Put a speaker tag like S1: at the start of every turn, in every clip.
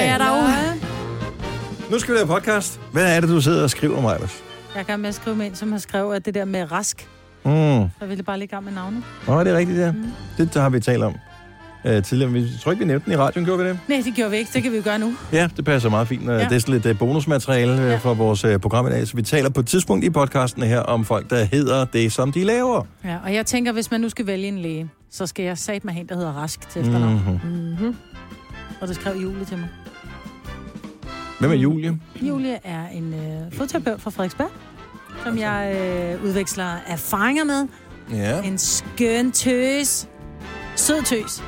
S1: er der jo.
S2: Nu skal vi lave podcast. Hvad er det, du sidder og skriver, mig?
S1: Jeg er i gang med at skrive med en, som har skrevet at det der med rask.
S2: Mm.
S1: Jeg ville bare lige i gang med navnet.
S2: Nå, er det rigtigt, ja. Mm. Det, det har vi talt om øh, tidligere. men Vi tror ikke, vi nævnte den i radioen, gjorde vi det?
S1: Nej, det gjorde vi ikke. Det kan vi jo gøre nu.
S2: Ja, det passer meget fint. Ja. Det er sådan lidt øh, bonusmateriale ja. for vores øh, program i dag, så vi taler på et tidspunkt i podcasten her om folk, der hedder det, som de laver.
S1: Ja, og jeg tænker, hvis man nu skal vælge en læge, så skal jeg sat mig hen, der hedder Rask til efternavn. Mm.
S2: Mm-hmm.
S1: Mm-hmm. Og det skrev Julie til mig.
S2: Hvem er Julie?
S1: Julie er en øh, fodterapeut fra Frederiksberg, som jeg øh, udveksler erfaringer med.
S2: Ja.
S1: En skøn tøs. Sød tøs.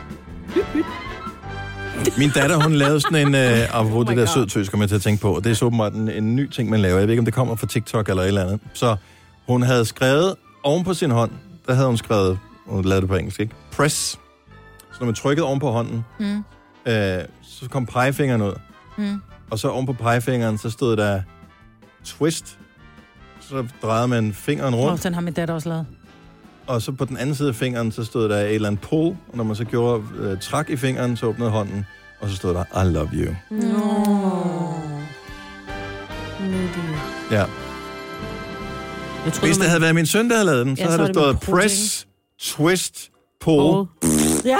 S2: Min datter, hun lavede sådan en, øh, apropos oh det der sødtøs, kom jeg til at tænke på, og det er så åbenbart en, en ny ting, man laver. Jeg ved ikke, om det kommer fra TikTok eller et eller andet. Så hun havde skrevet oven på sin hånd, der havde hun skrevet, hun lavede det på engelsk, ikke? Press. Så når man trykkede oven på hånden,
S1: Mm.
S2: øh, så kom pegefingeren ud,
S1: Mm.
S2: og så oven på pegefingeren, så stod der twist. Så drejede man fingeren rundt,
S1: Nå, den har min datter også lavet.
S2: og så på den anden side af fingeren, så stod der et eller andet pull, og når man så gjorde øh, træk i fingeren, så åbnede hånden, og så stod der, I love you. Ja.
S3: Jeg
S2: Hvis det havde været min søn, der havde lavet den, så
S3: Ja,
S2: ja,
S3: så
S2: havde
S3: var
S2: der
S3: det med
S2: stået
S3: protein.
S2: press, twist, pull.
S3: Ja,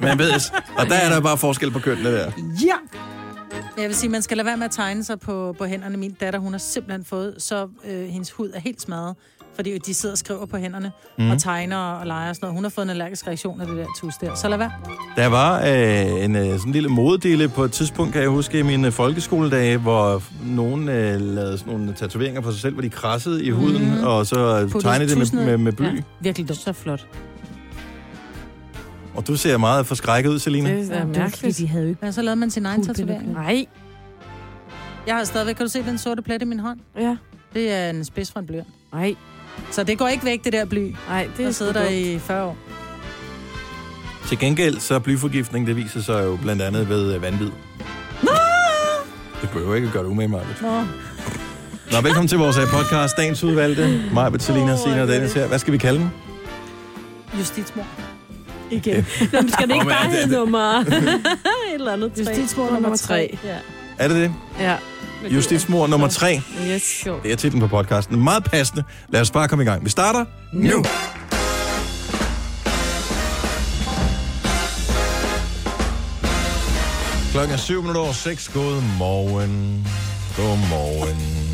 S2: Man ved, s- og der er der bare forskel på kønnene der.
S1: Ja! Jeg vil sige, man skal lade være med at tegne sig på, på hænderne. Min datter, hun har simpelthen fået, så øh, hendes hud er helt smadret. Fordi de sidder og skriver på hænderne, mm.
S2: Mhm.
S1: og tegner og leger og sådan noget. Hun har fået en allergisk reaktion af det der tus der. Så lad være.
S2: Der var øh, en øh, sådan en lille modedele på et tidspunkt, kan jeg huske, i mine øh, folkeskoledage, hvor nogen øh, lavede sådan nogle tatoveringer på sig selv, hvor de krassede i huden, mm. og så øh,
S1: Puttede
S2: tegnede det
S1: tusind
S2: med,
S1: ned.
S2: med, med bly. Ja.
S1: Ja, virkelig dumt.
S3: Så flot.
S2: Og du ser meget forskrækket ud, Selina.
S3: Det er
S1: Det var fordi,
S3: mærkeligt.
S1: de havde jo ikke... Men så lavede man sin egen tatovering.
S3: Nej.
S1: Jeg har stadigvæk... Kan du se den sorte plet i min hånd?
S3: Ja.
S1: Det er en spids fra en blyant.
S3: Nej.
S1: Så det går ikke væk, det der bly.
S3: Nej, det
S1: Det har
S3: er sgu
S1: siddet der
S3: dumt.
S1: i 40 år.
S2: Til gengæld, så er blyforgiftning, det viser sig jo blandt andet ved øh, vandvid. Det behøver ikke at gøre det umage, Marvitt.
S1: Nå.
S2: Nå, velkommen til vores øh, podcast, dagens udvalgte. Mig, Bettelina, Sina og Dennis her. Hvad skal vi kalde den?
S1: Justitsmor.
S3: Igen. Nå, men skal det
S2: Åh,
S3: ikke
S2: men
S3: bare
S2: er det-
S3: hedde nummer... Et eller andet. tre.
S1: Justitsmord nummer tre.
S3: Ja.
S2: Er det det?
S3: ja.
S2: Justitsmor nummer 3.
S3: Yes, jo.
S2: Det er titlen på podcasten. Meget passende. Lad os bare komme i gang. Vi starter nu. Klokken er 7 minutter over 6. Godmorgen. Godmorgen.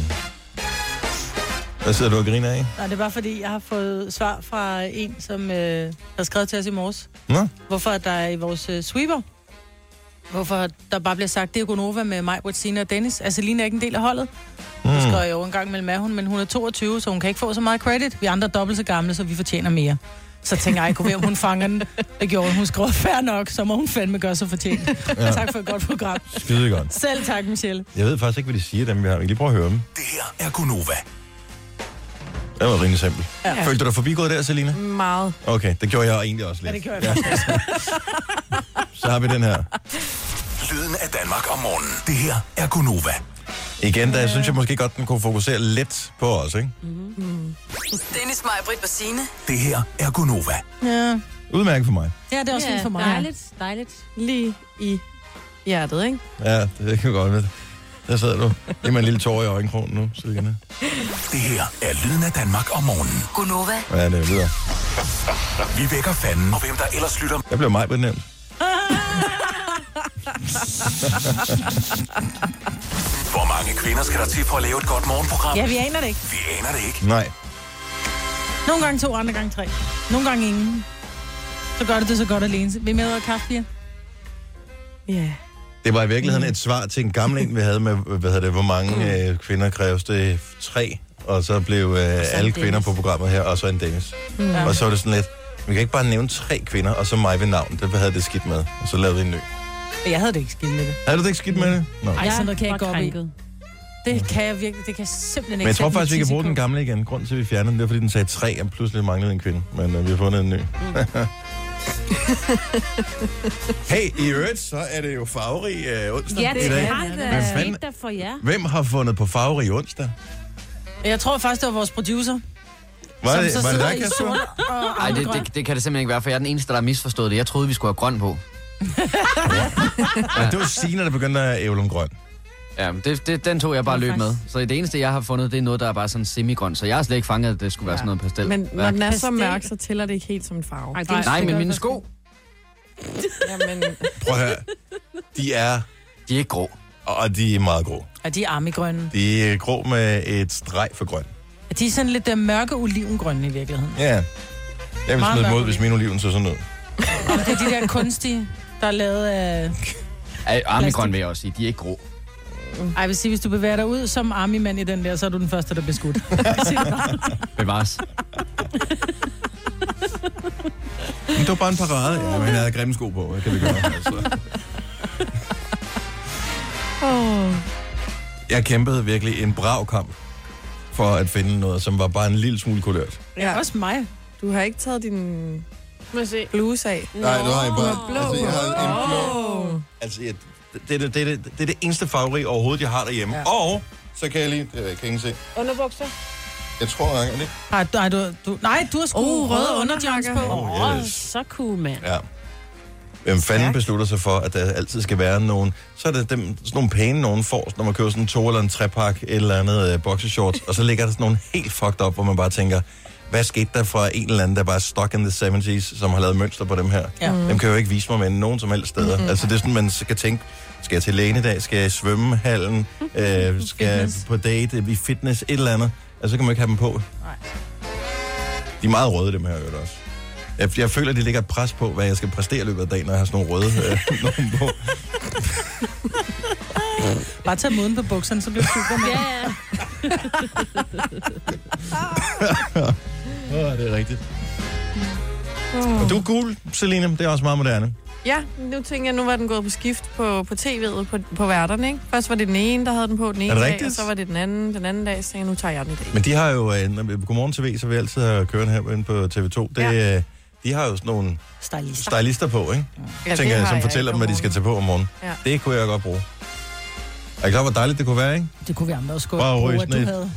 S2: Hvad sidder du og griner af?
S1: Nej, det er bare fordi, jeg har fået svar fra en, som øh, har skrevet til os i morges.
S2: Nå?
S1: Hvorfor at der er i vores øh, sweeper? Hvorfor der bare bliver sagt, det er Gonova med mig, Sina og Dennis. Altså, Lina er ikke en del af holdet. Mm. Nu skal jeg jo en gang mellem er hun, men hun er 22, så hun kan ikke få så meget credit. Vi andre er dobbelt så gamle, så vi fortjener mere. Så tænker jeg, kunne være, om hun fanger den. Det gjorde hun. Hun skrev, fair nok, så må hun fandme gøre sig fortjent. Ja. Tak for et godt program.
S2: Skide godt.
S1: Selv tak, Michelle.
S2: Jeg ved faktisk ikke, hvad de siger, dem vi har. Vi kan lige prøve at høre dem.
S4: Det her er Gunova.
S2: Det var rimelig simpelt.
S1: Ja.
S2: Ja. Følte du dig forbigået der, Selina?
S3: Meget.
S2: Okay, det gjorde jeg egentlig også lidt.
S1: Ja, det gjorde
S2: jeg Så har vi den her.
S4: Lyden af Danmark om morgenen. Det her er Gunova.
S2: Igen, der synes jeg måske godt, den kunne fokusere lidt på os, ikke?
S5: Dennis, mig, Britt og Signe.
S4: Det her er Gunova.
S1: Ja,
S2: Udmærket for mig.
S1: ja det er også
S3: Ja,
S1: yeah, for mig.
S3: dejligt,
S1: dejligt.
S3: Lige i hjertet, ikke?
S2: Ja, det kan jeg godt med. Der sidder du. Det er med en lille tår i øjenkrogen nu, Selina.
S4: Det her er lyden af Danmark om morgenen.
S5: Gunova.
S2: Ja, det er videre.
S4: Vi vækker fanden. Og hvem der ellers lytter
S2: Jeg blev mig benævnt.
S4: Hvor mange kvinder skal der til for at lave et godt morgenprogram?
S1: Ja, vi aner det ikke.
S4: Vi aner det ikke.
S2: Nej.
S1: Nogle gange to, andre gange tre. Nogle gange ingen. Så gør det det så godt alene. Vi er med over kaffe, ja?
S3: Ja.
S2: Det var i virkeligheden et svar til en gammel en, vi havde med, hvad hedder det, hvor mange øh, kvinder kræves det? Tre. Og så blev øh, alle
S1: en
S2: kvinder
S1: Dennis.
S2: på programmet her, og så en Dennis.
S6: Mm.
S1: Ja.
S2: Og så var det sådan lidt, vi kan ikke bare nævne tre kvinder, og så mig ved navn. Det havde det skidt med. Og så lavede vi en ny.
S1: Jeg havde det ikke skidt med det.
S2: Havde du det ikke skidt med det? Nå.
S1: Ej, sådan noget kan jeg ikke gå op i.
S3: krænket.
S1: Det kan jeg virkelig, det kan jeg simpelthen ikke.
S2: Men jeg tror
S1: sætte
S2: faktisk, vi
S1: min
S2: kan
S1: tisse
S2: bruge den
S1: på.
S2: gamle igen. Grunden til, at vi fjernede den, det er, fordi den sagde tre, og pludselig manglede en kvinde. Men øh, vi har fundet en ny.
S1: Mm.
S2: hey, i øvrigt, så er det jo farverig øh, onsdag
S7: Ja, det
S2: i dag.
S7: er det.
S2: Hvad
S7: Hvad
S2: fanden-
S7: skete der for jer?
S2: Hvem har fundet på farverig onsdag?
S1: Jeg tror faktisk, det var vores producer.
S2: Var
S1: Som
S2: det,
S1: så
S2: var det
S1: sidder
S2: dig,
S1: i
S2: Kasper?
S1: sort og
S8: Nej,
S1: Ej,
S8: det, det, det kan det simpelthen ikke være, for jeg er den eneste, der har misforstået det. Jeg troede, vi skulle have grøn på.
S2: Ja, det var Signe, der begyndte at ævle om grøn.
S8: Ja, men det, det, den tog jeg bare
S5: Det var
S8: løb med.
S5: faktisk-
S8: Så det eneste, jeg har fundet, det er noget, der er bare sådan semi-grøn. Så jeg har slet ikke fanget, at det skulle være
S5: Ja.
S8: sådan noget pastel.
S5: Men når den er så
S1: Pastel.
S5: mørk, så tæller det ikke helt som en farve.
S1: Ej, det er en
S8: Nej,
S1: stikker,
S8: men mine
S1: der-
S8: sko,
S5: Jamen,
S2: Prøv at høre. De er,
S8: de er ikke grå.
S2: og de er meget grå.
S1: Ja, de er armigrønne.
S2: De er grå med et streg for grøn.
S1: Ja, De er sådan lidt øh, mørke olivengrønne i virkeligheden.
S2: Ja. Jeg vil
S1: Meget
S2: smide dem ud,
S1: mørk
S2: hvis min oliven så sådan ud.
S1: Og det er de der kunstige, der er lavet af...
S8: Ej, Armigrøn vil jeg også sige, de er ikke grå.
S1: Ej, jeg vil sige, hvis du bevæger dig ud som armimand i den der, så er du den første, der bliver skudt.
S8: Bevares.
S2: Men det var bare en parade. Ja, men jeg havde grimme sko på. Hvad kan vi gøre? Altså. Jeg kæmpede virkelig en brav kamp for at finde noget, som var bare en lille smule kulørt.
S1: Ja. Også mig.
S5: du har ikke taget din
S6: Må jeg se.
S5: bluse af.
S2: Nej, det har jeg bare.
S5: blå.
S2: Altså, jeg havde en blå.
S5: Åh.
S2: Altså, jeg, det, er det, det, er det, det er det eneste farveri overhovedet, jeg har derhjemme. Ja. Og så kan jeg lige... Det ved jeg, kan ikke se.
S6: Underbukser.
S2: Jeg tror, jeg er det.
S1: Ej, du, ej, du, du, nej, du har
S6: Uh,
S1: sgu
S5: Oh,
S1: oh, røde
S5: røde
S1: underjunks på.
S2: Oh,
S6: Åh, oh,
S2: yes.
S6: så cool, mand.
S2: Ja. Hvem fanden beslutter sig for, at der altid skal være nogen... Så er det dem, sådan nogle pæne nogen får, når man køber sådan en to- eller en trepak, et eller andet øh, boxershorts, og så ligger der sådan nogle helt fucked op, hvor man bare tænker, hvad skete der fra en eller anden, der bare er stuck in the 70s, som har lavet mønster på dem her?
S1: Ja.
S2: Mm. Dem kan jeg jo ikke vise mig med nogen som helst steder. Mm-hmm. Altså det er sådan, man skal tænke, skal jeg til lægen i dag? Skal jeg i svømmehallen? Øh, skal jeg
S1: Fitness.
S2: på date? I fitness? Et eller andet. Altså så kan man ikke have dem på.
S1: Nej.
S2: De er meget røde, dem her i øvrigt også. Jeg, jeg føler, at de lægger et pres på, hvad jeg skal præstere i løbet af dagen, når jeg har sådan nogle røde øh, nogen på.
S1: Bare tag moden på bukserne, så bliver du supermand.
S6: Ja,
S1: yeah.
S6: ja.
S2: Åh, det er rigtigt.
S5: Mm.
S2: Og du er gul, Selina. Det er også meget moderne.
S5: Ja, nu tænker jeg, nu var den gået på skift på, på tv'et, på, på værterne, ikke? Først var det den ene, der havde den på den ene
S2: Er det
S5: dag,
S2: rigtigt?
S5: og så var det den anden, den anden dag, så tænkte jeg, nu tager jeg den i dag.
S2: Men de har jo... Øh, når vi er på Godmorgen TV, så vil jeg altid have kørende her inde på TV2. Det,
S5: Ja.
S2: ja. De har jo sådan nogle
S1: Stylist.
S2: stylister på, ikke?
S5: Ja, det
S2: tænker jeg,
S5: har
S2: som
S5: jeg
S2: fortæller
S5: ikke
S2: dem, hvad de skal tage på om morgenen.
S5: Ja.
S2: Det kunne jeg godt bruge. Er I klar, hvor dejligt det kunne være, ikke?
S1: Det kunne vi andre også gå
S2: Bare
S1: og bruge,
S2: ryge
S1: at
S2: sådan
S1: du
S2: et.
S1: havde.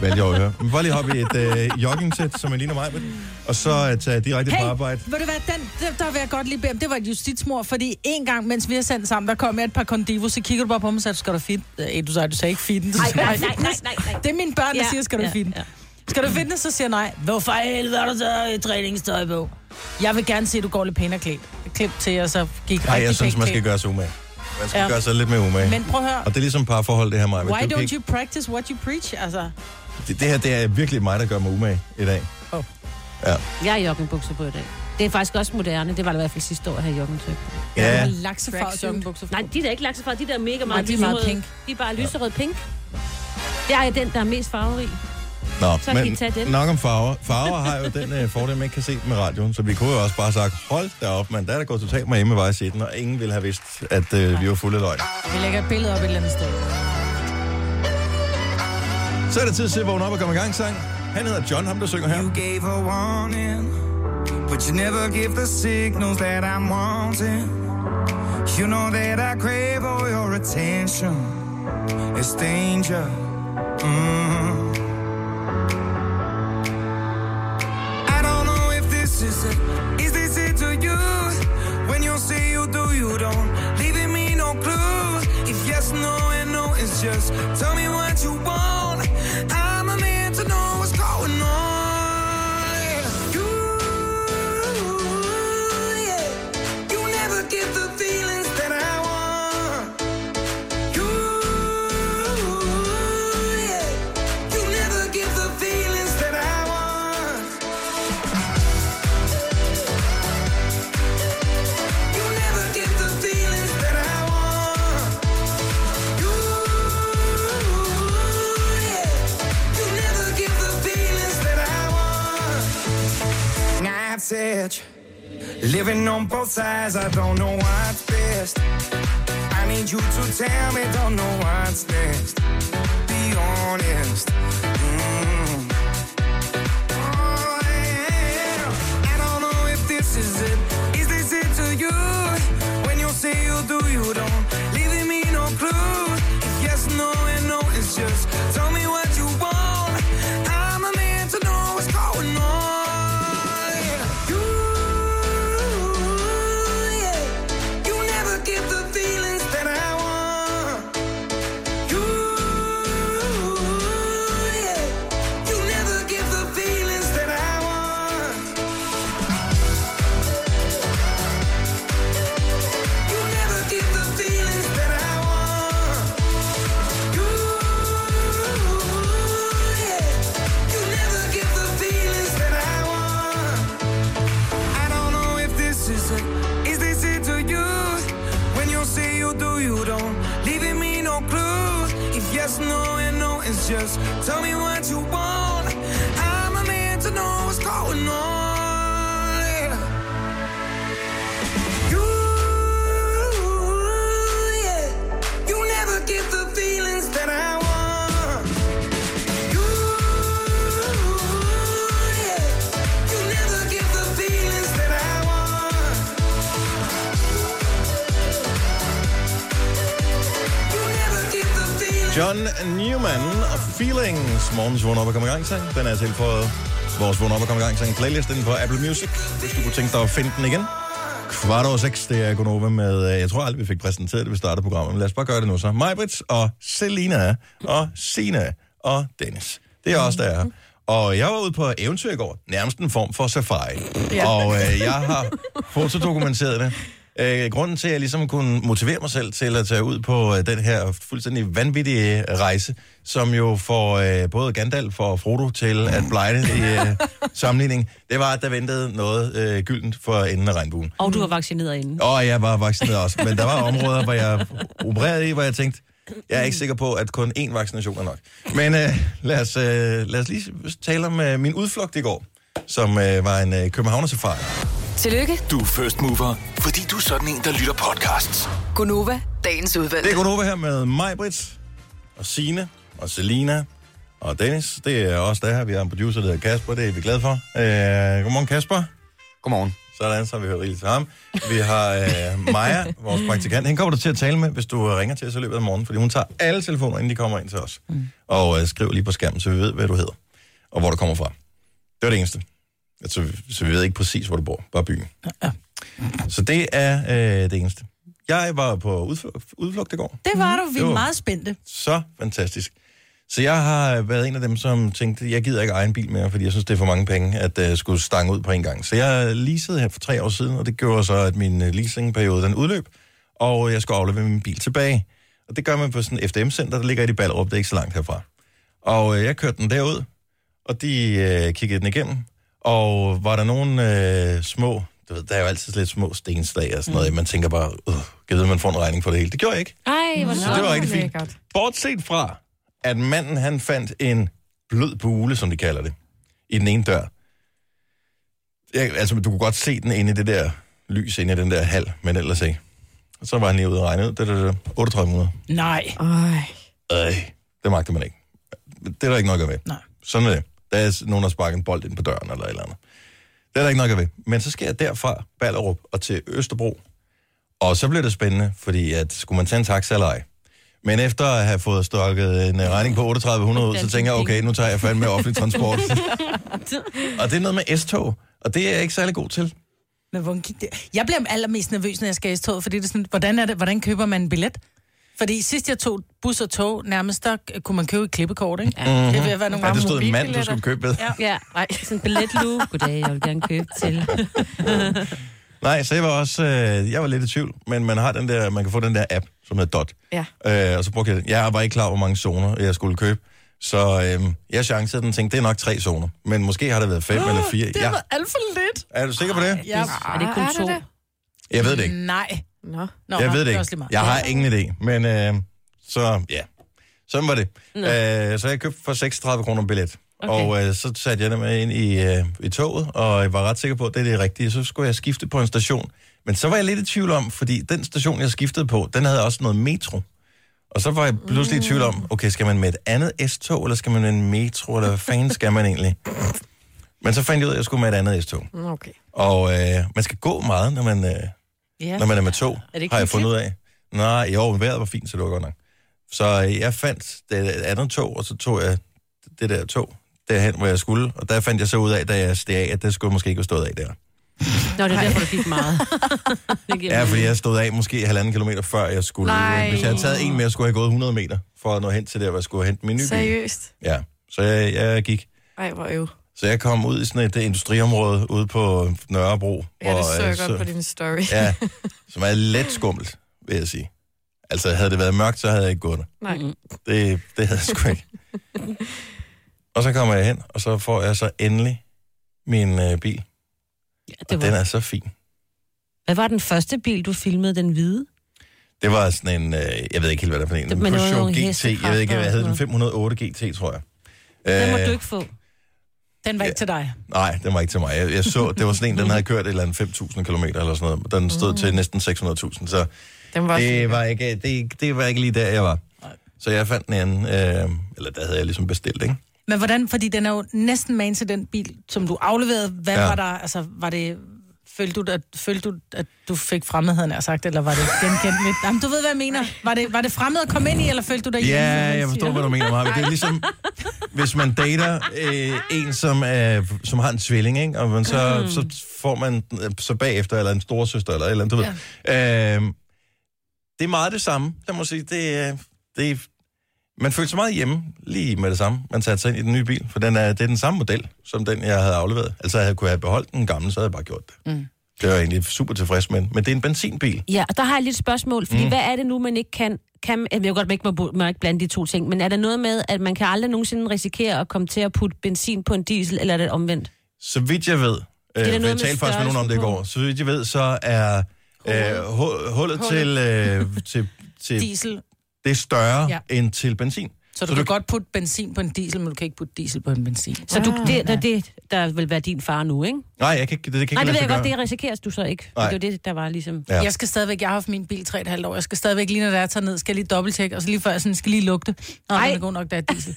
S2: Vælge at høre. Men bare lige hoppe i et øh, joggingsæt, som jeg ligner mig med, og så øh, tage direkte hey. på
S1: Hey,
S2: arbejde.
S1: ved du hvad, den, der, der vil jeg godt lige bede om, det var et justitsmord, fordi en gang, mens vi har sendt sammen, der kom jeg et par kondivos, så kigger du bare på mig og sagde, skal du fit? Øh, du sagde, du sagde ikke fitten.
S6: Ej, nej, nej, nej, nej, nej.
S1: Det er mine børn, der
S6: Ja,
S1: siger, skal du
S6: ja,
S1: fitness? Skal du fitness, så siger jeg nej. Hvorfor i helvede har du så i træningstøj på? Jeg vil gerne se, at du går lidt pænere klædt. Klip til, og så gik
S2: Nej, jeg
S1: rigtig
S2: synes,
S1: pænt
S2: man skal
S1: klædt.
S2: gøre sig umage. Man skal ja.
S1: Ja.
S2: gøre sig lidt mere umage.
S1: Men prøv at høre,
S2: Og det er ligesom parforhold, det her, Maja.
S1: why don't you practice what you preach? Altså,
S2: Det, det her, det er virkelig mig, der gør mig umage i dag.
S9: Jeg har joggingbukser på i dag. Det er faktisk også moderne. Det var det i hvert fald sidste år, at have joggingtøj. på.
S1: ja.
S2: Ja,
S1: laksefarvet
S5: Tracksuit.
S1: joggingbukser.
S9: Nej, de er da ikke lagt sig fra. De der er mega
S1: Nej,
S9: meget
S1: de er meget
S9: lyserøde.
S1: pink.
S9: De er bare lyserød pink. Jeg er den, der er mest farverig.
S2: nå,
S9: kan I tage
S2: men
S9: den.
S2: nok om farver. Farver har jo den øh, fordel, man ikke kan se dem i radioen, så vi kunne jo også bare have sagt, hold da op, mand, der er der gået totalt med hjemme i vejsiden, og ingen ville have vidst, at øh, vi var fulde af løgn.
S1: Vi lægger et billede op et eller andet sted.
S2: Så er det tid til at vågne op og komme i gang, sang. Han hedder John, ham der synger her.
S10: You gave a warning, but you never give the signals that I'm wanting. You know that I crave all your attention. It's danger. Mhm. I don't know if this is it. Is this it to you? When you say you do, you don't. Leaving me no clue. If yes, no, and no, it's just tell me what you want. I'm a man to know what's going on. You, yeah. You never get the feelings that I want. You, yeah. You never get the feelings that I want. You never get the feelings that I want. You, yeah. You never get the feelings that I want. Knife's edge. Living on both sides, I don't know what's best. I need you to tell me, don't know what's next. Be honest. Mm. Oh, I don't know if this is it. Is this it to you? When you say you do, you don't. Leaving me no clue. If yes, no, and no, it's just tell me what you want. I'm a man to know what's going on. You, I know is just tell me what you want. I'm a man to know what's going on. Yeah. You, yeah, you never get the feelings that I want. You, yeah, you never get the feelings that I want. You never get the feelings.
S2: John Newman og Feelings. Morgens vågn op og kom i gang sang. Den er tilføjet vores vågn op og kom i gang sang playlist inden for Apple Music. Hvis du kunne tænke dig at finde den igen. Kvart over seks, det er Gunova med, øh, jeg tror aldrig, vi fik præsenteret det ved startet programmet, men lad os bare gøre det nu så. Majbrits og Selina og Sina og Dennis. Det er også der er. her. Og jeg var ude på eventyr i går, nærmest en form for safari. Ja. Og øh, jeg har fotodokumenteret det. Øh, grunden til, at jeg ligesom kunne motivere mig selv til at tage ud på øh, den her fuldstændig vanvittige rejse, som jo får øh, både Gandalf og Frodo til at blejde i øh, sammenligning, det var, at der ventede noget øh, gyldent for enden af regnbuen.
S9: Og du var vaccineret inden.
S2: Og jeg var vaccineret også, men der var områder, hvor jeg opererede i, hvor jeg tænkte, jeg er ikke sikker på, at kun én vaccination er nok. Men øh, lad, os, øh, lad os lige tale om øh, min udflugt i går, som øh, var en øh, Københavner-safari.
S11: Tillykke,
S12: Du er first mover, fordi du er sådan en, der lytter podcasts.
S11: Gunova, dagens udvalgte.
S2: Det er Gunova her med mig, Britt, og Sine og Selina og Dennis. Det er os, der er her. Vi har en producer, der hedder Kasper. Det er vi glade for. Øh, godmorgen, Kasper.
S8: Godmorgen.
S2: Sådan, så har vi hører rigeligt til ham. Vi har øh, Maja, vores praktikant. Hende kommer du til at tale med, hvis du øh, ringer til os i løbet af morgenen, fordi hun tager alle telefoner, inden de kommer ind til os. Mm. Og øh, skriver lige på skærmen, så vi ved, hvad du hedder, og hvor du kommer fra. Det var det eneste. Altså, så vi ved ikke præcis, hvor du bor. Bare byen. Så det er øh, det eneste. Jeg var på udflugt, udflugt i går.
S1: Det var du. Vi
S2: Det
S1: er
S2: var-
S1: meget spændte.
S2: Så fantastisk. Så jeg har øh, været en af dem, som tænkte, jeg gider ikke eje en bil mere, fordi jeg synes, det er for mange penge, at uh, skulle stange ud på en gang. Så jeg leasede her for tre år siden, og det gjorde så, at min øh, leasingperiode den udløb, og øh, jeg skulle aflevere min bil tilbage. Og det gør man på sådan et FDM-center, der ligger i Ballerup, det er ikke så langt herfra. Og øh, jeg kørte den derud, og de øh, kiggede den igennem. Og var der nogle øh, små, du ved, der er jo altid lidt små stenslag og sådan noget, man tænker bare, øh, jeg ved, man får en regning for det hele. Det gjorde jeg ikke.
S9: Ej, hvor
S2: Så det var rigtig fint.
S5: Lækkert.
S2: Bortset fra, at manden han fandt en blød bule, som de kalder det, i den ene dør. Ja, altså, du kunne godt se den inde i det der lys, inde i den der hal, men ellers ikke. Og så var han lige ude og regne ud. Det, det, det, 38 måneder.
S1: Nej.
S5: Øj.
S2: Øh, det magter man ikke. Det er der ikke nok at ved.
S1: Nej.
S2: Sådan er det. Der er s- nogen, der sparker en bold ind på døren eller et eller andet. Det er der ikke nok at ved. Men så sker jeg derfra, Ballerup og til Østerbro. Og så bliver det spændende, fordi at, skulle man tage en taxa eller ej? Men efter at have fået stokket en øh, regning på 3800 ud, så tænker jeg, okay, nu tager jeg fandme offentlig transport. og det er noget med S-tog, og det er jeg ikke særlig god til.
S1: Men hvordan gik det? Jeg bliver allermest nervøs, når jeg skal i toget, fordi det er sådan, hvordan, er det, hvordan køber man en billet? Fordi sidst jeg tog bus og tog, nærmest der øh, kunne man købe et klippekort, ikke? Ja. Det vil jeg være nogle
S2: Mhm. Ja,
S1: gange
S2: det stod en mand, du skulle købe ved. Ja.
S9: Ja, nej, sådan en billetlue. Goddag, jeg vil gerne købe til.
S2: Nej, så jeg var også, øh, jeg var lidt i tvivl, men man har den der, man kan få den der app, som hedder DOT.
S5: Ja.
S2: Øh, og så brugte jeg den. Jeg var ikke klar, hvor mange zoner jeg skulle købe. Så øh, jeg chancede den og tænkte, det er nok tre zoner. Men måske har det været fem eller fire.
S1: Det
S2: Ja.
S1: var alt for lidt.
S2: Er du sikker på det?
S1: Ja.
S9: Er det kun
S5: Er det
S9: to?
S5: det?
S2: Jeg ved det ikke.
S1: Nej.
S5: Nå.
S1: Nå,
S2: Jeg
S1: nå,
S2: ved det
S1: er også lige
S2: ikke.
S1: meget.
S2: Jeg har ingen idé. Men øh, så ja, sådan var det. Øh, så jeg købte for 36 kroner en billet. Okay. Og øh, så satte jeg det med ind i, øh, i toget, og jeg var ret sikker på, at det er det rigtige. Så skulle jeg skifte på en station. Men så var jeg lidt i tvivl om, fordi den station, jeg skiftede på, den havde også noget metro. Og så var jeg pludselig i tvivl
S1: Mm.
S2: om, okay, skal man med et andet S-tog, eller skal man med en metro, eller hvad fanden skal man egentlig? Men så fandt jeg ud af, at jeg skulle med et andet S-tog.
S5: Nå, Okay.
S2: Og øh, man skal gå meget, når man, øh,
S1: Ja.
S2: når man er med tog,
S1: det ikke
S2: har jeg
S1: hyggeligt?
S2: fundet ud af. Nej, jo, men vejret var fint, så det var godt nok. Så øh, jeg fandt det andet tog, og så tog jeg det der tog derhen, hvor jeg skulle. Og der fandt jeg så ud af, da jeg steg af, at det skulle jeg måske ikke have stået af der.
S9: Nå, det er derfor, du gik meget. Det giver
S2: Ja,
S9: mening.
S2: fordi jeg stod af måske halvanden kilometer før jeg skulle.
S5: Nej.
S2: Hvis jeg havde taget en mere, skulle jeg have gået 100 meter for at nå hen til der, hvor jeg skulle hente min nye bil.
S5: Seriøst?
S2: Ja, så jeg, jeg gik.
S5: Ej, hvor øv.
S2: Så jeg kom ud i sådan et øh, industriområde ude på Nørrebro.
S5: Ja, det så
S2: øh,
S5: jeg godt på din story.
S2: Ja, som er let skummelt, vil jeg sige. Altså, havde det været mørkt, så havde jeg ikke gået der.
S5: Nej.
S2: Det, det havde jeg sgu ikke. og så kommer jeg hen, og så får jeg så endelig min øh, bil.
S9: Ja,
S2: Og
S9: det
S2: den
S9: var.
S2: er så fin.
S9: Hvad var den første bil, du filmede, den hvide?
S2: Det var sådan en, øh, jeg ved ikke helt, hvad det er for en.
S9: Det-
S2: Det,
S9: men det var
S2: Peugeot
S9: nogle
S2: GT, jeg
S9: hestekræfter
S2: ved ikke, hvad
S9: og
S2: havde
S9: sådan
S2: den? 508 GT, tror jeg.
S1: Den må
S2: Øh,
S1: du ikke få. Den var ikke til dig.
S2: Nej, den var ikke til mig. Jeg, jeg så, det var sådan en, den havde kørt et eller andet 5.000 km eller sådan noget. Den stod
S1: Mm.
S2: til næsten 600.000, så
S5: Den var
S2: det, var ikke, det, det var ikke lige der, jeg var. Så jeg fandt en anden, øh, eller der havde jeg ligesom bestilt, ikke?
S1: Men hvordan, fordi den er jo næsten man til den bil, som du afleverede. Hvad
S2: Ja.
S1: ja. var der, altså var det, følte du, at, følte du, at du fik fremmed, havde jeg nær sagt, eller var det genkendt lidt? Jamen, du ved, hvad jeg mener. Var det, var det fremmed at komme ind i, eller følte du dig hjemme, som
S2: Ja,
S1: man
S2: jeg forstår,
S1: siger?
S2: hvad du mener, Maja. Det er ligesom, hvis man dater øh, en, som, er, som har en tvilling, ikke? og man så,
S3: Mm.
S2: mm. så får man øh, så bagefter, eller en storesøster, eller et eller andet, du ja. ved. Øh, det er meget det samme. Jeg må sige, det, er- det, er- man følte sig meget hjemme lige med det samme. Man satte sig ind i den nye bil, for den er, det er den samme model, som den, jeg havde afleveret. Altså, jeg havde kunne have beholdt den gamle, så havde jeg bare gjort det.
S9: Mm.
S2: Det var jeg egentlig super tilfreds med. Men det er en benzinbil.
S9: Ja, og der har jeg lidt spørgsmål, fordi
S2: Mm.
S9: mm. hvad er det nu, man ikke kan... kan jeg ved godt, man ikke må, bu- man må ikke blande de to ting, men er der noget med, at man kan aldrig nogensinde risikere at komme til at putte benzin på en diesel, eller er det omvendt?
S2: Så vidt jeg ved, øh,
S9: der
S2: for
S9: noget
S2: jeg
S9: med
S2: talte faktisk med nogen om det i
S9: størrelsen
S2: går, så vidt jeg ved, så er øh, hu- hullet til, øh, til, til
S1: Diesel.
S2: det er større
S1: Ja.
S2: ja. end til benzin.
S1: Så du,
S2: Så
S1: kan
S2: du-
S1: godt putte benzin på en diesel, men du kan ikke putte diesel på en benzin. Ah.
S9: Så du, det, der, det, der vil være din far nu, ikke?
S2: Nej, jeg kan, ikke- det, det kan
S9: Nej, det ved
S2: ikke lade
S9: jeg
S2: sig
S9: godt, det
S2: gøre.
S9: risikeres du så ikke.
S2: Nej.
S9: Nej. Det er jo det, der var ligesom...
S2: Ja.
S1: Jeg skal stadigvæk, jeg har haft min bil 3,5 år, jeg skal stadigvæk lige når der er taget ned, skal jeg lige dobbelttjekke, og så lige før jeg sådan, skal lige lugte. Nå, den er god nok, der er diesel.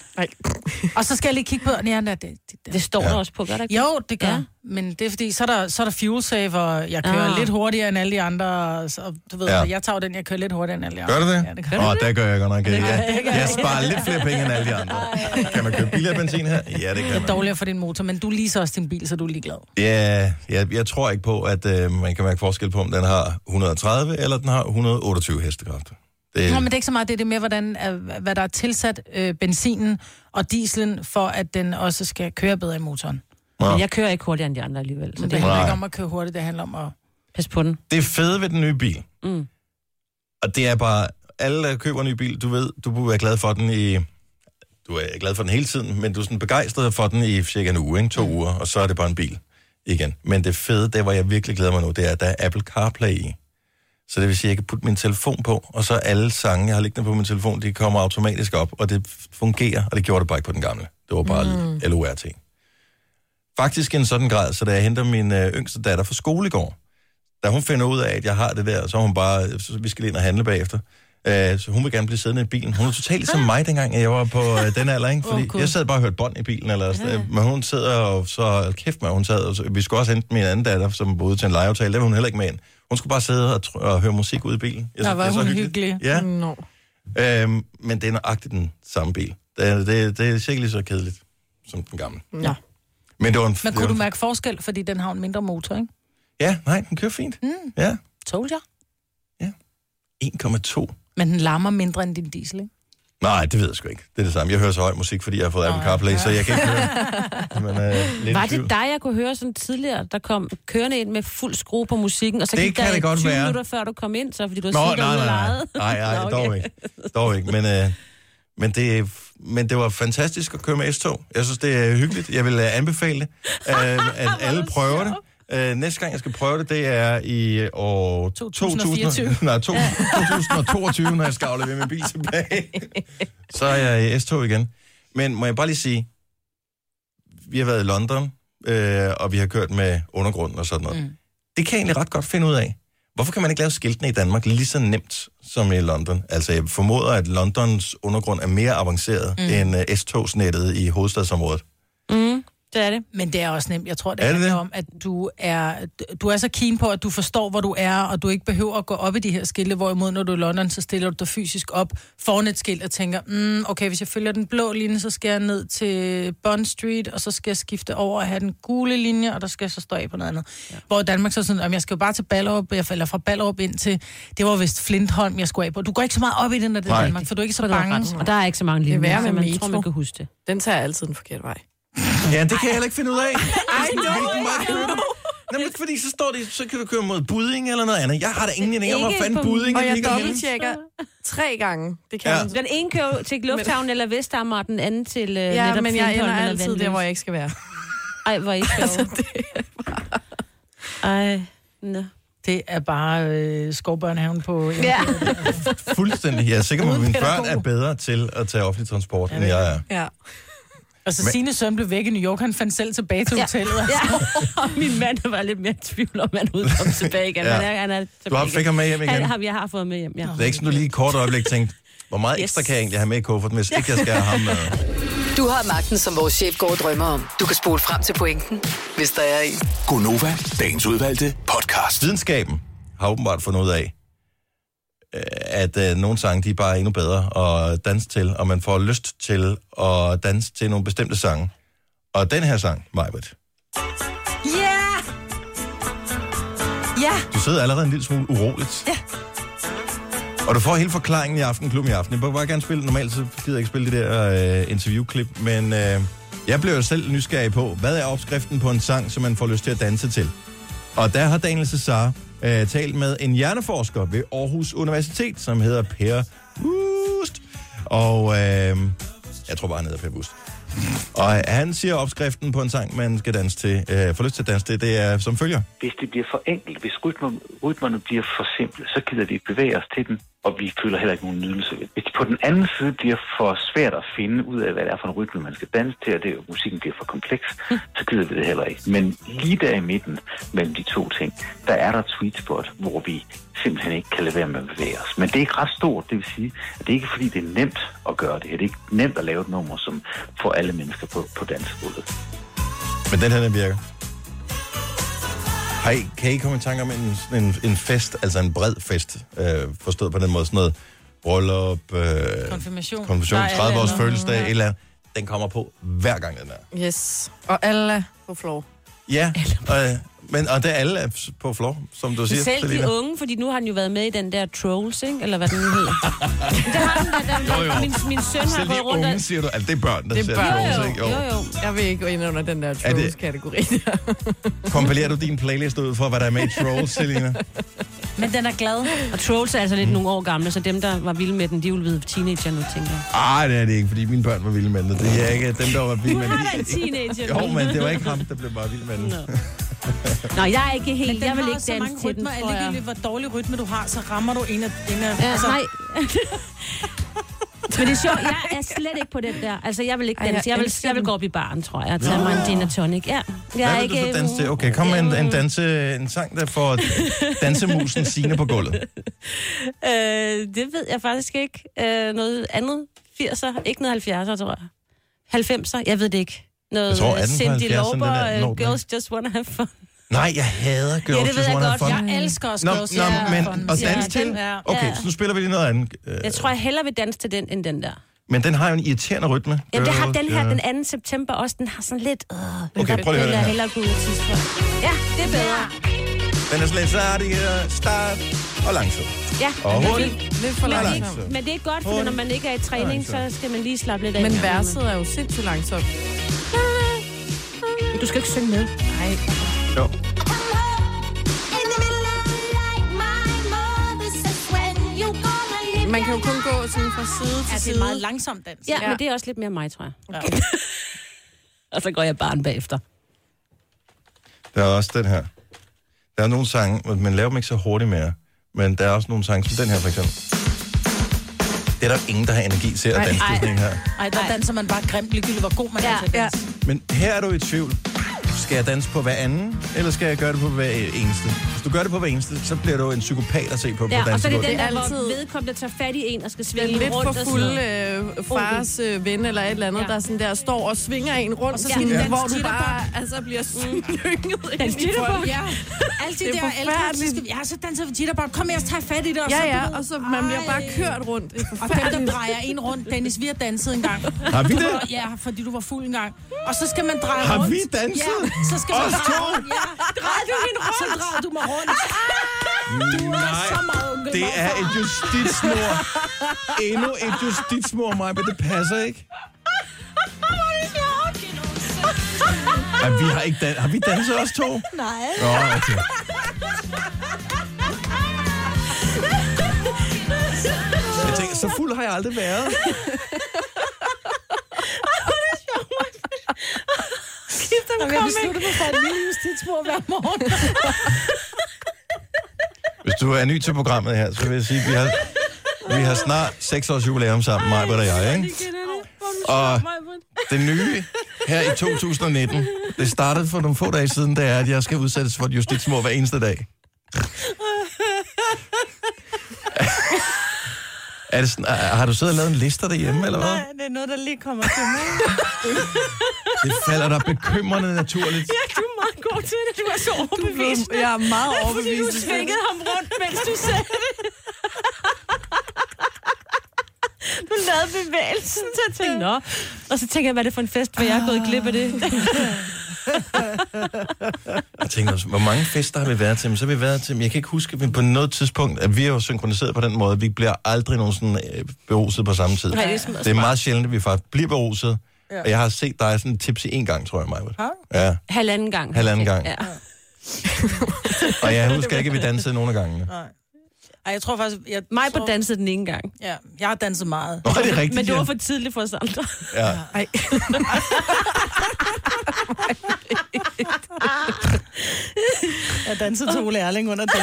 S1: og så skal jeg lige kigge på, ja, der, det, det,
S9: Det står Ja. der også på, gør der ikke det?
S1: Jo, det gør,
S9: Ja.
S1: ja. men det er fordi, så er der, så er der fuel saver, jeg kører
S9: Ah.
S1: ah. lidt hurtigere end alle de andre, og, så- og du ved,
S2: Ja.
S1: ja. jeg tager jo den, jeg kører lidt hurtigere end alle de andre.
S2: Gør du det?
S1: Ja, det gør
S2: Åh, der gør jeg godt nok ikke.
S1: Det gør jeg
S2: Ja.
S1: ikke.
S2: Jeg sparer lidt flere penge end alle de andre. Kan man købe billigere benzin her? Ja, det
S1: Det
S2: kan
S1: er
S2: man.
S1: dårligere for din motor, men du leaser også din bil, så du er ligeglad.
S2: Ja, jeg, jeg tror ikke på, at øh, man kan mærke forskel på, om den har 130 eller den har 128 hestekræfter. Det,
S1: Nå, men det er ikke så meget det, det er mere, hvordan, øh, hvad der er tilsat øh, benzinen og dieselen, for at den også skal køre bedre i motoren.
S2: Nå.
S9: Men jeg kører ikke hurtigere end de andre alligevel. Så
S1: Men
S9: det,
S1: det handler
S2: Nej.
S1: ikke om at køre hurtigt, det handler om at...
S9: Pas på den.
S2: det fede ved den nye bil,
S9: Mm.
S2: Og det er bare, alle der køber en ny bil, du ved, du burde være glad for den i, du er glad for den hele tiden, men du er sådan begejstret for den i cirka en uge, ikke? to uger, og så er det bare en bil igen. Men det fede, det hvor jeg virkelig glæder mig nu, det er, at der er Apple CarPlay i. Så det vil sige, at jeg kan putte min telefon på, og så alle sange, jeg har liggende på min telefon, de kommer automatisk op, og det fungerer, og det gjorde det bare ikke på den gamle. Det var bare mm. LORT. Faktisk i en sådan grad, så da jeg henter min øh, yngste datter fra skole i går, da hun finder ud af, at jeg har det der, så er hun bare, så vi skal lige ind og handle bagefter. Øh, så hun vil gerne blive siddende i bilen. Hun er totalt ligesom mig, dengang at jeg var på øh, den alder, ikke? Fordi oh, jeg sad bare og hørte bånd i bilen, eller sådan, noget. men hun sidder og så, kæft mig, hun sad, og så, vi skulle også hente min anden datter, som boede til en legeaftale, der var hun heller ikke med ind. Hun skulle bare sidde og, tr- og høre musik ude i bilen.
S1: Der
S2: synes,
S1: var
S2: det er
S1: hun
S2: så
S1: hyggelig.
S2: Ja,
S5: No.
S2: øhm, men det er nøjagtigt den samme bil. Det er, det, er- det er sikkert lige så kedeligt som den gamle.
S1: Nå.
S2: Men det var en...
S1: Men
S2: det var
S1: kunne du
S2: en-
S1: mærke forskel, fordi den har en mindre motor, ikke?
S2: Ja, nej, den kører fint. Mm. Ja,
S1: Told jeg.
S2: 1,2
S1: Men den larmer mindre end din diesel, ikke?
S2: Nej, det ved jeg sgu ikke. Det er det samme. Jeg hører så høj musik, fordi jeg har fået Apple CarPlay, så jeg kan ikke høre. Men, øh, lidt
S9: Var
S2: i tvivl.
S9: det dig, jeg kunne høre sådan tidligere, der kom kørende ind med fuld skrue på musikken, og så
S2: Det
S9: gik
S2: kan
S9: der
S2: det godt
S9: 20
S2: være.
S9: minutter, før du kom ind, så fordi du havde
S2: Nå,
S9: siddet
S2: nej,
S9: derude og
S2: nej,
S9: lejet?
S2: nej, nej,
S9: Nå,
S2: nej
S9: okay.
S2: dog ikke. Dog ikke, men, øh, men, det, men det var fantastisk at køre med S-tog. Jeg synes, det er hyggeligt. Jeg vil øh, anbefale det, øh, at alle prøver det. Øh, næste gang, jeg skal prøve det, det er i år
S1: 2024.
S2: 2000, nej, to, 2022, når jeg skal aflevere min bil tilbage. Så er jeg i S-tog igen. Men må jeg bare lige sige, vi har været i London, øh, og vi har kørt med undergrunden og sådan noget. Mm. Det kan jeg egentlig ret godt finde ud af. Hvorfor kan man ikke lave skiltene i Danmark lige så nemt som i London? Altså, jeg formoder, at Londons undergrund er mere avanceret mm.
S1: Mm.
S2: end uh, S-togsnettet i hovedstadsområdet.
S9: Mm, det er det.
S1: Men det er også nemt. Jeg tror, det
S2: Er det
S1: handler
S2: det?
S1: om, at du er, du er så keen på, at du forstår, hvor du er, og du ikke behøver at gå op i de her skilte, hvorimod når du er i London, så stiller du dig fysisk op foran et skilt og tænker, mm, okay, hvis jeg følger den blå linje, så skal jeg ned til Bond Street, og så skal jeg skifte over og have den gule linje, og der skal jeg så stå af på noget andet. Ja. Hvor i Danmark så er sådan, om jeg skal jo bare til Ballerup, jeg- eller fra Ballerup ind til, det var vist Flintholm, jeg skulle af på. Du går ikke så meget op i det, når det er
S2: Nej.
S1: Danmark, for du er ikke så
S9: Så er du
S1: bange.
S9: ret. Og der er ikke så mange linjer,
S5: Det er
S9: så
S5: værre
S9: man
S5: med
S9: tror,
S5: metro.
S9: man kan huske det.
S5: Den tager altid den forkerte vej.
S2: Ja, det kan jeg heller ikke finde ud af. I know, Nemlig, fordi så står det, så kan du køre mod Budding eller noget andet. Jeg har da ingen idé om, hvor
S9: Ikke
S2: fanden
S9: på-
S2: Budding
S5: Og
S2: ligger
S5: jeg
S2: henne.
S5: dobbelttjekker tre gange. Det kan
S2: Ja.
S5: ja. man
S9: Den ene kører jo til Lufthavn eller Vestamager, og den anden til øh,
S5: Ja,
S9: netop
S5: men jeg
S9: Flintholm
S5: ender
S9: eller
S5: altid der,
S9: Vanløse. Altså,
S5: hvor jeg ikke skal være.
S9: Ej, hvor I skal over. Ej, nå.
S1: Det er bare øh, skovbørnehaven på...
S5: Ja.
S2: Fuldstændig. Jeg er sikker på, at
S1: Uden
S2: mine børn
S1: pædagog.
S2: er bedre til at tage offentlig transport, end jeg er.
S5: Ja.
S1: Altså,
S2: Men-
S1: Men... Sine søn blev væk i New York, han fandt selv tilbage til hotellet. Ja.
S9: Ja, og min mand var lidt mere i tvivl om, at han udkom tilbage igen. ja.
S2: Ja.
S9: han er, han er tilbage
S2: Du har fik ham med hjem igen.
S9: Han, ham, jeg har fået med hjem, ja.
S2: Det er ikke sådan, du lige i et kort øjeblik tænkte, hvor meget yes. ekstra kan jeg egentlig have med i kufferten, hvis ikke jeg skal have ham med.
S11: Du har magten, som vores chef går og drømmer om. Du kan spole frem til pointen, hvis der er en.
S12: Gonova, dagens udvalgte podcast.
S2: Videnskaben har åbenbart fundet ud af, øh, at øh, nogle sange, de er bare endnu bedre at danse til, og man får lyst til at danse til nogle bestemte sange. Og den her sang, Majbet,
S5: Ja! Ja!
S2: du sidder allerede en lille smule uroligt.
S5: Ja.
S2: Og du får hele forklaringen i Aftenklubben i aften. Jeg vil bare gerne spille, normalt så gider jeg ikke spille det der øh, interviewklip, men øh, jeg blev jo selv nysgerrig på, hvad er opskriften på en sang, som man får lyst til at danse til? Og der har Daniel Cesar øh, talt med en hjerneforsker ved Aarhus Universitet, som hedder Per Bust. Og øh, jeg tror bare, han hedder Per Bust. Og øh, han siger opskriften på en sang, man skal danse til, øh, får lyst til at danse til, det er som følger.
S4: Hvis det bliver for enkelt, hvis rytmen, rytmerne bliver for simple, så gider vi ikke bevæge os til dem, og vi føler heller ikke nogen nydelse ved det. Hvis det på den anden side bliver for svært at finde ud af, hvad det er for en rytme, man skal danse til, og det, og musikken bliver for kompleks, så gider vi det heller ikke. Men lige der i midten mellem de to ting, der er der et sweet spot, hvor vi simpelthen ikke kan lade være med at bevæge os. Men det er ikke ret stort, det vil sige, at det er ikke fordi, det er nemt at gøre det her. Det er ikke nemt at lave et nummer, som får alle mennesker på, på dansegulvet.
S2: Men den her, den virker. Har I, kan I komme i tanke om en, sådan en, en fest, altså en bred fest, øh, forstået på den måde, sådan noget bryllup, øh,
S1: Konfirmation.
S2: konfirmation,
S1: Der er
S2: 30
S1: alt
S2: års
S1: andet.
S2: fødselsdag, et eller andet. Den kommer på hver gang, den er.
S5: Yes. Og alle på floor.
S2: Ja, og, øh, men, og det er alle er s- på floor, som du siger,
S9: Selv
S2: Selina.
S9: de unge, fordi nu har han jo været med i den der Trolls, ikke? Eller hvad den hedder. det har den der, der
S2: Jo, jo.
S9: Min, min søn har
S2: Selv
S9: gået
S2: de
S9: rundt og...
S2: unge, siger du. Altså, det er børn, der
S5: Det er
S2: ser
S5: børn.
S2: Trolls,
S9: Jo,
S2: ikke?
S9: jo, jo, jo.
S5: Jeg vil ikke gå ind under den der
S2: Er det-
S5: trolls-kategori.
S2: Kompillerer du din playlist ud for, hvad der er med i Trolls, Selina?
S1: Men den er glad.
S9: Og Trolls er altså
S2: Mm.
S9: lidt nogle år gamle, så dem, der var vilde med den, de ville vide teenager nu, tænker jeg.
S2: Ej, det er det ikke, fordi mine børn var vilde med den. Det er ikke dem, der var vilde med den.
S9: Har en teenager?
S2: Jo, men det var ikke ham, der blev bare vild med den.
S9: Nå, jeg er ikke helt...
S1: Den
S9: Jeg vil
S1: har
S9: ikke
S1: så mange
S9: danse til den,
S1: rytmer, at
S9: tror jeg.
S1: ligegyldigt hvor dårlig rytme du har, så rammer du en af... En af altså-
S9: Ja, nej. Men det er sjovt, jeg er slet ikke på den der. Altså, jeg vil ikke
S5: Ej, jeg
S9: danse. Jeg vil,
S5: elsker
S9: jeg vil
S5: den.
S9: gå op i baren, tror jeg, og tage mig en gin og tonic. Ja, jeg er
S2: Hvad vil du
S9: ikke...
S2: så danse til? Okay, kom med en, en, danse, en sang, der får dansemusen Signe på gulvet.
S9: Øh, det ved jeg faktisk ikke. Øh, noget andet 80'er, ikke noget 70'er, tror jeg. 90'er, jeg ved det ikke. Noget
S2: Jeg tror, 18 fra
S9: Cindy
S2: 70'erne, den
S9: Lauber,
S2: er- når
S9: øh,
S2: den
S9: Girls Just Wanna Have Fun.
S2: Nej, jeg hader Girls
S9: Ja, det ved jeg
S2: Just Wanna Have
S9: godt.
S2: Fun.
S1: Jeg elsker også
S2: Nå,
S1: Girls
S2: nå,
S1: Just Wanna Have Fun.
S2: men, og
S1: Ja,
S2: dans
S1: den
S2: til?
S1: er-
S2: Okay,
S9: ja.
S2: så nu spiller vi lige noget andet. Øh,
S9: Jeg tror, jeg hellere vil danse til den, end den der.
S2: Men den har jo en irriterende rytme.
S9: Jamen, det har
S2: Girls,
S9: den her,
S2: ja.
S9: den 2. september også, den har sådan lidt... Øh,
S2: Okay, prøv lige at høre
S9: hellere,
S2: den her.
S9: hellere gå ud og tisse på. Ja, det er bedre.
S2: Den er sådan lidt start, start og langsom.
S9: Ja,
S2: Og
S9: det er
S2: hurtigt.
S9: fint.
S5: Lidt for
S9: Men,
S5: langt.
S9: det, men det er godt, for
S2: Hurtigt.
S9: når man ikke er i træning, så skal man lige slappe lidt af.
S5: Men verset er jo sindssygt langsomt.
S9: Du skal ikke synge med.
S5: Nej.
S2: Jo.
S5: Man kan jo kun gå sådan fra side
S1: Ja,
S5: til
S1: det
S5: side.
S1: er en meget langsom dans.
S9: Ja, men det er også lidt mere mig, tror jeg.
S1: Ja.
S9: Og så går jeg barn bagefter.
S2: Der er også den her. Der er nogle sange, men man laver dem ikke så hurtigt mere. Men der er også nogle sange, som den her for eksempel. Det er der ingen, der har energi til at danse til sådan en her.
S1: Ej, der danser man bare grimt, ligegyldigt hvor god man
S9: Ja,
S1: er til at
S5: ja.
S1: danse.
S2: Men her er du i tvivl. Skal jeg danse på hver anden, eller skal jeg gøre det på hver eneste? Hvis du gør det på hver eneste, så bliver du en psykopat at se på på
S9: Ja, og så er det
S2: dansegulvet.
S9: den der,
S5: altid-
S9: hvor vedkommende tager fat i en og skal
S5: Den
S9: svinge
S5: lidt
S9: rundt.
S5: for
S9: og sådan
S5: fulde
S9: noget.
S5: øh, fars øh, ven eller et eller andet,
S9: Ja.
S5: der sådan der står og svinger en rundt, og så sådan,
S9: skal den
S5: ja.
S9: danse
S5: hvor du
S1: jitterbug.
S5: bare altså,
S9: Mm.
S5: bliver slynget mm.
S1: Altså,
S5: ind i
S9: jitterbug.
S5: folk. Ja.
S1: Alle de
S5: Det er
S1: der ældre, så
S5: forfærdeligt.
S1: skal vi, ja, så danser vi tit og bare, kom her, så tager jeg fat i det. Og
S5: ja,
S1: så,
S5: ja, og så man bliver bare
S1: Ej.
S5: kørt rundt. Det er
S1: Og dem,
S5: forfærdeligt.
S1: der drejer en rundt. Dennis, vi har danset en gang.
S2: Har vi
S1: Du
S2: det?
S1: var- Ja, fordi du var fuld en gang. Og så skal man dreje
S2: Har
S1: rundt.
S2: vi danset?
S1: Ja, så skal man
S2: Os to?
S1: Ja, drejer du hende rundt? Så drejer du mig rundt. Du er
S2: Nej,
S1: så meget unge.
S2: Mm. Det er et justitsmord. Endnu et justitsmord, Maja, men det passer ikke. Ja, vi har, ikke dan- har vi danset os to?
S1: Nej.
S2: Nå, okay. Jeg tænker, så fuld har jeg aldrig været.
S1: Jamen, jeg beslutter mig for et lille justitsmord hver morgen.
S2: du er ny til programmet her, så vil jeg sige, at vi har, vi har snart 6 års jubilæum sammen, mig og jeg, ikke? Og det nye her i 2019, det startede for nogle få dage siden, det er, at jeg skal udsættes for et justitsmord hver eneste dag. Er det sådan, har du siddet og lavet en liste derhjemme, eller hvad?
S1: Nej, det er noget, der lige kommer til mig.
S2: Det falder dig bekymrende naturligt.
S6: Ja, du er meget god til det. Du er så overbevist.
S5: jeg er meget
S6: Det er fordi,
S5: overbevisende.
S6: du svingede ham rundt, mens du sagde det.
S9: Du lavede bevægelsen, så jeg tænkte, nå. Og så tænker jeg, hvad er det for en fest, hvor jeg er gået glip af det?
S2: Jeg tænker også, hvor mange fester har vi været til? Men så har vi været til, men jeg kan ikke huske, men på noget tidspunkt, at vi er jo synkroniseret på den måde, at vi bliver aldrig nogensinde øh, beruset på samme tid.
S9: Nej, det er smart.
S2: det er meget sjældent, at vi faktisk bliver beruset.
S9: Ja.
S2: Ja. Og jeg har set dig sådan tips i en gang, tror jeg, Maja.
S9: Har
S2: Ja.
S9: Halvanden gang.
S2: Halvanden gang.
S9: Ja.
S2: Og jeg husker ikke, at vi dansede nogen af gangene.
S1: Ej, jeg tror faktisk... Jeg
S9: Mig på danset den ene gang.
S1: Ja, jeg har danset meget.
S2: Nå, det er rigtigt,
S9: Men det var
S2: ja.
S9: for tidligt for os andre.
S2: Ja.
S1: Ej. jeg dansede til Ole Erling under den.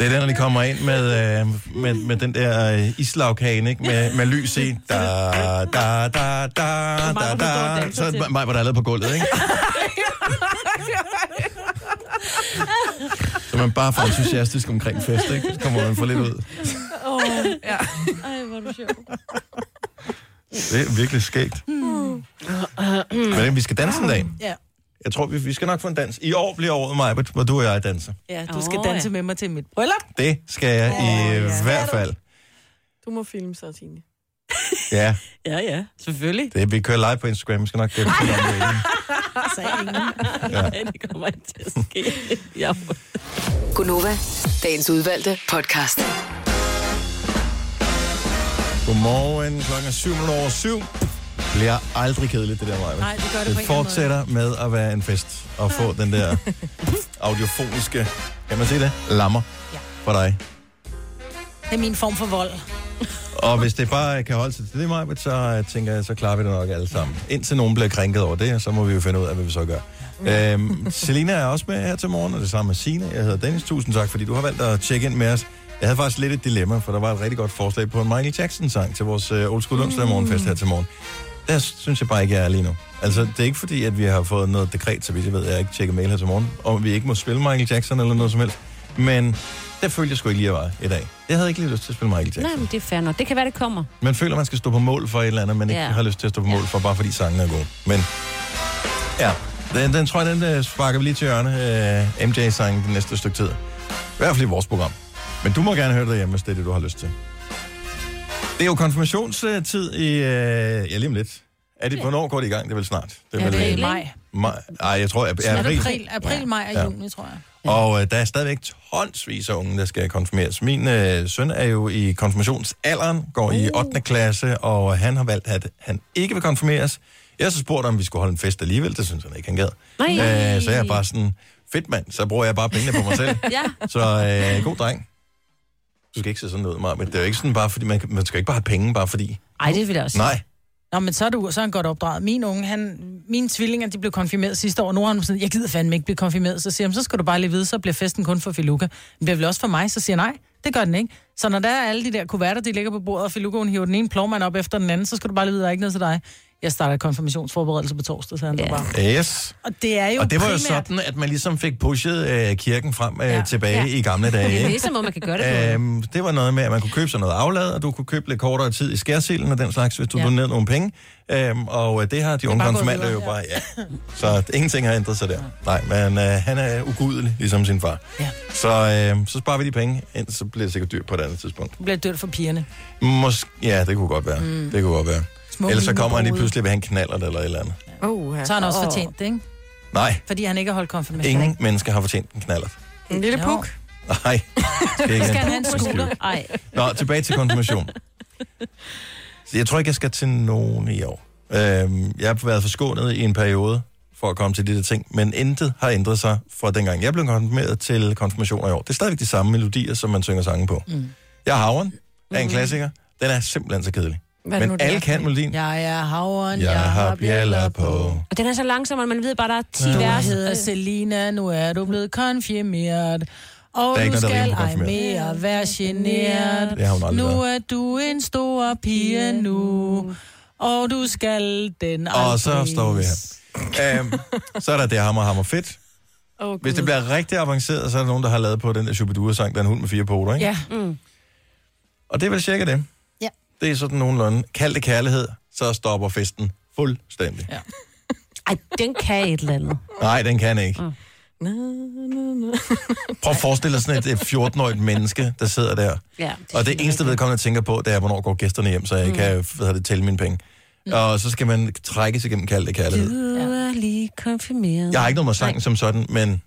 S2: Det er der, når de kommer ind med, øh, med, med den der øh, islagkage, ikke? Med, med lys i. Da, da, da, da, da, da. Så er mig, hvor der er lavet på gulvet, ikke? Så man bare får entusiastisk omkring fest, ikke? Så kommer man for lidt ud.
S6: Åh, oh, ja. Ej, hvor er du sjov.
S2: Det er virkelig skægt. Men vi skal danse en dag.
S1: Hmm. Ja.
S2: Jeg tror, vi, vi skal nok få en dans. I år bliver året mig, hvor du og jeg danser.
S1: ja, du skal danse med mig til mit bryllup.
S2: Det skal jeg i hvert fald.
S5: Du må filme så, Tine.
S2: Ja,
S9: Ja, ja. Selvfølgelig.
S2: det, vi kører live på Instagram. Vi skal nok gemme det om det.
S1: Så er ingen.
S2: Ja.
S9: Nej, det kommer ikke til at ske. Jeg er
S11: Gunova, dagens udvalgte podcast.
S2: Godmorgen, klokken er syv minutter over syv. Bliver aldrig kedeligt, det der Maja.
S1: Nej, det gør det på
S2: det
S1: ingen
S2: fortsætter med at være en fest og få den der audiofoniske, kan man sige det, lammer
S1: Ja.
S2: for dig.
S1: Det er min form for vold.
S2: Og hvis det bare kan holde sig til det, Maja, så øh, tænker jeg, så klarer vi det nok alle sammen. Indtil nogen bliver krænket over det, så må vi jo finde ud af, hvad vi så gør. Øhm, Selina er også med her til morgen, og det samme med Signe. Jeg hedder Dennis. Tusind tak, fordi du har valgt at tjekke ind med os. Jeg havde faktisk lidt et dilemma, for der var et rigtig godt forslag på en Michael Jackson-sang til vores øh, Old School Lundsdag morgenfest her til morgen. Der synes jeg bare ikke, jeg er lige nu. Altså, det er ikke fordi, at vi har fået noget dekret, så vidt jeg ved, jeg har ikke tjekket mail her til morgen, om vi ikke må spille Michael Jackson eller noget som helst. Men der følte jeg sgu ikke lige, at jeg var i dag. Jeg havde ikke lige lyst til at spille Michael Jackson.
S9: Nej, men det er fair nok. Det kan være, det kommer.
S2: Man føler, man skal stå på mål for et eller andet, man ikke
S9: Ja.
S2: har lyst til at stå på mål for, bare fordi sangen er god. Men ja, den, den tror jeg, den øh, sparker vi lige til hjørne, øh, MJ-sangen, det næste stykke tid. I hvert fald i vores program. Men du må gerne høre det derhjemme, hvis det er det, du har lyst til. Det er jo konfirmationstid i... Øh, ja, lige om lidt. Er det, hvornår går det i gang? Det er vel snart? Det er vel,
S1: April,
S2: øh,
S1: maj.
S2: maj. Ej, jeg tror, jeg,
S1: Er
S2: jeg,
S1: det april, april maj og
S2: Ja.
S1: juni, tror jeg.
S2: og øh, der er stadigvæk tonsvis af unge, der skal konfirmeres. Min øh, søn er jo i konfirmationsalderen, går i
S9: Uh.
S2: 8. klasse, og han har valgt, at han ikke vil konfirmeres. Jeg har så spurgt, om vi skulle holde en fest alligevel. Det synes han ikke, han gad. Øh,
S9: Nej.
S2: så jeg er bare sådan, fedt mand, så bruger jeg bare pengene på mig selv.
S9: Ja.
S2: Så øh, god dreng. Du skal ikke se sådan ud, Maja, men det er jo ikke sådan bare, fordi man, kan- man skal ikke bare have penge, bare fordi.
S9: Ej, det vil jeg også sige.
S2: Nej,
S1: Nå, men så er, du, så er han godt opdraget. Min unge, han, mine tvillinger, de blev konfirmeret sidste år. Nu har han sådan, jeg gider fandme ikke blive konfirmeret. Så siger han, så skal du bare lige vide, så bliver festen kun for Filuka. Men bliver vel også for mig, så siger jeg, nej, det gør den ikke. Så når der er alle de der kuverter, de ligger på bordet, og Filuka, hun hiver den ene plovmand op efter den anden, så skal du bare lige vide, der er ikke noget til dig. Jeg starter konfirmationsforberedelse på torsdag, så han yeah. bare.
S2: yes.
S1: Og det er jo
S2: Og det var jo
S1: primært...
S2: sådan, at man ligesom fik pushet øh, kirken frem øh,
S1: Ja.
S2: tilbage
S9: Ja.
S2: i gamle dage.
S9: Det er
S2: ikke?
S9: ligesom, om man kan gøre det på.
S2: Øhm, det var noget med, at man kunne købe sig noget aflad, og du kunne købe lidt kortere tid i skærsilden og den slags, hvis du
S1: Ja.
S2: ja. donerede nogle penge. Øhm, og øh, det har de unge
S1: bare gået
S2: konfirmander jo
S1: videre,
S2: bare, ja. Så ingenting har ændret sig der. Nej, men øh, han er ugudelig, ligesom sin far.
S1: Ja.
S2: Så, øh, så sparer vi de penge, ellers så bliver det sikkert dyrt på et andet tidspunkt.
S1: Det bliver dyrt for pigerne.
S2: Mås- ja, det kunne godt være. Mm. Det kunne godt være.
S1: Små
S2: ellers så
S1: mine
S2: kommer han lige
S1: brude.
S2: pludselig ved han knaller eller et eller andet.
S5: Oh, ja.
S1: Så har han også fortjent det, ikke?
S2: Nej,
S1: Fordi han ikke har holdt konfirmation.
S2: ingen menneske har fortjent en knaller.
S5: En lille
S1: Jo.
S5: puk.
S2: Nej. Det er
S1: Så skal han have en scooter.
S9: Ej,
S2: Nå, tilbage til konfirmation. Så Jeg tror ikke, jeg skal til nogen i år. Øhm, jeg har været forskånet i en periode for at komme til de der ting, men intet har ændret sig fra dengang jeg blev konfirmeret til konfirmationer i år. Det er stadigvæk de samme melodier, som man synger sange på. Mm. Jeg er havren, er en klassiker. Den er simpelthen så kedelig. Mm. Hvad Men alle kan melodien.
S1: Jeg er havren,
S2: Jeg har bjæller på.
S9: Og den er så langsom, at man ved bare, der er 10
S1: Du
S9: vers.
S1: hedder Selina, nu er du blevet konfirmeret. Og
S2: Der er ikke
S1: du
S2: noget, der
S1: skal
S2: rimer på
S1: ej
S2: konfirmeret.
S1: mere være generet.
S2: Det har hun aldrig
S1: Nu
S2: været.
S1: er du en stor pige nu. Og du skal den
S2: Og
S1: aldrig.
S2: så står vi her. Øhm, så er der det hammer, hammer fedt.
S5: Oh,
S2: Hvis det bliver rigtig avanceret, så er der nogen, der har lavet på den der Shubidua-sang, der er en hund med fire poter, ikke?
S1: Ja. Mm.
S2: Og det er vel cirka det.
S1: Ja.
S2: Det er sådan nogenlunde. Kald det kærlighed, så stopper festen fuldstændig. Ja.
S9: Ej, den kan et eller andet.
S2: Nej, den kan ikke.
S5: Na, na, na.
S2: Prøv at forestille dig sådan et 14-årigt menneske, der sidder der.
S9: Ja,
S2: Og det eneste vedkommende tænker på, det er, hvornår går gæsterne hjem, så jeg mm. kan hvad hedder det, tælle mine penge. Mm. Og så skal man trækkes igennem kald det kærlighed.
S9: Du er lige konfirmeret.
S2: Jeg har ikke noget med sangen som sådan, men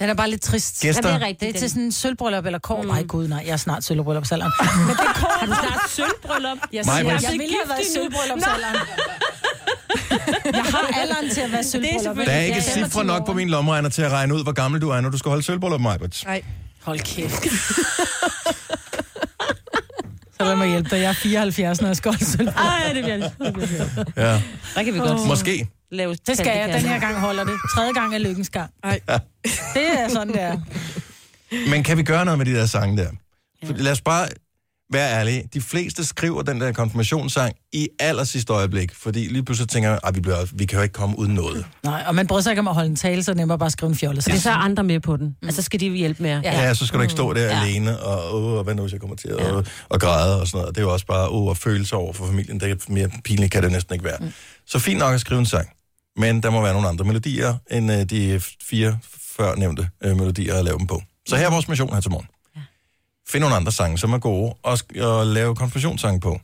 S1: Den er bare lidt trist.
S2: Gæster? Ja, det
S1: det
S2: er
S1: er,
S2: rigtigt,
S1: det er til sådan en sølvbryllup eller kår. Mm. Nej, gud, nej, jeg er snart sølvbryllupsalderen. Men det er kår. Har du snart sølvbryllup? Jeg, siger,
S2: Mig,
S1: jeg,
S2: Britt.
S1: jeg ville have været i sølvbryllupsalderen. jeg har alderen til at være sølvbryllup.
S2: der er ikke cifre nok på min lommeregner til at regne ud, hvor gammel du er, når du skal holde sølvbryllup, Majbert.
S5: Nej.
S1: Hold kæft. Så lad mig hjælpe dig. Jeg er 74, når jeg skal holde sølvbryllup.
S9: Ej, det bliver det.
S2: Ja.
S9: Der kan vi godt
S2: Åh. Måske.
S9: lave
S1: Det skal jeg.
S9: tandekasser.
S1: Den her gang holder det. Tredje gang er lykkens gang.
S5: Ej.
S1: Det er sådan, det er.
S2: Men kan vi gøre noget med de der sange der? Ja. Lad os bare være ærlige. De fleste skriver den der konfirmationssang i aller sidste øjeblik, fordi lige pludselig tænker man, "Ej, vi, bliver, vi kan jo ikke komme uden noget.
S1: Nej, og man bryder sig ikke om at holde en tale, så er det nemmere bare at skrive en fjollet.
S9: Det er så andre med på den. Altså, skal de hjælpe med.
S2: Ja, ja så skal du ikke stå der ja. alene og, åh, hvad nu, hvis jeg kommer til at ja. og græde og sådan noget. Det er jo også bare åh, at føle sig over for familien. Det er mere pinligt kan det næsten ikke være. Mm. Så fint nok at skrive en sang, men der må være nogle andre melodier end øh, de fire førnævnte øh, melodier at lave dem på. Så her er vores mission her til morgen. Ja. Find nogle andre sange, som er gode, og, sk- og lave konfirmationssange på.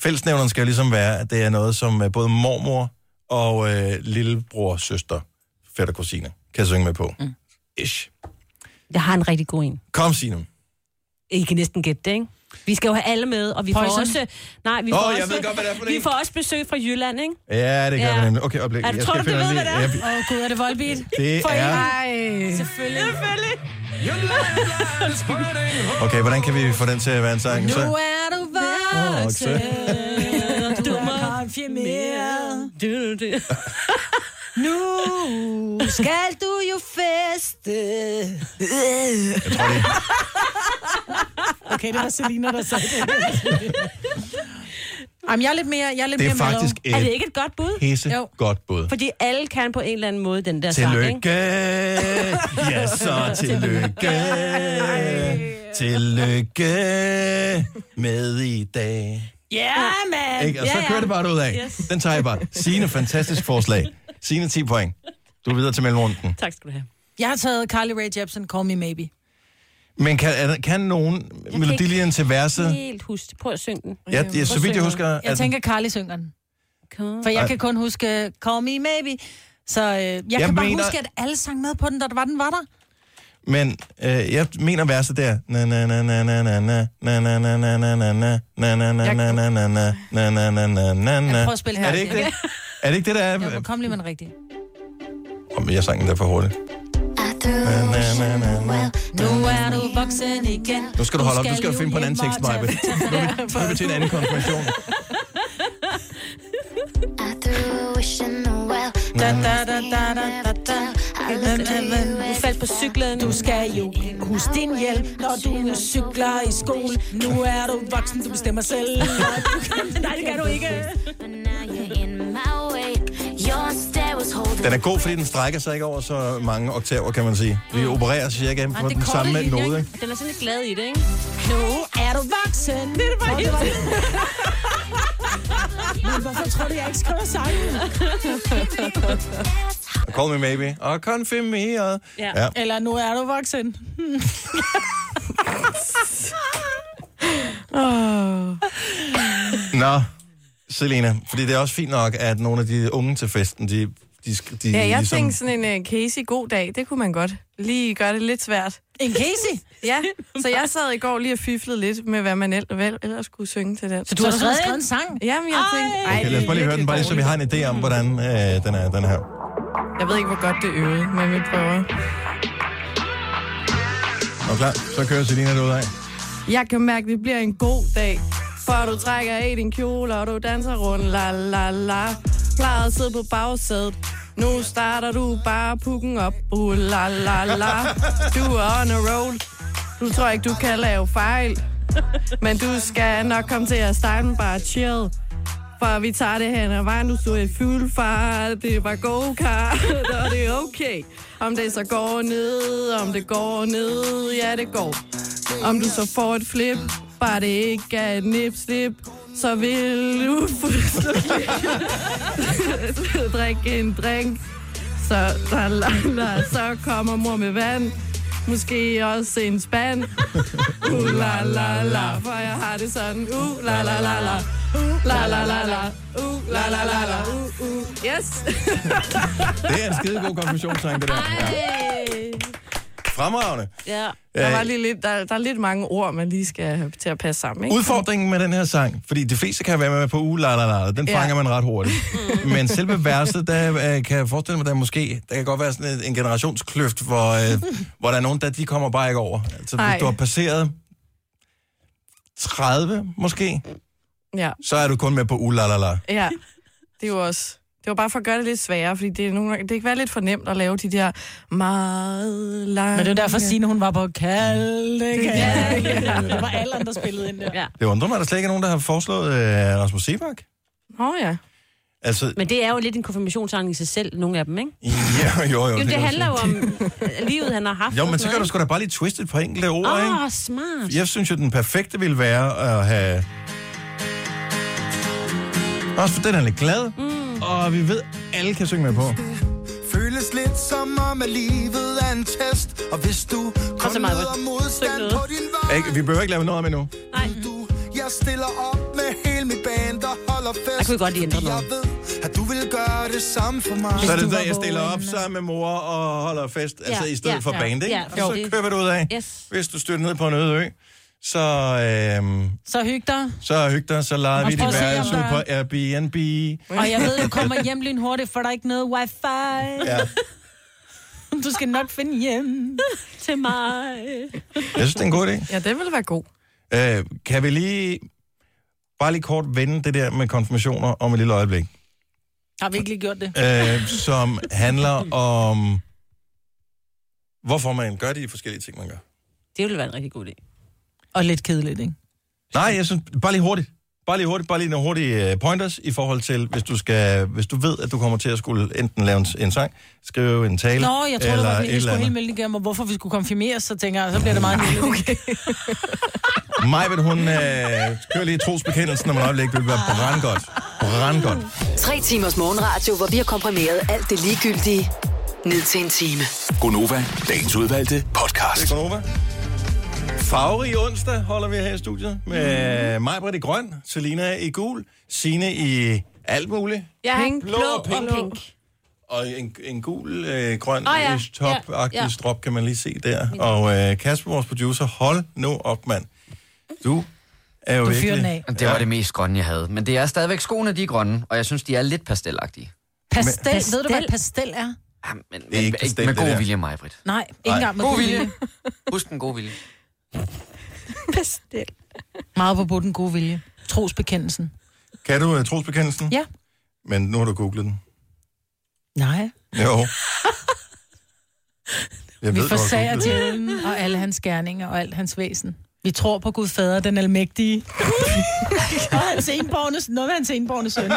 S2: Fællesnævneren skal jo ligesom være, at det er noget, som øh, både mormor og øh, lillebror, søster, fætter, kusine kan synge med på. Mm. Ish.
S9: Jeg har en rigtig god en.
S2: Kom, Signe.
S9: I kan næsten gætte det, ikke? Vi skal jo have alle med, og vi får
S2: Poison.
S9: også... Nej, vi
S2: Åh,
S9: får,
S2: jeg
S9: også,
S2: ved godt, hvad det er for
S9: vi
S2: en.
S9: får også besøg fra Jylland, ikke?
S2: Ja, det gør
S9: Ja.
S2: ja. vi nemlig. Okay, øjeblik.
S9: Jeg tror, du, du ved, hvad det er.
S2: Jeg,
S1: Åh, oh, gud, er det voldbeat?
S2: Det er...
S1: Ej. Selvfølgelig. Selvfølgelig.
S2: Okay, hvordan kan vi få den til at være en sang?
S1: Nu
S2: Så?
S1: er du voksen. Du må konfirmere.
S9: Du, du, du.
S1: Nu skal du jo feste. Okay, det var Selina, der sagde det. Jamen, jeg er lidt mere, jeg er lidt
S2: Det er
S1: mere mellow.
S2: faktisk et
S9: Er det ikke et godt bud?
S2: pisse godt bud.
S9: Fordi alle kan på en eller anden måde den der sang, ikke?
S2: Tillykke! Ja, så tillykke! Tillykke med i dag.
S1: Ja, man!
S2: Ikke? Og så
S1: Ja, ja.
S2: kører det bare ud af.
S1: Yes.
S2: Den tager jeg bare. Signe, fantastisk forslag. Signe, 10 point. Du er videre til mellemrunden.
S9: Tak skal du have.
S1: Jeg har taget Carly Rae Jepsen, Call Me Maybe.
S2: Men kan, er der- kan nogen melodilien til verset?
S9: Helt husk. det. Prøv at synge den.
S2: Ja, ja, så vidt jeg husker... altså-
S1: Jeg
S2: er den-
S1: tænker, Carly synger den. For jeg
S2: Ej.
S1: kan kun huske Call Me Maybe. Så øh, jeg, jeg kan bare
S2: mener-
S1: mener... huske, at alle sang med på den, da det var, den var der.
S2: Men øh, jeg mener verset der. Na na na na na na na na na na na na na na na na na na na na na na na na na na na
S1: Jeg prøver at spille her.
S2: Er det ikke det? Er det ikke det, der er?
S1: Jeg må komme lige med den rigtige.
S2: Åh, men jeg sang den der for hurtigt. Na, na, na, na, na.
S1: Nu er du voksen igen.
S2: Nu skal du holde op. Du skal jo finde på en anden tekst, Maja. Nu er vi til en anden konfirmation.
S1: Da, da, da, da, da, da, da.
S9: Du faldt på cyklen.
S1: Du skal jo huske din hjælp, når du cykler i skole. Nu er du voksen, du bestemmer selv.
S9: Nej, det kan du ikke.
S2: Den er god, fordi den strækker sig ikke over så mange oktaver, kan man sige. Vi opererer cirka på den samme node. ikke?
S9: Den er sådan lidt glad i det, ikke?
S1: Nu er du voksen. Det er det bare helt Men hvorfor tror du, jeg ikke skriver sangen?
S2: Call me maybe. Og konfirmeret. Ja.
S1: Eller nu er du voksen.
S2: Nå, Selena, fordi det er også fint nok, at nogle af de unge til festen, de, de, sk- de
S5: Ja, jeg tænkte sådan en uh, Casey god dag, det kunne man godt. Lige gøre det lidt svært.
S1: En Casey?
S5: Ja, så jeg sad i går lige og fiflede lidt med, hvad man el- vel ellers skulle synge til den.
S1: Så du har skrevet en sang?
S5: Jamen, jeg tænkte... Ej,
S2: Okay, lad os bare lige høre den, bare lige, så vi har en idé om, hvordan øh, den er, den her.
S5: Jeg ved ikke, hvor godt det øvede, men vi prøver.
S2: Er du klar? Så kører Selina det ud af.
S5: Jeg kan mærke, at det bliver en god dag. For du trækker i din kjole, og du danser rundt, la la la. Plejede at sidde på bagsædet. Nu starter du bare pukken op, uh, la la la. Du er on a roll. Du tror ikke, du kan lave fejl. Men du skal nok komme til at starte bare chill. For vi tager det hen ad vejen, du stod i fuld far, det var go-kart, og det er okay. Om det så går ned, om det går ned, ja det går. Om du så får et flip, bare det ikke er et nip-slip, så vil du fuldstændig drikke en drink. Så, la, la, la, så kommer mor med vand, måske også en spand. Uh, la, la, la, for jeg har det sådan. Uh, la, la, la, la. Uh, la, la, la, la. Uh, la, la, la, la. Uh, uh. Yes.
S2: Det er en skide god konfirmationssang, det der.
S5: Ej.
S2: Fremragende.
S5: Ja.
S2: Ja.
S5: Der, var lige lidt, der, der er lidt mange ord, man lige skal have til at passe sammen. Ikke?
S2: Udfordringen med den her sang, fordi de fleste kan være med på uge, la, la, la, den
S5: Ja.
S2: fanger man ret hurtigt. Men selve verset, der øh, kan jeg forestille mig, der måske, der kan godt være sådan en, en generationskløft, hvor, øh, hvor der er nogen, der de kommer bare ikke over. Altså,
S5: Nej.
S2: hvis du har passeret 30 måske,
S5: Ja.
S2: så er du kun med på uge, la, la, la.
S5: Ja, det er jo også... Det var bare for at gøre det lidt sværere, fordi det, er nogle, gange- det kan være lidt for nemt at lave de der meget lange...
S1: Men det var derfor, Signe, hun var på kalde
S5: Ja,
S1: kalde.
S5: ja.
S1: Det var alle andre, der spillede ind der. Ja.
S2: Det undrer mig, at der slet ikke er nogen, der har foreslået øh, Rasmus Sebak.
S5: Åh oh, ja.
S2: Altså,
S9: Men det er jo lidt en konfirmationssang i sig selv, nogle af dem, ikke?
S2: ja, jo, jo.
S9: Jo,
S2: kan
S9: det, det
S2: jeg
S9: handler jo
S2: godt se.
S9: om øh, livet, han har haft.
S2: Jo,
S9: og
S2: men så
S9: sådan
S2: kan du
S9: noget,
S2: sgu da bare lige twiste et par enkelte ord,
S9: ikke?
S2: ikke?
S9: Åh, oh, smart.
S2: Jeg synes jo, den perfekte ville være at have... Også for den er lidt glad, mm. og vi ved, alle kan synge med på.
S10: Føles lidt som om, at livet er en test. Og hvis du
S9: så
S10: kun
S9: meget
S10: møder
S9: godt.
S10: modstand
S9: noget.
S10: på din vej,
S2: Ikke? Vi behøver ikke lave noget om endnu.
S9: Nej,
S10: du, jeg stiller op med hele mit band og holder fest.
S9: der kunne vi godt lige ændre
S10: fordi jeg
S9: noget.
S10: ved, at du vil gøre det samme for mig.
S2: Så er det der, jeg stiller op sammen med mor og holder fest, ja, altså i stedet ja,
S9: ja,
S2: for
S9: ja.
S2: band, ikke?
S9: Ja,
S2: og så
S9: jo.
S2: køber du ud af.
S9: Yes.
S2: Hvis du styrter ned på en øde ø, så, øhm,
S1: Så hyg dig.
S2: så hyg dig, så leger
S1: Og
S2: vi dit
S1: prøv at se, om
S2: værelse ud
S1: der
S2: på Airbnb.
S1: Og jeg ved, du kommer hjem lynhurtigt, for der er ikke noget wifi.
S2: Ja.
S1: Du skal nok finde hjem.
S9: Til mig.
S2: Jeg synes, det er en god idé.
S5: Ja, det ville være god.
S2: Øh, kan vi lige bare lige kort vende det der med konfirmationer om et lille øjeblik,
S1: Har vi ikke lige gjort det?
S2: øh, som handler om, hvorfor man gør de forskellige ting, man gør.
S9: Det ville være en rigtig god idé.
S1: Og lidt kedeligt, ikke?
S2: Nej, jeg synes, bare lige hurtigt. Bare lige hurtigt, bare lige nogle hurtige øh, pointers i forhold til, hvis du, skal, hvis du ved, at du kommer til at skulle enten lave en, en sang, skrive en tale,
S1: Nå, jeg tror,
S2: eller
S1: det var, fordi
S2: et
S1: vi
S2: eller
S1: skulle helt
S2: andet.
S1: melde igennem, og hvorfor vi skulle konfirmeres, så tænker jeg, så bliver det meget kedeligt. Okay.
S2: Majbet, hun øh, kører lige trosbekendelsen om et øjeblik, det vil være brandgodt. Brandgodt.
S11: Tre timers morgenradio, hvor vi har komprimeret alt det ligegyldige ned til en time.
S12: Gonova, dagens udvalgte podcast.
S2: Det er Gonova. Farverig onsdag holder vi her i studiet med mm. Majbrit i grøn, Selina i gul, Sine i alt muligt,
S5: Ja, pink,
S2: blå og pink. og en, en gul, øh, grøn
S9: Åh,
S2: oh,
S9: ja.
S2: ja. top-agtig
S9: Ja,
S2: ja,
S9: ja.
S2: ja. strop, kan man lige se der. Og øh, Kasper, vores producer, hold nu op, mand. Du er jo
S1: Du fyrer den
S2: virkelig...
S1: af.
S8: Det var det mest grønne, jeg havde. Men det er stadigvæk skoene, de er grønne, og jeg synes, de er lidt pastelagtige.
S1: Pastel.
S9: Men-
S1: Ved du, hvad pastel er?
S8: Ja, men, men,
S2: er ikke
S8: ikke
S2: pastel,
S8: med
S2: det der.
S8: god vilje, mig, Britt.
S1: Nej, ikke engang med
S8: God
S1: god
S8: vilje.
S1: vilje.
S8: Husk den gode vilje.
S1: Meget på den gode vilje. Trosbekendelsen.
S2: Kan du øh, trosbekendelsen?
S1: Ja.
S2: Men nu har du googlet den.
S1: Nej.
S2: Jo.
S1: Vi
S2: Jeg ved, du har
S1: forsager
S2: googlet den.
S1: til og alle hans gerninger og alt hans væsen. Vi tror på Gud Fader, den almægtige. og hans enborgne, noget med hans enborgne søn.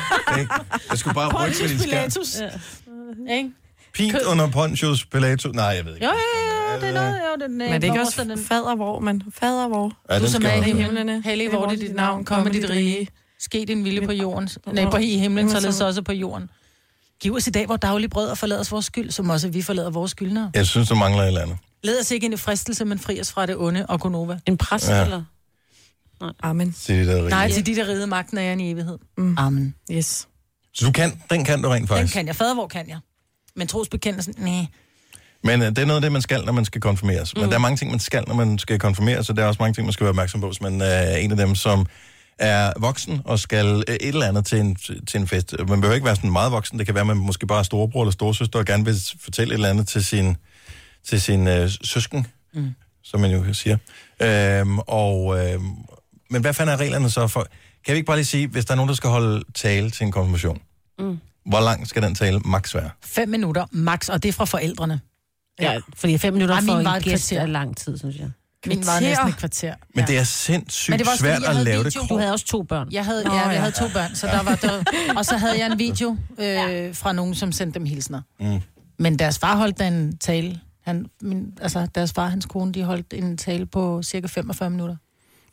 S2: Jeg skulle bare rykke til din
S1: Pontius
S2: skærm.
S1: Pilatus. Ja. Ikke?
S2: Pint under Pontius Pilatus. Nej, jeg ved ikke.
S1: Jo, jo, jo, jo, det er noget, jo, den øh,
S5: Men det er ikke også
S1: den.
S5: fader hvor, man fader hvor.
S2: Ja,
S1: Du
S2: den
S1: som
S2: skal
S1: er i
S2: nok være.
S1: himlen, hellig hvor dit navn, kom med dit rige. Ske din vilje på jorden. Nej, på i himlen, således også på jorden. Giv os i dag vores daglige brød og forlad os vores skyld, som også vi forlader vores skyldnere.
S2: Jeg synes, der mangler et eller andet.
S1: Led os ikke ind i fristelse, men fri os fra det onde og Gonova.
S9: En præst,
S2: Ja.
S9: ja. eller?
S5: Amen.
S2: Det er det
S1: Nej,
S2: Nej.
S1: til de, der ride magten af jern i evighed. Mm. Amen.
S5: Yes.
S2: Så du kan, den kan du rent
S1: Den
S2: faktisk.
S1: kan jeg. Fader, hvor kan jeg? Men trosbekendelsen, nej.
S2: Men øh, det er noget af det, man skal, når man skal konfirmeres. Mm. Men der er mange ting, man skal, når man skal konfirmeres, og der er også mange ting, man skal være opmærksom på, hvis man er en af dem, som er voksen og skal øh, et eller andet til en, til en fest. Man behøver ikke være sådan meget voksen. Det kan være, at man måske bare er storebror eller storsøster og gerne vil fortælle et eller andet til sin, til sin øh, søsken, mm. som man jo siger. Øhm, og, øhm, Men hvad fanden er reglerne så for... Kan vi ikke bare lige sige, hvis der er nogen, der skal holde tale til en konfirmation,
S1: Mm.
S2: hvor lang skal den tale maks være?
S1: Fem minutter max, og det er fra forældrene.
S9: Ja, fordi fem minutter
S1: Ej, min
S9: for
S1: var
S9: en
S1: et
S9: gæst
S1: kvarter.
S9: er lang tid, synes jeg.
S1: Min var næsten et kvarter.
S2: Men det er sindssygt det
S1: også,
S2: svært
S1: fordi jeg
S2: at
S1: havde
S2: lave
S1: video.
S2: det
S9: Du havde også to børn.
S1: Jeg havde,
S9: Nå,
S1: ja, jeg
S9: ja.
S1: havde to børn, så der var der, og så havde jeg en video øh, fra nogen, som sendte dem hilsner.
S2: Mm.
S1: Men deres far holdt da en tale. Han, min, altså, deres far og hans kone, de holdt en tale på cirka 45 minutter.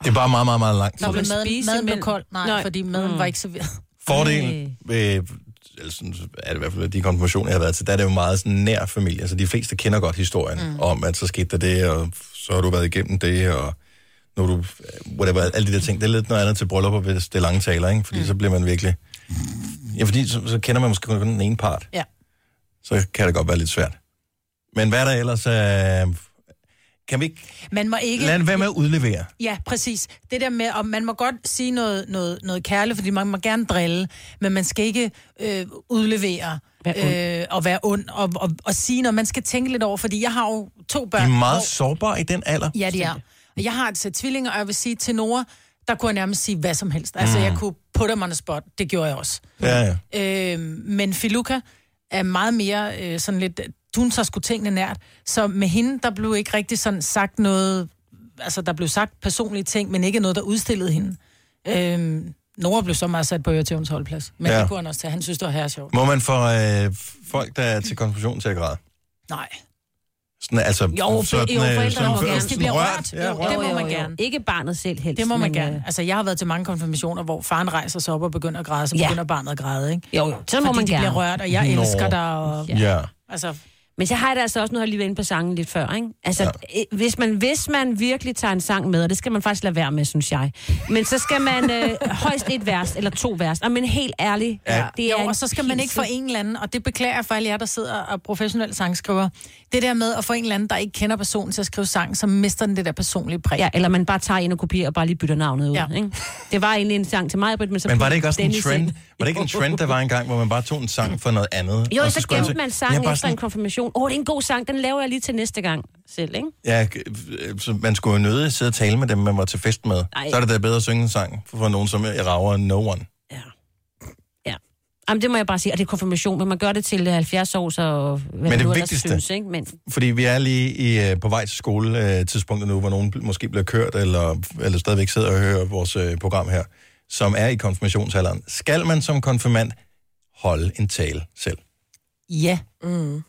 S2: Det er bare meget, meget, meget lang tid.
S1: Nå, men maden, maden blev kold. Nej,
S9: Nej.
S1: Nej, fordi maden mm. var ikke serveret.
S2: Fordelen ved, eller sådan, er det i hvert fald de konfirmationer, jeg har været til, der er det jo meget sådan nær familie. Altså de fleste kender godt historien mm.
S1: Mm.
S2: om, at så skete der det, og så har du været igennem det, og nu er du, whatever, alle de der ting. Det er lidt noget andet til bryllupper, hvis det er lange taler, ikke? Fordi mm. så bliver man virkelig... Ja, fordi så, så kender man måske kun den ene part.
S1: Ja.
S2: Så kan det godt være lidt svært. Men hvad er der ellers? Øh, kan vi ikke...
S1: Man må ikke...
S2: ikke... Lad være med at udlevere.
S1: Ja, præcis. Det der med, om man må godt sige noget, noget, noget kærligt, fordi man må gerne drille, men man skal ikke øh, udlevere
S9: Være
S1: øh, og være ond og, og, og sige noget. Man skal tænke lidt over, fordi jeg har jo to
S2: De
S1: børn.
S2: er meget
S1: hvor-
S2: sårbare i den alder.
S1: Ja, det er. Og jeg har et sæt tvillinger, og jeg vil sige til Nora, der kunne jeg nærmest sige hvad som helst. Altså,
S2: Mm.
S1: jeg kunne put dem on the spot. Det gjorde jeg også.
S2: Ja, ja.
S1: Øh, men Filuka er meget mere øh, sådan lidt... Hun så skulle tingene nært. Så med hende, der blev ikke rigtig sådan sagt noget... Altså, der blev sagt personlige ting, men ikke noget, der udstillede hende. Øh, Nora blev så meget sat på Øretævns holdplads. Men
S2: Ja.
S1: ja. det kunne han også tage. Han synes, det var herre sjovt.
S2: Må man få øh, folk, der er til konfirmation til at græde?
S1: Nej.
S2: Sådan, altså,
S9: Jo, sådan, jo,
S2: øh,
S9: forældrene må
S2: sådan-
S9: gerne.
S2: sådan
S1: Det bliver rørt.
S9: Ja, rørt.
S1: Det må man
S9: Jo, jo, jo.
S1: gerne.
S9: Ikke barnet selv helst.
S1: Det må man
S9: men, øh,
S1: gerne. Altså, jeg har været til mange konfirmationer, hvor faren rejser sig op og begynder at græde, så
S9: Ja.
S1: ja. begynder barnet at græde, ikke?
S9: Jo, jo. Sådan må
S1: Fordi
S9: man
S1: de
S9: gerne.
S1: bliver rørt, og jeg
S9: Nå.
S1: elsker dig, og...
S9: Ja.
S2: Ja.
S1: Altså,
S9: Men så har jeg det altså også, nu har jeg lige været inde på sangen lidt før, ikke? Altså, ja. hvis, man, hvis man virkelig tager en sang med, og det skal man faktisk lade være med, synes jeg, men så skal man øh, højst et vers, eller to vers. Og men helt ærligt,
S1: Ja.
S9: det er
S1: jo,
S9: en
S1: og så skal man ikke få
S9: pinsel.
S1: en eller anden, og det beklager jeg for alle jer, der sidder og er professionelle sangskriver. Det der med at få en eller anden, der ikke kender personen til at skrive sang, så mister den det der personlige præg.
S9: Ja, eller man bare tager en og kopierer og bare lige bytter navnet ud, ja. ikke? Det var egentlig en sang til mig, Britt, men så...
S2: Men var
S9: puttede
S2: det ikke også en
S9: Dennis
S2: trend?
S9: ind.
S2: Var det ikke en trend, der var engang, hvor man bare tog en sang for noget andet?
S9: Jo,
S2: og
S9: så
S2: skulle
S9: gemte
S2: til-
S9: man
S2: Ja,
S9: sangen
S2: bare
S9: efter en konfirmation. Åh, oh, det er en god sang, den laver jeg lige til næste gang selv, ikke?
S2: Ja, øh, så man skulle jo nødig sidde og tale med dem, man var til fest med.
S9: Ej.
S2: Så er det da bedre at synge en sang for, for nogen, som jeg rager end no one.
S9: Jamen, det må jeg bare sige, og det er konfirmation, men man gør det til øh, 70 år, så hvad
S2: Men det
S9: du ellers
S2: vigtigste-
S9: synes, ikke? Men,
S2: Fordi vi er lige i, øh, på vej til skoletidspunktet nu, hvor nogen bl- måske bliver kørt, eller, eller stadigvæk sidder og hører vores øh, program her, som er i konfirmationsalderen. Skal man som konfirmand holde en tale selv?
S1: Ja.
S9: Mm.
S1: Øh.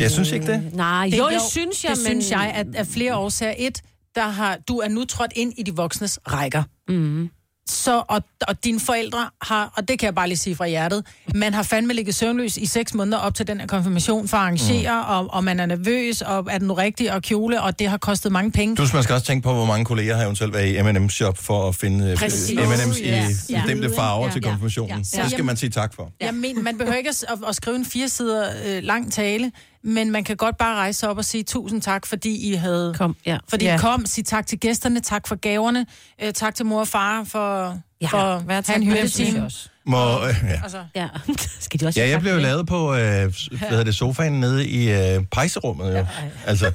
S2: Jeg synes ikke det.
S9: Nej,
S1: Det-
S9: jo, det synes jeg,
S1: det
S9: men...
S1: synes jeg, at af flere årsager. Et, der har, du er nu trådt ind i de voksnes rækker.
S9: Mm.
S1: Så, og, og dine forældre har, og det kan jeg bare lige sige fra hjertet, man har fandme ligget søvnløs i seks måneder op til den her konfirmation for at arrangere, mm. og, og man er nervøs, og er den nu rigtig, og kjole, og det har kostet mange penge.
S2: Du man skal også tænke på, hvor mange kolleger har eventuelt været i M&M's shop for at finde øh,
S1: Præcis.
S2: M&M's i
S1: Ja.
S2: ja. bestemte farver
S1: Ja.
S2: til
S1: Ja.
S2: konfirmationen.
S1: Ja.
S2: Det skal man sige tak for.
S1: Ja. Jeg mener, man behøver ikke at, at, at skrive en fire sider øh, lang tale, men man kan godt bare rejse sig op og sige tusind tak, fordi I havde...
S9: Kom, ja.
S1: Fordi
S9: ja.
S1: ja. kom, sig tak til gæsterne, tak for gaverne, øh, tak til mor og far for, ja. for at have en hyldetime.
S2: Må, øh, ja.
S1: Altså.
S9: Ja. Skal de også
S2: ja,
S9: sige
S2: jeg
S9: tak
S2: blev jo
S9: for det?
S2: lavet på øh, hvad hedder det, sofaen nede i øh, pejserummet. Jo. Altså,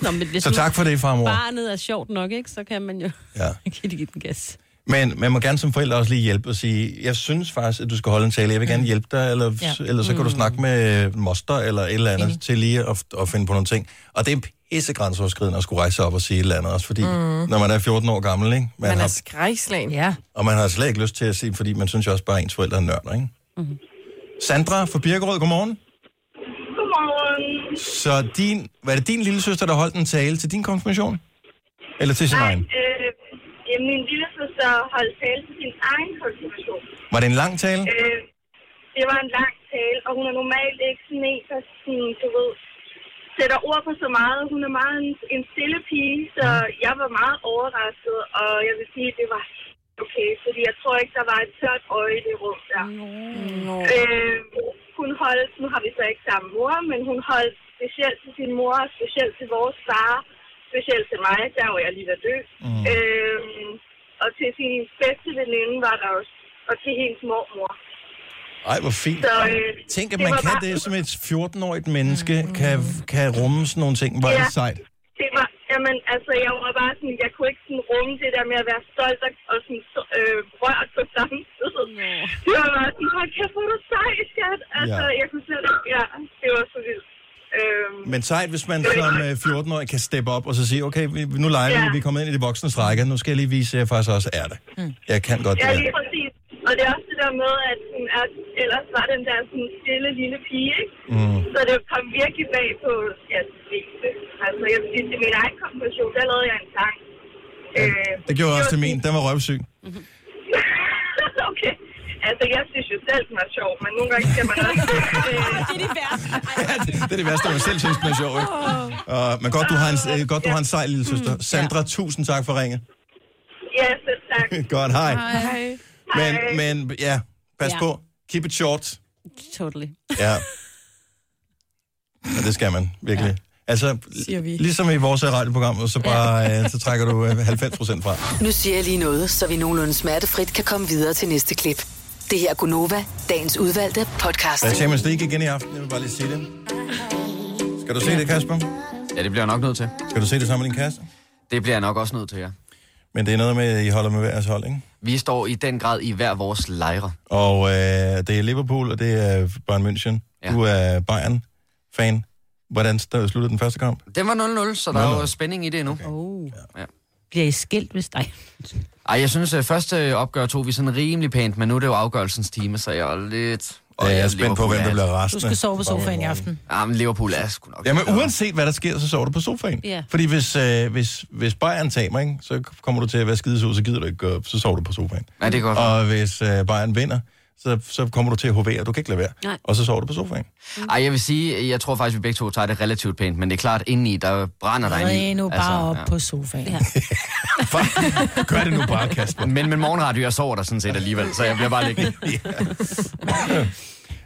S9: Nå, men hvis
S2: Så
S9: nu
S2: tak for det, far og mor.
S9: Barnet er sjovt nok, ikke? Så kan man jo
S2: ja.
S9: give det give den gas.
S2: Men man må gerne som forældre også lige hjælpe og sige, jeg synes faktisk, at du skal holde en tale, jeg vil gerne hjælpe dig, eller, ja.
S9: Ja.
S2: eller så kan du snakke med øh, moster eller et eller andet til lige at, at finde på nogle ting. Og det er pissegrænseoverskridende at skulle rejse sig op og sige et eller andet, også fordi mm.
S5: Mm.
S2: når man er 14 år gammel, ikke? Man,
S5: Man er
S2: har,
S5: skrækslagen. Ja.
S2: og man har slet ikke lyst til at sige, fordi man synes jo også bare, at ens forældre er nørder, ikke?
S5: Mhm.
S2: Sandra fra Birkerød, godmorgen.
S13: Godmorgen.
S2: Så din, var det din lille søster, der holdt en tale til din konfirmation? Eller til sin
S13: Nej,
S2: egen?
S13: øh, ja, min lille søster holdt tale til sin egen konfirmation.
S2: Var det en lang tale?
S13: Øh, det var en lang tale, og hun er normalt ikke sådan en, der sådan, du ved, sætter ord på så meget. Hun er meget en, en stille pige, så
S2: Mhm.
S13: jeg var meget overrasket, og jeg vil sige, at det var okay, fordi jeg tror ikke, der var et tørt øje i det rum der.
S5: Nå.
S13: Øh, hun holdt, nu har vi så ikke samme mor, men hun holdt specielt til sin mor, specielt til vores far, specielt til mig, der var jeg lige ved at dø. Mm. Øh, og til sin bedste veninde var der også, og til hendes mormor.
S2: Ej, hvor fint.
S13: Så, øh,
S2: Tænk, at
S13: det
S2: man
S13: var
S2: kan
S13: bare-
S2: det som et 14-årigt menneske, kan, kan rumme sådan nogle ting. Hvor er
S13: Ja.
S2: det sejt.
S13: Det var, Jamen, altså, jeg var bare sådan, jeg kunne ikke sådan rumme det der med at være stolt og, og sådan så- øh, rørt på samme tid. Det var bare sådan, hold kæft, hvor er du sej, skat. Altså,
S2: Ja.
S13: jeg kunne slet ikke, ja, det var så vildt. Øhm,
S2: Men sejt, hvis man som øh, 14-årig kan steppe op og så sige, okay, vi, nu leger vi,
S13: Ja.
S2: vi er kommet ind i de voksnes rækker, nu skal jeg lige vise, at jeg faktisk også er det. Jeg kan godt
S13: ja,
S2: det.
S13: lige præcis. Og det er også det der med, at, sådan, at ellers var den der sådan stille lille pige, ikke?
S2: Mm.
S13: Så det kom virkelig bag på, ja, det meste. Altså, jeg vil sige, til min egen konfirmation, der lavede jeg en sang. Øh,
S2: Det gjorde jeg også til min, den var røvsyg.
S13: okay. Altså, jeg synes jo selv, den er sjov, men nogle gange skal man også... det er det værste.
S2: Det er det værste, når man selv synes, den er sjov, ikke? Uh, men godt, du har en, øh, godt, du har en sej
S13: Mm.
S2: lille søster. Sandra, tusind tak for ringet.
S13: Ja, selv tak.
S2: Godt, hej.
S13: Hej.
S2: Men, men ja, pas
S3: Ja.
S2: på. Keep it short.
S3: Totally.
S2: Ja. Og det skal man, virkelig. Altså,
S11: Siger vi.
S2: ligesom i vores radioprogram, så, bare, øh, så trækker du øh, 90 procent fra.
S11: Nu siger jeg lige noget, så vi nogenlunde smertefrit kan komme videre til næste klip. Det her er Gunova, dagens udvalgte podcast.
S8: Altså.
S2: Der er Champions League igen i aften, jeg vil bare lige sige det. Skal du se det, Kasper?
S8: Ja, det bliver jeg nok nødt til.
S2: Skal du se det sammen med din kæreste?
S8: Det bliver jeg nok også nødt til, ja.
S2: Men det er noget med, at øh, I holder med hver jeres hold, ikke?
S8: Vi står i den grad i hver vores lejre.
S2: Og øh, det er Liverpool, og det er Bayern München. Ja. Du er Bayern-fan. Hvordan st- sluttede den første kamp?
S8: Den var 0-0, så der er
S2: 0-0.
S8: jo spænding i det endnu. Okay.
S3: Oh.
S8: Ja.
S3: Bliver I skilt, hvis dig?
S8: Ej, jeg synes, at første opgør tog vi sådan rimelig pænt, men nu er det jo afgørelsens time, så jeg er lidt... Og
S2: jeg er spændt på, hvem der bliver
S1: Du
S2: rasende.
S1: skal sove på sofaen i aften.
S8: Ja, men Liverpool er sgu nok...
S2: Jamen uanset hvad der sker, så sover du på sofaen.
S1: Ja.
S2: Fordi hvis, øh, hvis, hvis Bayern taber, ikke, så kommer du til at være skidesud, så gider du ikke gå op, så sover du på sofaen.
S8: Ja, det er godt.
S2: Og hvis øh, Bayern vinder, så, så kommer du til at hovere, du kan ikke lade være.
S8: Nej.
S2: Og så sover du på sofaen.
S8: Ej, jeg vil sige, jeg tror faktisk, vi begge to tager det relativt pænt, men det er klart, indeni, der brænder der Altså,
S1: Red
S8: ind
S1: nu bare op på sofaen. altså, Ja.
S8: Gør det nu bare, Kasper. Men med morgenradio, jeg sover der sådan set alligevel, så jeg bliver bare liggende.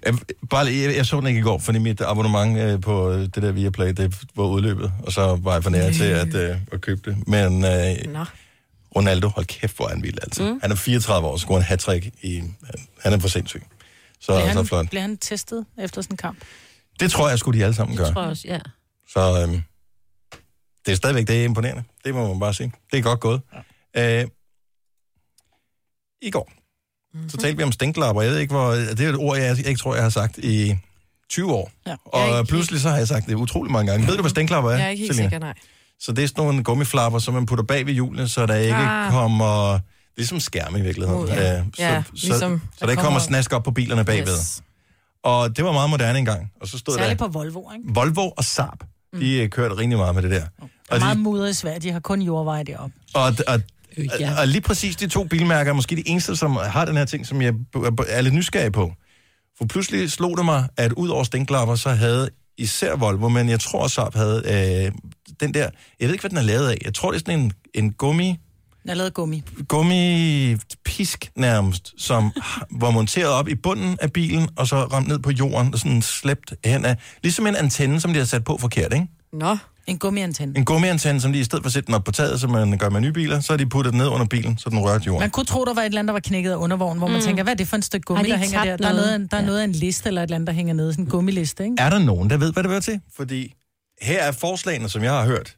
S2: Jeg, bare, lige- jeg, jeg så den ikke i går, fordi mit abonnement øh, på øh, det der Viaplay, det var udløbet, og så var jeg for nær til at, øh, at købe det. Men øh,
S5: Nå.
S2: Ronaldo, hold kæft, hvor er han vild, altså. Mm.
S1: Mm.
S2: Han er 34 år, så scorer en hat-trick i... Han er for sindssyg. Så,
S1: bliver,
S2: så
S1: han,
S2: flot.
S1: bliver han testet efter sådan en kamp?
S2: Det tror jeg skulle de alle sammen
S1: Det
S2: gøre.
S1: tror jeg også, ja.
S2: Så øhm, det er stadigvæk det er imponerende. Det må man bare sige. Det er godt gået. Ja. Øh, I går,
S5: Mhm.
S2: mm-hmm. så talte vi om stænklapper. Jeg ved ikke, hvor, det er et ord, jeg ikke tror, jeg har sagt i 20 år.
S5: Ja.
S2: Og ikke... pludselig så har jeg sagt det utrolig mange gange. Ved du, hvad stænklapper er,
S5: Jeg er ikke helt
S2: Selina?
S5: sikker, nej.
S2: Så det er sådan nogle gummiflapper, som man putter bag ved hjulene, så der ikke ah.
S5: Ah.
S2: kommer... Ligesom skærme i virkeligheden.
S5: Uh, ja.
S2: Øh, så,
S5: Ja,
S2: så,
S5: ligesom
S2: så,
S5: der
S2: der ikke kommer
S5: kommer-
S2: snask op på bilerne bagved. Yes.
S5: Yes.
S2: Og det var meget moderne engang. Og så stod der...
S1: Særligt på Volvo, ikke?
S2: Volvo og Saab, mm. de øh, kørte rimelig meget med det der.
S1: Der er
S2: Og,
S1: meget
S2: de,
S1: mudder i Sverige, de har kun jordveje deroppe.
S2: og, og,
S1: ja.
S2: og, og lige præcis de to bilmærker er måske de eneste, som har den her ting, som jeg b- b- er lidt nysgerrig på. For pludselig slog det mig, at ud over stænklapper, så havde især Volvo, men jeg tror også Saab havde øh, den der, jeg ved ikke, hvad den er lavet af. Jeg tror, det er sådan en, en gummi,
S1: Den er lavet af gummi.
S2: gummipisk nærmest, som var monteret op i bunden af bilen, og så ramt ned på jorden og sådan slæbt hen af. Ligesom en antenne, som de har sat på forkert, ikke?
S1: Nå. En gummiantenne.
S2: En gummiantenne, som de i stedet for at sætte den op på taget, som man gør med nye biler, så har de puttet den ned under bilen, så den rørte jorden.
S1: Man kunne tro, der var et eller andet, der var knækket af undervognen, hvor man
S3: Mm.
S1: tænker, hvad er det for et stykke
S3: Har
S1: gummi,
S3: de
S1: der
S3: ikke
S1: hænger der?
S3: tabt
S1: Der er, noget,
S3: noget?
S1: af en- der er noget af en liste eller et eller andet, der hænger nede. Sådan en gummiliste, ikke?
S2: Er der nogen, der ved, hvad det hører til? Fordi her er forslagene, som jeg har hørt.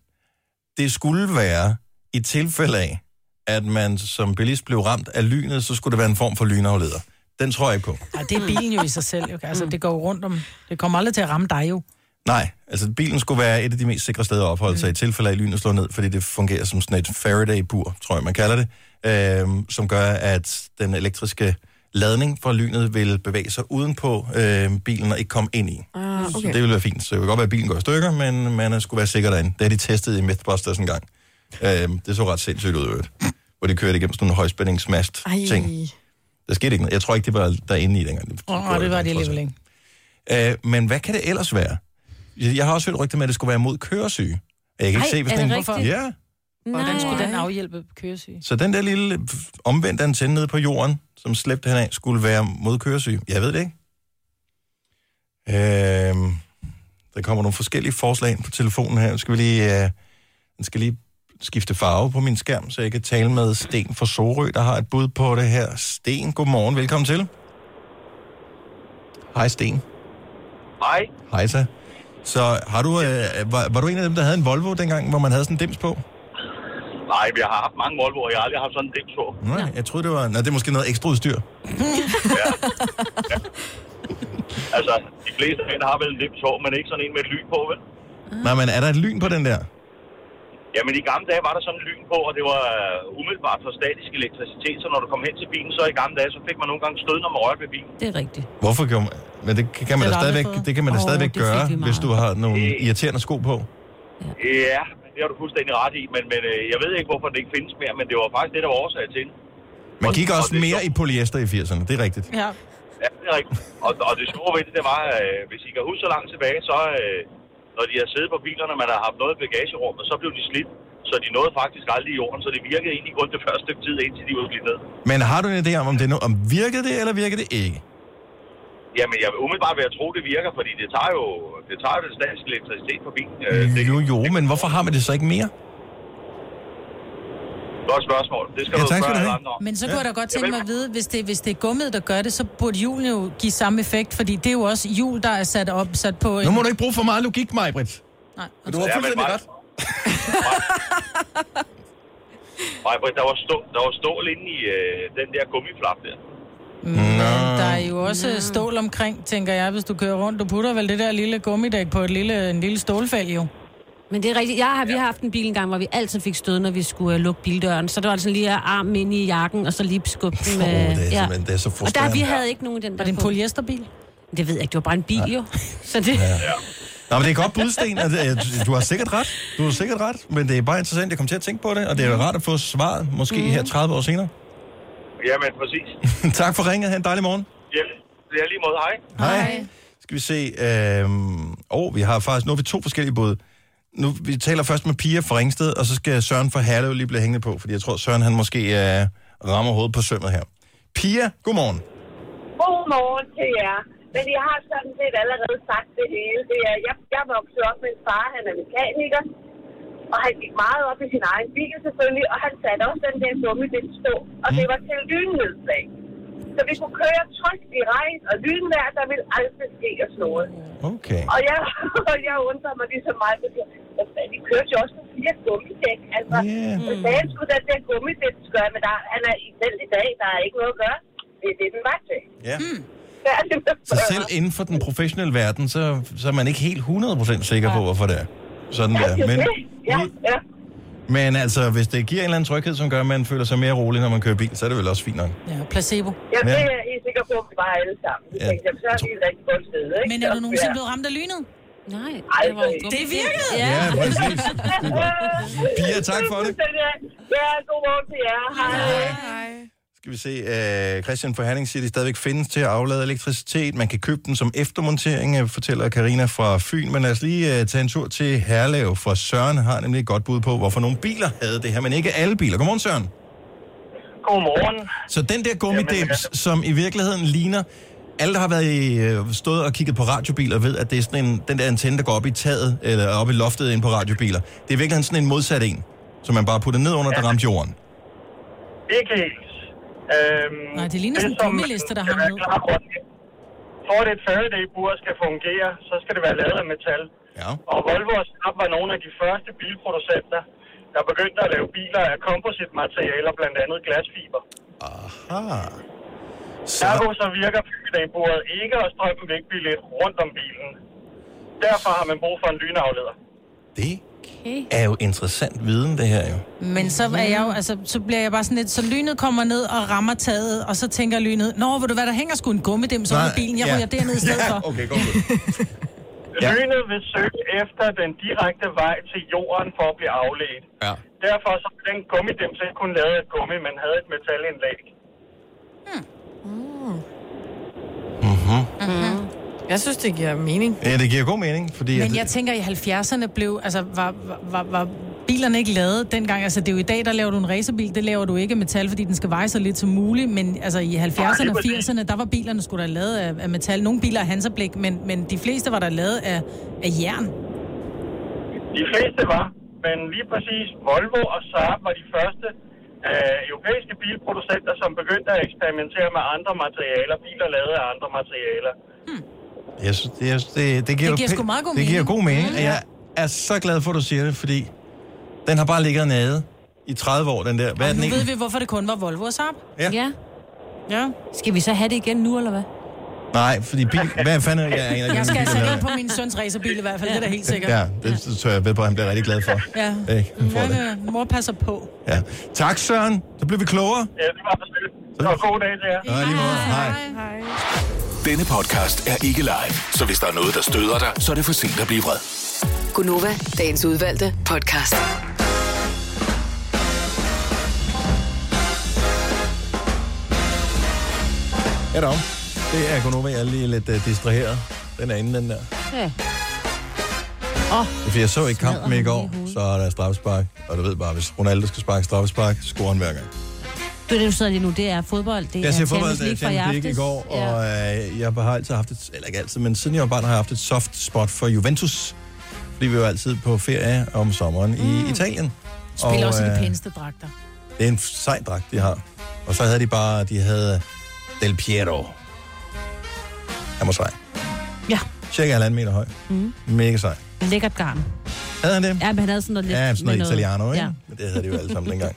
S2: Det skulle være i tilfælde af, at man som bilist blev ramt af lynet, så skulle det være en form for lynafleder. Den tror jeg ikke på.
S1: Ej, det er bilen jo i sig selv. Jo. Altså, det går jo rundt om... Det kommer aldrig til at ramme dig jo.
S2: Nej, altså bilen skulle være et af de mest sikre steder at opholde sig mm. i tilfælde af, at lynet slår ned, fordi det fungerer som sådan et Faraday-bur, tror jeg, man kalder det, øhm, som gør, at den elektriske ladning fra lynet vil bevæge sig udenpå øhm, bilen og ikke komme ind i.
S5: Ah,
S2: Så
S5: okay.
S2: det ville være fint. Så det kan godt være, at bilen går i stykker, men man skulle være sikker derinde. Det har de testet i Mythbusters en gang. Øhm, det så ret sindssygt ud, i øvrigt, hvor de kørte igennem sådan nogle højspændingsmast-ting.
S5: Ej.
S2: Der skete ikke noget. Jeg tror ikke, det var derinde i dengang. Det
S1: Åh, oh, det var det alligevel ikke.
S2: Øh, men hvad kan det ellers være? Jeg jeg har også hørt rygter med, at det skulle være mod køresyge. Og Jeg kan ikke
S1: Ej,
S2: se, hvis
S1: er det
S2: den...
S1: rigtigt?
S2: Ja,
S1: Hvordan skulle den afhjælpe køresyge?
S2: så den der lille f- omvendte antenne nede på jorden, som slæbte henad, skulle være mod køresyge. Jeg ved det ikke. Øh, der kommer nogle forskellige forslag ind på telefonen her. Nu skal vi lige, øh, den skal lige skifte farve på min skærm, så jeg kan tale med Sten fra Sorø, der har et bud på det her. Sten, godmorgen. Velkommen til. Hej, Sten.
S14: Hej.
S2: Hej så. Så har du, øh, var, var du en af dem, der havde en Volvo dengang, hvor man havde sådan en dims på?
S15: Nej, vi har haft mange Volvoer, jeg har aldrig haft sådan en dims på.
S2: Nej, jeg troede, det var... Nå, det er måske noget ekstra udstyr.
S15: Altså, de fleste mænd har vel en dims på, men ikke sådan en med et lyn på, vel?
S2: Ah. Nej, men er der et lyn på den der?
S15: Jamen, i gamle dage var der sådan en lyn på, og det var øh, umiddelbart for statisk elektricitet, så når du kom hen til bilen, så i gamle dage, så fik man nogle gange stød, når man rørte ved bilen.
S9: Det er rigtigt.
S2: Hvorfor gjorde man... Men det kan
S15: Det
S2: man da
S15: har du aldrig
S2: stadigvæk,
S15: fået.
S2: det kan man da
S15: Åh,
S2: stadigvæk
S15: det fik
S2: gøre,
S15: vi meget.
S2: hvis du har nogle irriterende sko på.
S15: Ja, men det har du fuldstændig ret i, men, men øh, jeg ved ikke, hvorfor det ikke findes mere, men det var faktisk det, der var årsag til. det.
S2: Man gik også mere i polyester i 80'erne, det er rigtigt.
S1: Ja.
S15: Ja, det er rigtigt. Og, og det store ved det, det var, øh, hvis I kan huske så langt tilbage, så øh, når de har siddet på bilerne, man har haft noget i bagagerummet, så blev de slidt. Så de nåede faktisk aldrig i jorden, så det virkede egentlig kun det første stykke tid, indtil de var slidt ned.
S2: Men har du en idé om, om, det nu, om virkede det, eller virkede det ikke?
S15: Jamen, jeg vil umiddelbart ved at tro, det virker, fordi det tager jo, det tager jo den statisk elektricitet på bilen. Øh,
S2: Jo, jo, men hvorfor har man det så ikke mere?
S15: Godt spørgsmål. Det skal
S2: Ja,
S15: du
S2: tak skal
S15: spørge
S2: du
S15: alle
S2: have.
S15: andre om.
S1: Men så kunne ja. jeg da godt tænke
S15: Ja,
S1: mig at vide, hvis det, hvis det er gummet, der gør det, så burde hjulene jo give samme effekt, fordi det er jo også hjul, der er sat op, sat på... En...
S2: Nu må du ikke bruge for meget logik, Majbrit.
S1: Nej.
S2: Du har fuldstændig ret.
S15: Nej, Britt, der var, stå, der var stål inde i øh, den der gummiflap der.
S1: Mm, Der er jo også stål omkring, tænker jeg, hvis du kører rundt. Du putter vel det der lille gummidæk på et lille, en lille stålfælg, jo.
S9: Men det er rigtigt. Jeg har, vi har haft en bil engang, hvor vi altid fik stød, når vi skulle uh, lukke bildøren. Så det var sådan lige at armen ind i jakken, og så lige skubbe den.
S2: Åh,
S9: øh,
S2: det er
S9: ja.
S2: simpelthen det er så
S9: Og der,
S2: frustrerende.
S9: vi havde ikke nogen den der Var det en
S1: polyesterbil?
S9: Det ved jeg ikke. Det var bare en bil, jo. Så det...
S2: Ja. Nå, men det er godt budsten, og det, er- du har sikkert ret. Du har sikkert ret, men det er bare interessant, jeg kom til at tænke på det, og det er rart at få svaret, måske mm. her 30 år senere.
S15: Jamen, præcis.
S2: tak for ringet, ha' en dejlig morgen.
S15: Ja, det er lige måde. Hej.
S2: Hej. Skal vi se, øh, oh, vi har faktisk, nu har vi to forskellige bud. Nu, vi taler først med Pia fra Ringsted, og så skal Søren fra Herlev lige blive hængende på, fordi jeg tror, Søren han måske øh, rammer hovedet på sømmet her. Pia, godmorgen.
S16: Godmorgen til jer. Men jeg har sådan set allerede sagt det hele. Det er, jeg, jeg voksede op med en far, han er mekaniker, og han gik meget op i sin egen bil selvfølgelig, og han satte også den der dumme det stå, og det var til lynnedsdag. Så vi kunne køre trygt i regn og lynvejr, der ville aldrig ske os noget.
S2: Okay.
S16: Og jeg, og jeg undrer mig ligesom meget, fordi hvad fanden, vi kørte jo også på fire gummidæk. Altså,
S2: yeah.
S16: hvad fanden skulle den der gummidæk gøre? Men der, han er i selv i dag, der er ikke noget at gøre. Det er det, den var til.
S2: Ja.
S16: Hmm.
S2: Mm.
S16: Ja, det var
S2: Så selv inden for den professionelle verden, så, så er man ikke helt 100% sikker på, hvorfor det er. Sådan
S16: Ja, det
S2: der.
S16: er
S2: Men,
S16: det. Ja, ja.
S2: men altså, hvis det giver en eller anden tryghed, som gør, at man føler sig mere rolig, når man kører bil, så er det vel også fint nok.
S1: Ja, placebo.
S16: Jeg
S2: Ja.
S16: ja. er helt sikker på, at vi var alle sammen.
S2: Ja.
S16: Ja. Tænkte, jamen, så er vi et rigtig godt sted, ikke?
S1: Men er du
S16: Så,
S1: nogensinde
S16: ja.
S1: blevet ramt af lynet?
S9: Nej.
S16: det var jo-
S1: Det virkede!
S16: Ja. Ja,
S2: præcis. Pia, tak for det.
S16: Så ja, ja, godmorgen til jer. Hej. Hej.
S2: Skal vi se, øh, Christian fra Herning siger, at de stadigvæk findes til at aflade elektricitet. Man kan købe den som eftermontering, øh, fortæller Karina fra Fyn. Men lad os lige øh, tage en tur til Herlev, for Søren har nemlig et godt bud på, hvorfor nogle biler havde det her, men ikke alle biler. Godmorgen, Søren.
S17: Godmorgen.
S2: Så den der gummidims, som i virkeligheden ligner... Alle, der har været i, øh, stået og kigget på radiobiler, ved, at det er sådan en, den der antenne, der går op i taget, eller op i loftet inde på radiobiler. Det er i virkeligheden sådan en modsat en, som man bare putter ned under, der ramte jorden.
S17: Ikke helt. Øhm,
S1: Nej, det ligner sådan en gummiliste, der hang ud.
S17: for at et Faraday-bur skal fungere, så skal det være lavet af metal.
S2: Ja.
S17: Og Volvo og Saab var nogle af de første bilproducenter, der begyndte at lave biler af kompositmaterialer, blandt andet glasfiber.
S2: Aha. Så...
S17: Ergo så virker Faraday-buret ikke, og strømmen vil ikke blive lidt rundt om bilen. Derfor har man brug for en lynafleder.
S1: Okay.
S2: er jo interessant viden, det her jo.
S1: Men så, er jeg jo, altså, så bliver jeg bare sådan lidt, så lynet kommer ned og rammer taget, og så tænker lynet, nå, ved du hvad, der hænger sgu en gummidim så under bilen, jeg ryger dernede i stedet for.
S2: okay, godt.
S17: Ja. Lynet vil søge efter den direkte vej til jorden for at blive afledt.
S2: Ja.
S17: Derfor så blev den gummidims ikke kun lavet af gummi, men havde et metalindlæg.
S5: Mm-hmm. Jeg synes, det giver mening.
S2: Ja, det giver god mening, fordi...
S1: Men jeg tænker, i 70'erne blev, altså, var, var, var bilerne ikke lavet dengang? Altså, det er jo i dag, der laver du en racerbil, det laver du ikke af metal, fordi den skal veje så lidt som muligt, men altså, i 70'erne og 80'erne, der var bilerne sgu da lavet af, af metal. Nogle biler af hanserblik, men, men de fleste var der lavet af, af jern.
S17: De fleste var, men lige præcis Volvo og Saab var de første øh, europæiske bilproducenter, som begyndte at eksperimentere med andre materialer, biler lavet af andre materialer. Hmm.
S2: Jeg synes, det, jeg synes, det, det giver,
S1: Det giver
S2: jo
S1: sgu
S2: pæ-
S1: meget god
S2: det giver
S1: mening.
S2: god mening.
S1: Mm.
S2: Mm. Jeg er så glad for, at du siger det, fordi den har bare ligget nede i 30 år, den der. Hvad er den
S1: Nu ved
S2: egentlig?
S1: vi, hvorfor det kun var Volvo og Saab.
S2: Ja.
S9: ja.
S1: Ja.
S9: Skal vi så have det igen nu, eller hvad?
S2: Nej, fordi bil... Hvad fanden er jeg?
S1: Jeg skal altså ind på min søns racerbil i hvert fald, det er da helt sikkert.
S2: Ja, det det tør jeg ved på, at han bliver rigtig glad for.
S1: Ja.
S2: Ikke? Han får
S1: Men,
S2: det.
S1: øh, mor passer på.
S2: Ja. Tak, Søren. Så blev vi klogere.
S17: Ja, det var selvfølgelig. Det var god dag til jer.
S2: Ja, lige måde. Hej.
S1: Hej.
S12: Denne podcast er ikke live, så hvis der er noget, der støder dig, så er det for sent at blive vred.
S11: Gunova, dagens udvalgte podcast.
S2: Ja, dog. Det er kun over, jeg er lige lidt uh, distraheret. Den er inde, den der. Det
S9: Ja.
S2: er, Fordi jeg så ikke kampen i går, så er der straffespark. Og du ved bare, hvis Ronaldo skal sparke straffespark, scorer han hver gang.
S9: Du, det, du sidder lige nu, det er fodbold. Det
S2: Jeg
S9: er
S2: ser fodbold,
S9: Champions
S2: da jeg
S9: League fra i
S2: Champions League i
S9: aftes.
S2: går, og øh, jeg har altid haft et, eller ikke altid, men siden jeg var barn har jeg haft et soft spot for Juventus. Fordi vi var altid på ferie om sommeren i
S9: Mm.
S2: Italien.
S1: Spiller også i de
S2: øh,
S1: pæneste dragter.
S2: Det er en sej dragt, de har. Og så havde de bare, de havde Del Piero. Han var sej.
S9: Ja.
S2: Cirka halvanden meter høj.
S9: Mm.
S2: Mega sej.
S9: Lækkert garn.
S2: Havde han det?
S9: Ja, men han havde sådan noget lidt...
S2: Ja, sådan
S9: med
S2: noget italiano, ikke?
S9: Ja.
S2: Men det havde de jo alle sammen dengang.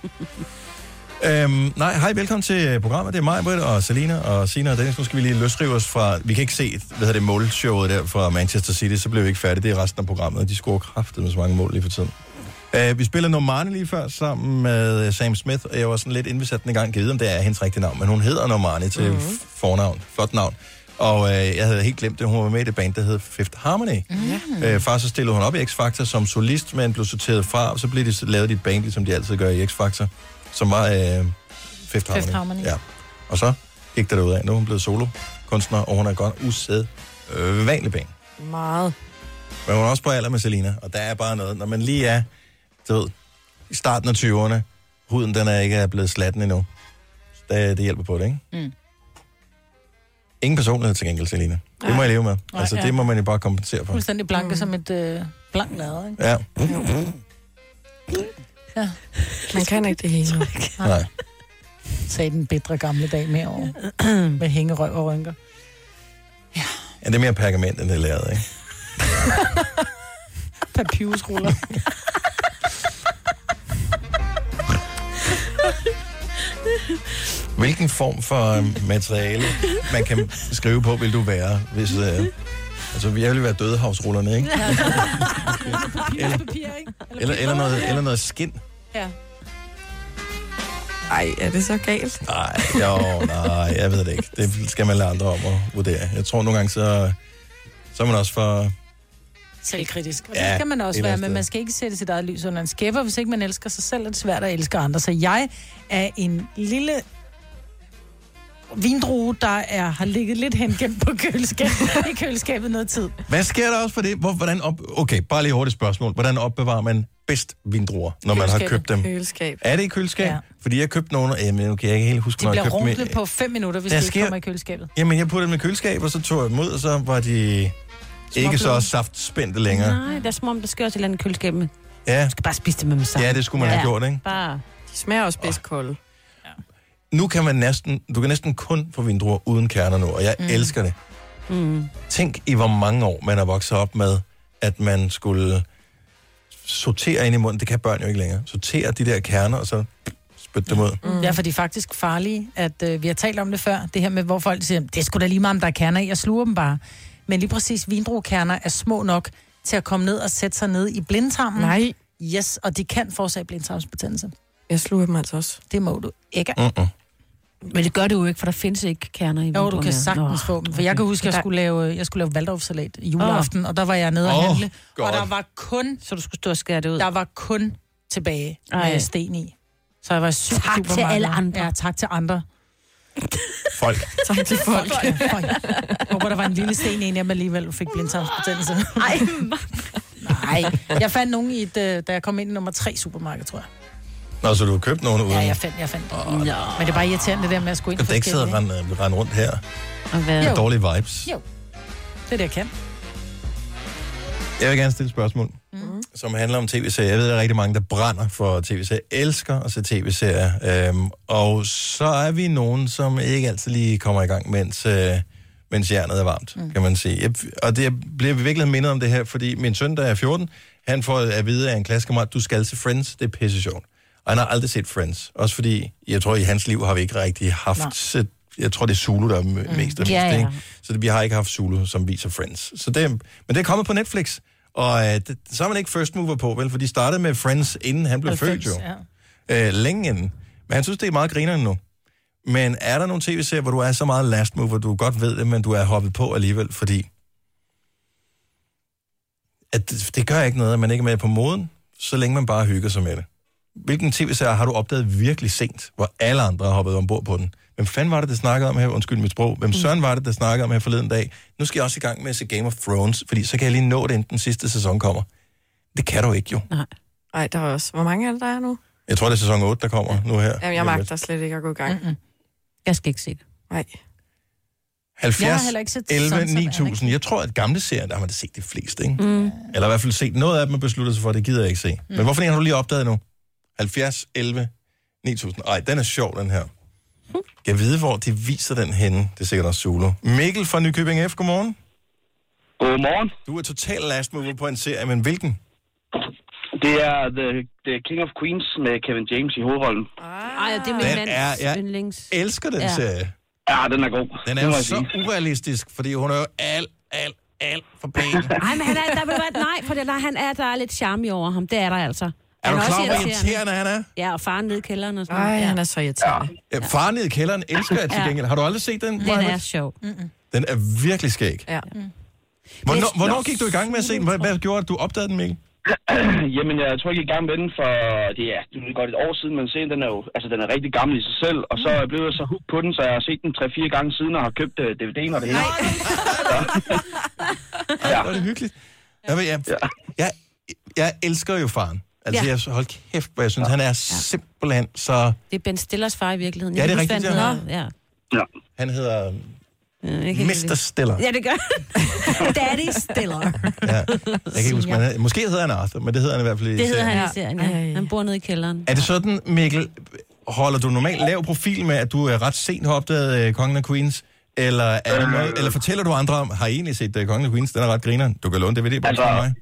S2: Øhm, nej, hej, velkommen til øh, programmet. Det er mig, Britt, og Selina, og Sina og Dennis. Nu skal vi lige løsrive os fra... Vi kan ikke se, hvad hedder det, målshowet der fra Manchester City, så blev vi ikke færdige. Det er resten af programmet. De scorer kraftigt med så mange mål lige for tiden. Øh, vi spiller Normani lige før sammen med øh, Sam Smith, og jeg var sådan lidt indbesat den gang. Kan vide, om det er hendes rigtige navn, men hun hedder Normani til
S9: Mhm.
S2: mm. fornavn. Flot navn. Og øh, jeg havde helt glemt det. Hun var med i det band, der hed Fifth Harmony. Mm. Øh, far så stillede hun op i X-Factor som solist, men blev sorteret fra, og så blev de lavet dit band, ligesom de altid gør i X-Factor, som var øh, Fifth Harmony.
S1: Harmony.
S2: Ja. Og så gik der derudad. Nu er hun blevet solo-kunstner, og hun er godt usæd øh, vanlig pæn.
S5: Meget.
S2: Men hun er også på alder med Selina, og der er bare noget. Når man lige er, du ved, i starten af 20'erne, huden den er ikke er blevet slatten endnu. Så det, det hjælper på det, ikke?
S1: Mm.
S2: Ingen personlighed til gengæld, Selina. Det må jeg leve med.
S1: Nej,
S2: altså,
S1: ja.
S2: det må man jo bare kompensere for.
S1: Fuldstændig blanke mm. som et øh, blank lader, ikke?
S2: Ja.
S1: Ja.
S5: Man kan ikke det hele.
S2: Nej.
S1: Sagde den bedre gamle dag med over. med hængerøv og rynker.
S2: Ja, det er mere pergament, end det er lavet, ikke?
S1: Papyrusruller.
S2: Hvilken form for øh, materiale, man kan skrive på, vil du være, hvis... Øh, altså, jeg ville være dødehavsrullerne, ikke?
S1: Eller papir, ikke?
S2: Eller, eller, noget, eller noget skin.
S1: Ja.
S5: Ej, er det så galt?
S2: Nej, jo, nej, jeg ved det ikke. Det skal man lade andre om at vurdere. Jeg tror nogle gange, så, så er man også for...
S1: Selvkritisk. Og
S2: Ja,
S1: det skal man også
S2: et
S1: være,
S2: eller
S1: men
S2: andet
S1: man skal ikke sætte sit eget lys under en skæppe, og hvis ikke man elsker sig selv, er det svært at elske andre. Så jeg er en lille vindrue, der er, har ligget lidt hen gemt på køleskabet, i køleskabet noget tid.
S2: Hvad sker der også for det? Hvor, hvordan op... Okay, bare lige hurtigt spørgsmål. Hvordan opbevarer man bedst vindruer, når man har købt dem?
S5: Køleskab.
S2: Er det i køleskab? Ja. Fordi jeg købte nogle... Jamen, okay, jeg kan ikke helt huske,
S1: De
S2: når
S1: bliver
S2: jeg købte
S1: rumplet på 5 minutter, hvis
S2: Der
S1: de ikke
S2: sker-
S1: kommer i køleskabet.
S2: Jamen, jeg puttede dem i køleskab, og så tog jeg dem ud, og så var de ikke så
S9: Småbløde.
S2: saftspændte længere.
S9: Nej, der er som om, der sker også et eller andet køleskab med.
S2: Ja. Du
S9: skal bare spise det med mig sammen.
S2: Ja, det skulle man ja. have gjort, ikke?
S9: Bare.
S5: De smager også bedst kolde.
S2: Nu kan man næsten... Du kan næsten kun få vindruer uden kerner nu, og jeg mm. elsker det.
S9: Mm.
S2: Tænk i, hvor mange år man er vokset op med, at man skulle sortere ind i munden. Det kan børn jo ikke længere. Sortere de der kerner, og så spytte dem ud.
S1: Mm. Ja, for de er faktisk farlige, at øh, vi har talt om det før, det her med, hvor folk siger, det skulle da lige meget, om der er kerner i, jeg sluger dem bare. Men lige præcis vindruekerner er små nok til at komme ned og sætte sig ned i blindtarmen.
S5: Nej.
S1: Yes, og de kan forårsage blindtarmsbetændelse.
S5: Jeg sluger dem altså også.
S1: Det må du ikke.
S2: Mm-mm.
S9: Men det gør det jo ikke, for der findes ikke kerner i
S1: Jo, du
S9: vindruerne.
S1: kan sagtens
S9: Nå.
S1: få dem. For jeg kan huske, at jeg
S9: Der-
S1: skulle lave, jeg skulle lave valdorfsalat juleaften, og der var jeg nede og
S9: Åh,
S1: handle. Og
S9: godt.
S1: der var kun...
S9: Så du skulle stå og skære det ud?
S1: Der var kun tilbage
S9: Ej.
S1: med sten i. Så jeg var syv
S9: Tak til
S1: supermarkeder.
S9: alle andre.
S1: Ja, tak til andre.
S2: Folk.
S1: Tak til folk. Ja, folk. Jeg håber, der var en lille sten en, jeg alligevel fik blindtarmsbetændelse. Nej. Nej. Jeg fandt nogen i et, øh, da jeg kom ind i nummer tre supermarked, tror jeg.
S2: Nå, så du har købt nogen uden...
S1: Ja, jeg fandt, jeg fandt. Oh, Men det er bare irriterende, det der med at skulle ind
S2: Skal du ikke sidde og
S1: forskellige,
S2: rende, rende rundt her
S9: Og hvad?
S2: med
S1: Jo.
S2: dårlige vibes?
S1: Jo. Det er det, jeg kan.
S2: Jeg vil gerne stille et spørgsmål, mm. som handler om tv-serier. Jeg ved, der er rigtig mange, der brænder for tv-serier, elsker at se tv-serier. Øhm, og så er vi nogen, som ikke altid lige kommer i gang, mens, øh, mens jernet er varmt, mm. kan man sige. Jeg, og det jeg bliver virkelig mindet om det her, fordi min søn, der er 14, han får at vide af en klassekammerat, du skal se Friends, det er pisse sjovt. Og han har aldrig set Friends. Også fordi, jeg tror, i hans liv har vi ikke rigtig haft... Nej. Jeg tror, det er Zulu, der er mest mm. mest.
S9: Ja, ja.
S2: Ikke? Så det, vi har ikke haft Zulu, som viser Friends. Så det, men det er kommet på Netflix. Og øh, det, så er man ikke first mover på, vel? For de startede med Friends, inden han blev 90, født, jo. Ja. Øh, længe inden. Men han synes, det er meget griner nu. Men er der nogle tv-serier, hvor du er så meget last mover, du godt ved det, men du er hoppet på alligevel, fordi at det, det gør ikke noget, at man ikke er med på moden, så længe man bare hygger sig med det. Hvilken tv-serie har du opdaget virkelig sent, hvor alle andre har hoppet ombord på den? Hvem fanden var det, der snakkede om her? Undskyld mit sprog.
S5: Mm.
S2: Hvem søren var det, der snakkede om her forleden dag? Nu skal jeg også i gang med at se Game of Thrones, fordi så kan jeg lige nå det, inden den sidste sæson kommer. Det kan du ikke jo.
S5: Nej. Ej, der er også... Hvor mange er det, der er nu?
S2: Jeg tror, det er sæson 8, der kommer nu her.
S5: Jamen, jeg magter slet ikke at gå i gang. Mm-hmm.
S9: Jeg skal ikke se det.
S5: Nej.
S1: Jeg
S2: 70,
S1: har heller ikke set
S2: 11,
S1: sådan, som
S2: 9000. Jeg tror, at gamle serier, der har man da set de fleste, ikke? Mm. Eller i hvert fald set noget af dem og besluttet sig for, at det gider jeg ikke se. Mm. Men hvorfor en har du lige opdaget nu? 70, 11, 9000. Ej, den er sjov, den her.
S9: Hm.
S2: Jeg ved, hvor de viser den henne. Det er sikkert også Zulu. Mikkel fra Nykøbing F, godmorgen.
S18: Godmorgen.
S2: Du er total last mover på en serie, men hvilken?
S18: Det er The, The King of Queens med Kevin James i hovedrollen.
S9: Ej, det er min
S2: Den
S9: mands
S2: er- jeg
S9: yndlings.
S2: elsker Ah. den
S9: ja.
S2: ja. serie.
S18: Ja, den er god.
S2: Den er
S18: Det må
S2: jo
S18: jeg
S2: så
S18: sige.
S2: urealistisk, fordi hun er jo alt, alt, alt for pæn.
S9: Nej, men han er, der vil være, nej, for det, nej, han er, der er lidt charme i over ham. Det er der altså.
S2: Er
S9: han
S2: du klar
S9: også
S2: over, hvor irriterende han er?
S9: Ja, og faren nede i kælderen og sådan
S5: Ej,
S9: noget. ja.
S5: han er så irriterende. Ja.
S2: Ja, far nede i kælderen elsker jeg til
S9: Ja.
S2: gengæld. Har du aldrig set den?
S9: Den
S2: Maja?
S9: er sjov. Mm-mm.
S2: Den er virkelig skæg.
S5: Ja.
S2: Hvornår, hvornår gik du i gang med at se den? Hvad, hvad gjorde, at du opdagede den, Mikkel?
S18: Jamen, jeg tror ikke i gang med den for, det er det er godt et år siden, men serien den er jo, altså den er rigtig gammel i sig selv, og så er jeg blevet så hooked på den, så jeg har set den 3-4 gange siden og har købt uh, DVD'en og det hele.
S2: Ja. Var det hyggeligt? Ja. Jeg, jeg, jeg, jeg elsker jo faren. Altså,
S9: Ja.
S2: ja. jeg, hold kæft, hvor jeg synes, ja. han er simpelthen så...
S9: Det er Ben Stillers far i virkeligheden.
S2: Ja,
S9: Jeg
S2: det er
S9: kan huske,
S2: rigtigt,
S9: hvad
S2: ja.
S9: han hedder. Ja.
S18: Ja.
S2: Han hedder
S9: Øh, jeg
S2: øh,
S9: kan
S2: Mr.
S9: ikke-
S2: Stiller.
S9: Ja, det gør han. Daddy Stiller.
S2: Jeg kan ikke huske, hvad han hedder. Måske hedder han Arthur, men det hedder han i hvert fald i
S9: Det hedder
S2: serien.
S9: han i serien, ja. Han bor nede i kælderen.
S2: Er det sådan, Mikkel, holder du normalt lav profil med, at du øh, ret sent har opdaget øh, Kongen af Queens? Eller, er det noget, eller fortæller du andre om, har I egentlig set øh, Kongen af Queens? Den er ret grineren. Du kan låne DVD på altså,
S18: Altså,
S2: mig.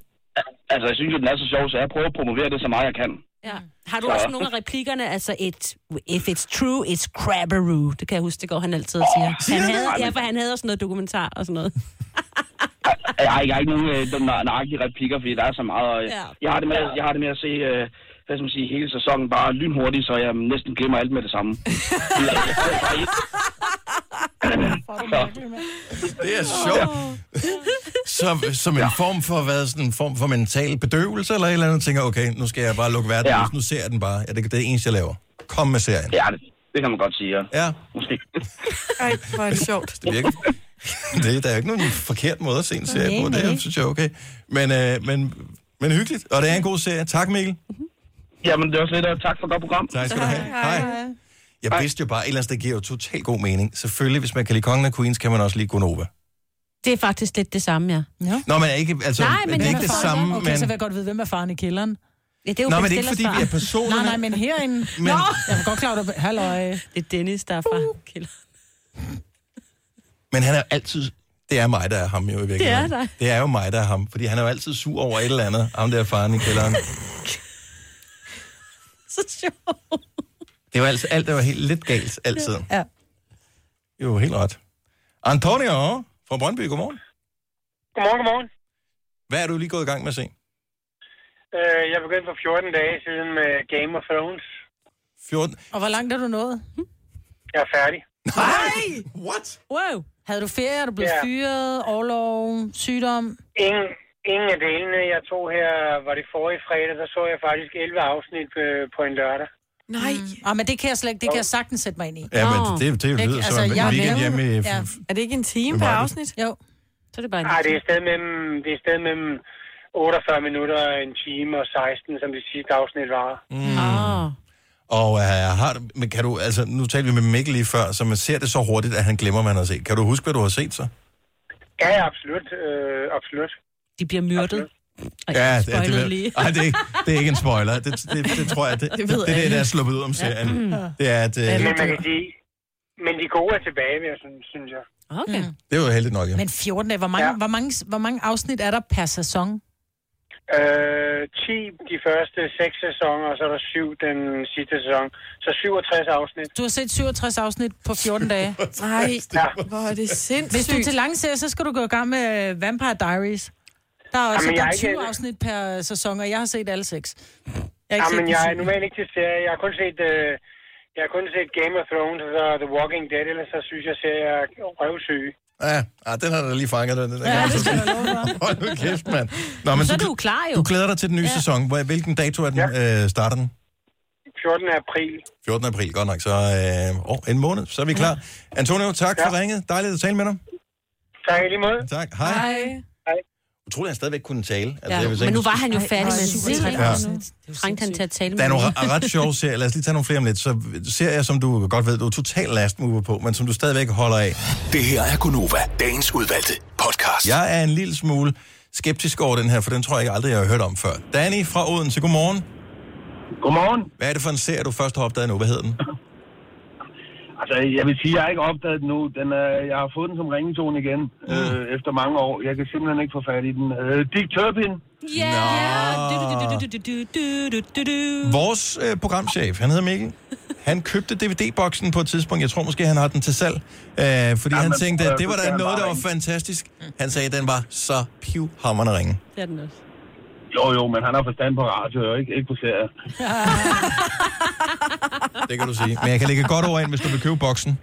S18: Altså, jeg synes jo, den er så sjov, så jeg prøver at promovere det så meget, jeg kan.
S9: Ja. Har du også nogle af replikkerne, altså et, if it's true, it's crabberoo. Det kan jeg huske, det går han altid og siger.
S18: siger
S9: Han
S18: han
S9: havde,
S18: det?
S9: ja, for han havde også noget dokumentar og sådan noget.
S18: Jeg har, jeg har ikke nogen øh, den nø- nøjagtige replikker, fordi der er så meget. Og, øh,
S9: Ja.
S18: jeg, har det med, jeg har det med at se øh, hvad skal man sige, hele sæsonen bare lynhurtigt, så jeg næsten glemmer alt med det samme.
S2: Det er sjovt. Så, som en form for, hvad, sådan en form for mental bedøvelse eller et eller andet, tænker, okay, nu skal jeg bare lukke verden, ja. nu ser jeg den bare. Ja, det, det er det eneste, jeg laver. Kom med serien.
S18: Ja, det, det kan man godt sige, ja.
S2: Ja.
S18: Måske.
S5: Ej, hvor er det sjovt.
S2: Det virker. det, der er jo ikke nogen forkert måde at se en serie på,
S5: Nej, nej.
S2: det synes jeg er okay. Men, øh, men, men hyggeligt, og det er en god serie. Tak, Mikkel.
S18: Mm-hmm. Jamen, det er også lidt, og tak for et godt program.
S2: Tak skal du have. Hej. Hej. Jeg vidste jo bare, et eller andet sted giver jo totalt god mening. Selvfølgelig, hvis man kan lide Kongen af Queens, kan man også lide Gunova.
S9: Det er faktisk lidt det samme, ja.
S1: ja.
S2: Nå, men er ikke, altså,
S1: Nej, men
S2: det er
S1: hvem
S2: ikke det
S1: faren?
S2: samme,
S1: Okay,
S2: men...
S1: så vil jeg godt vide, hvem er faren i kælderen.
S9: Ja, det er jo
S2: Nå,
S9: Ben
S2: men det er ikke,
S9: Stillers
S2: fordi vi er
S9: far.
S2: personerne.
S1: Nej, nej, men herinde. Men... Nå! Jeg var godt klar, at Halløj. Uh.
S9: Det er Dennis, der er fra kælderen.
S2: Men han er jo altid... Det er mig, der er ham jo i virkeligheden.
S9: dig.
S2: Det er jo mig, der er ham. Fordi han er jo altid sur over et eller andet. Ham der faren i kælderen.
S9: Så sjovt.
S2: Det var altså alt, der var helt lidt galt altid.
S1: Ja.
S2: Jo, helt ret. Antonio fra Brøndby, godmorgen.
S19: Godmorgen, godmorgen.
S2: Hvad er du lige gået i gang med at se?
S19: Øh, jeg begyndte for 14 dage siden med Game of Thrones.
S2: 14.
S1: Og hvor langt er du nået?
S19: Jeg er færdig.
S1: Nej!
S2: What?
S1: Wow. Havde du ferie? Er du blevet
S19: Ja.
S1: yeah. fyret? Overlov? Sygdom?
S19: Ingen, ingen af delene, jeg tog her, var det forrige fredag, der så jeg faktisk 11 afsnit øh, på en lørdag.
S1: Nej. Mm. Ah, men det kan jeg slet ikke. Det kan jeg sagtens sætte mig ind i.
S2: Ja, men det- det lyder
S1: Ikke? Altså,
S2: som en weekend hjemme i-
S1: Ja.
S5: Er det ikke en time
S2: per
S5: per
S2: Marken.
S5: afsnit?
S1: Jo.
S9: Så er det bare en
S19: Nej, det er et sted mellem, det er et sted mellem 48 minutter, en time og 16, som det sidste afsnit var.
S2: Mm. Ah. Og øh, har, du- men kan du, altså, nu talte vi med Mikkel lige før, så man ser det så hurtigt, at han glemmer, hvad han har set. Kan du huske, hvad du har set så?
S19: Ja, ja, absolut. Øh, absolut.
S9: De bliver myrdet.
S2: ja, det,
S9: spoilede
S2: det, ved-
S9: lige.
S2: Ej, det, er ikke- det er ikke en spoiler. Det, det, det tror jeg, Mm. det,
S19: Det
S2: det,
S19: ved
S2: det, det, er det
S19: alle.
S2: der er sluppet ud om serien.
S19: Ja. Mm.
S2: Det er, at...
S19: Men
S2: Øh,
S19: man kan sige, men de gode er tilbage, vil jeg synes, synes jeg.
S9: Okay. Mm.
S2: Det var jo heldigt nok, ja.
S1: Men 14 dage, hvor mange, ja. hvor, mange, hvor mange afsnit er der per sæson?
S19: Øh, 10 de første 6 sæsoner, og så er der 7 den sidste sæson. Så 67 afsnit.
S1: Du har set 67 afsnit på 14 dage.
S5: Nej, ja. hvor er det sindssygt.
S1: Hvis du er til lange serier, så skal du gå i gang med øh, Vampire Diaries. Der er også Jamen,
S19: Jamen, jeg
S1: der
S19: er
S1: er
S19: ikke-
S1: 20 afsnit per øh, sæson, og jeg har set alle seks. Jeg har ikke set
S19: Jamen,
S1: den
S19: Ah, jeg er
S1: syvende.
S19: normalt ikke til serier. Jeg har kun set... Øh, jeg har kun set Game of Thrones og så The Walking Dead, ellers så synes jeg, at jeg er røvsyg.
S2: Ja, ah, den har du lige fanget. Den, den
S19: Ja,
S2: kan man så
S19: det skal
S2: sige. Hold nu kæft, mand. Nå,
S19: Så er du klar, jo.
S2: Du glæder dig til den nye ja. sæson. Hvor- Hvilken dato er den, ja. øh, starter den?
S19: 14. april.
S2: 14. april, godt nok. Så øh, åh, en måned, så er vi klar. Antonio, tak ja. for ringet. Dejligt at tale med dig.
S19: Tak i lige måde.
S2: Tak. Hej.
S19: Hej.
S2: Utroligt, at han stadigvæk kunne tale. Altså,
S9: Ja.
S2: jeg vil
S9: Men
S2: ikke-
S9: nu var han jo færdig med
S2: sindssygt.
S9: 67
S2: Ja.
S9: afsnit. Trængte han til at tale med
S2: Der er nogle
S9: nogen.
S2: re- ret sjove serier. Lad os lige tage nogle flere om lidt. Så serier, som du godt ved, du er total last mover på, men som du stadigvæk holder af.
S12: Det her er Gunova, dagens udvalgte podcast.
S2: Jeg er en lille smule skeptisk over den her, for den tror jeg ikke aldrig, jeg har hørt om før. Danny fra Odense, godmorgen.
S20: Godmorgen.
S2: Hvad er det for en serie, du først har opdaget nu? Hvad hedder den?
S20: Altså, jeg vil sige, jeg har ikke opdaget den nu. Den er, jeg har fået den som ringetone igen mm. øh, efter mange år. Jeg kan simpelthen ikke få fat i den. Øh, Dick Turpin.
S9: Ja!
S2: Vores øh, programchef, han hedder Mikkel, han købte DVD-boksen på et tidspunkt. Jeg tror måske, han har den til salg. Øh, fordi ja, han
S20: men,
S2: tænkte,
S20: øh,
S2: at det var
S20: så
S2: da
S20: skal han
S2: noget,
S20: bare
S2: der var
S20: ringe.
S2: fantastisk. Han sagde, at den var så pivhammerende ringe.
S9: Det er den også.
S20: Jo, jo, men han har forstand på radio, ikke, ikke på serier.
S2: Det kan du sige. Men jeg kan lægge et godt over ind, hvis du vil købe boksen.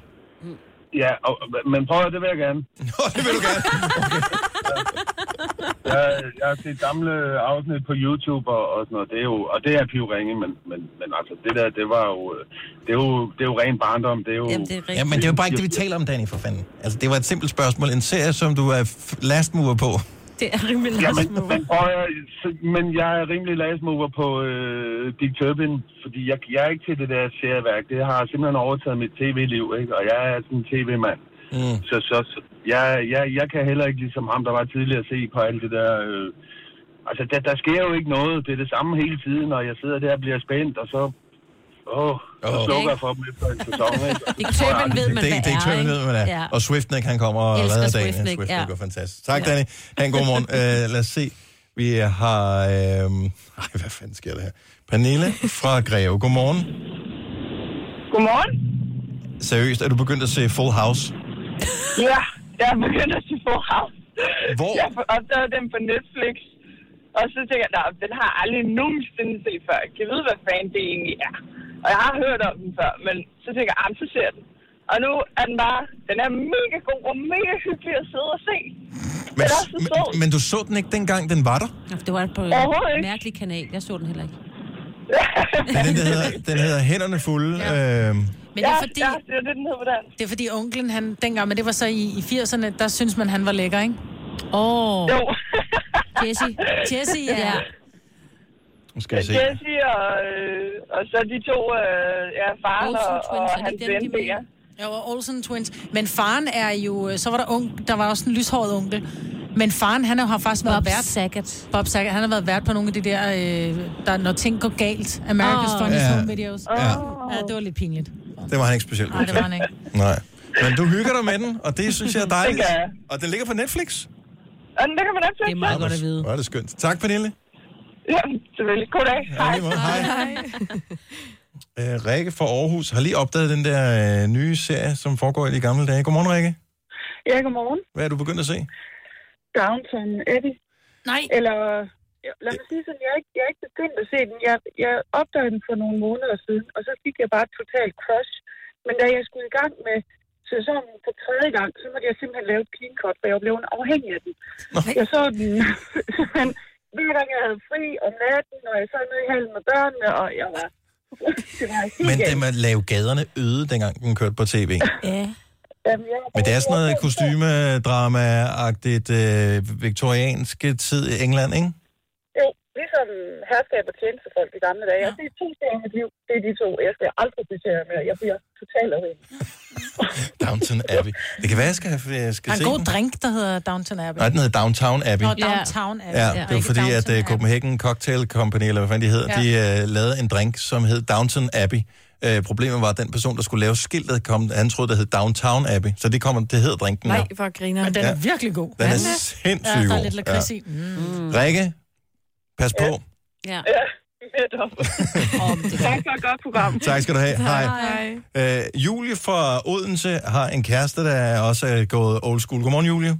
S20: Ja, og, men prøv at det vil jeg gerne.
S2: Nå, det vil du gerne.
S20: jeg, jeg har set gamle afsnit på YouTube og, og sådan noget. Det er jo, og det er pivringe, men, men, men altså, det der, det var jo... øh, Det er jo, det er jo ren barndom. Det er jo,
S2: Ja, men det er jo bare ikke det, vi taler om, Danny, for fanden. Altså, det var et simpelt spørgsmål. En serie, som du er f- last mover på.
S9: Det er rimelig
S20: Ja, men, men, og, jeg- så- men jeg er rimelig lasmover på øh, Dick Turbin, fordi jeg, jeg er ikke til det der serieværk. Det har simpelthen overtaget mit tv-liv, ikke? og jeg er sådan en tv-mand.
S2: Mm.
S20: Så, så, så jeg, jeg, jeg kan heller ikke ligesom ham, der var tidligere, se på alt det der... Øh, altså, der, der sker jo ikke noget. Det er det samme hele tiden, og jeg sidder der og bliver spændt, og så... Åh, så
S2: Åh.
S20: slukker jeg for dem efter en sæson. Ikke?
S9: Dick Turpin ved man,
S2: det,
S9: hvad
S2: det, er
S9: er,
S2: Tøven
S9: ikke?
S2: ved, hvad det er.
S9: Ja.
S2: Og Swiftnick, han kommer og
S9: Elsker
S2: redder dagen.
S9: Swiftnick,
S2: Swiftnick
S9: ja.
S2: er fantastisk. Tak,
S9: Ja.
S2: Danny. Ha' en god morgen. uh, lad os se. Vi har... Øh... Ej, hvad fanden sker der her? Pernille fra Greve. Godmorgen.
S21: Godmorgen.
S2: Seriøst, er du begyndt at se Full House?
S21: Ja, jeg er begyndt at se forhavn.
S2: Hvor?
S21: Jeg opdagede den på Netflix. Og så tænker jeg, "Nå, den har jeg aldrig nogensinde set før. Jeg kan vide, hvad fanden det egentlig er. Og jeg har hørt om den før, men så tænker jeg, "Ah, men så ser jeg den. Og nu er den bare, den er mega god og mega hyggelig at sidde og se.
S2: Men,
S21: Den er så sød.
S2: men, men du så den ikke dengang, den var der?
S9: Nå, Det var på
S21: Overhovedet
S9: en
S21: ikke.
S9: mærkelig kanal. Jeg så den heller ikke.
S2: Det er Den, der hedder, den hedder Hænderne Fulde. Ja. Øhm,
S1: Men det er fordi, ja, det, er det, den hedder, det er fordi onklen, han dengang, men det var så i, i 80'erne, der synes man, han var lækker, ikke? Åh. Oh.
S21: Jo.
S9: Jesse.
S1: Jesse, ja.
S9: Ja.
S2: nu skal jeg se.
S21: Jesse og, øh, og så de to, øh, ja, faren
S1: Olsen
S21: og, og
S1: Twins, er det
S21: hans
S1: ikke dem,
S21: ven
S1: de
S21: der.
S1: Jeg var Olsen Twins. Men faren er jo, øh, så var der ung, der var også en lyshåret onkel. Men faren, han har faktisk været
S9: Bob
S1: vært.
S9: Saget.
S1: Bob Saget, han har været vært på nogle af de der, øh, der når ting går galt. America's oh.
S9: Åh.
S1: Funniest
S2: Ja.
S1: Home Videos.
S2: Ja.
S1: ja. det var lidt pinligt.
S2: Det var han ikke specielt
S1: Nej, det var han
S2: til.
S1: ikke.
S2: Nej. Men du hygger dig med den, og det synes jeg er dejligt.
S21: Det gør jeg.
S2: Og den ligger på Netflix.
S21: Og den kan man Netflix. Det
S2: vide. Hvor er det skønt. Tak, Pernille.
S21: Ja, selvfølgelig. Goddag. Hej.
S2: lige måde. Hej. Øh, Rikke fra Aarhus har lige opdaget den der øh, nye serie, som foregår i de gamle dage. Godmorgen, Rikke.
S22: Ja, godmorgen.
S2: Hvad er du begyndt at se?
S22: Downton Abbey.
S1: Nej.
S22: Eller, ja, lad mig sige sådan, jeg er ikke, jeg er ikke begyndt at se den. Jeg, jeg opdagede den for nogle måneder siden, og så fik jeg bare et totalt crush. Men da jeg skulle i gang med sæsonen for tredje gang, så måtte jeg simpelthen lave et clean cut, for jeg var blevet afhængig af den.
S2: Nej.
S22: Jeg så den simpelthen hver gang jeg havde fri om natten, og jeg sad nede i halen med børnene, og jeg var... det var helt
S2: Men øh,
S22: galt.
S2: det med at lave gaderne øde, dengang den kørte på tv.
S9: Ja.
S22: Jamen, jeg,
S2: Men det er sådan noget kostymedrama-agtigt øh, viktorianske tid i England, ikke?
S22: Jo, ligesom herskab og tjenestefolk i gamle dage. Ja. Det er to steder i mit liv. Det er de to. Jeg skal aldrig blive serier mere. Jeg bliver totalt afhængig.
S2: Downton Abbey. Det kan være, jeg skal, jeg
S1: Der
S2: skal
S1: er
S2: se
S1: en god
S2: den.
S1: drink, der hedder Downton Abbey.
S2: Nej, den hedder Downtown Abbey.
S1: Nå, Downtown Abbey.
S2: Ja, det var
S1: Ikke
S2: fordi, at øh,
S1: Downton
S2: uh, Copenhagen Cocktail Company, eller hvad fanden de hedder,
S1: Ja.
S2: ja. de uh, lavede en drink, som hed Downton Abbey. Øh, problemet var, at den person, der skulle lave skiltet, kom, han troede, det hed Downtown Abbey. Så det, kommer, det hedder drinken.
S5: Nej,
S2: nu.
S5: hvor griner.
S1: Og den er
S2: Ja.
S1: virkelig god.
S2: Den er
S1: Ja.
S2: sindssygt
S1: Ja, der er
S2: god.
S1: lidt lakrids
S2: Ja.
S1: i. Mm.
S2: Rikke, pas på.
S1: Ja.
S21: Netop. tak for et godt program.
S2: Tak skal du have. Hej. Øh, Julie fra Odense har en kæreste, der også er gået old school. Godmorgen, Julie.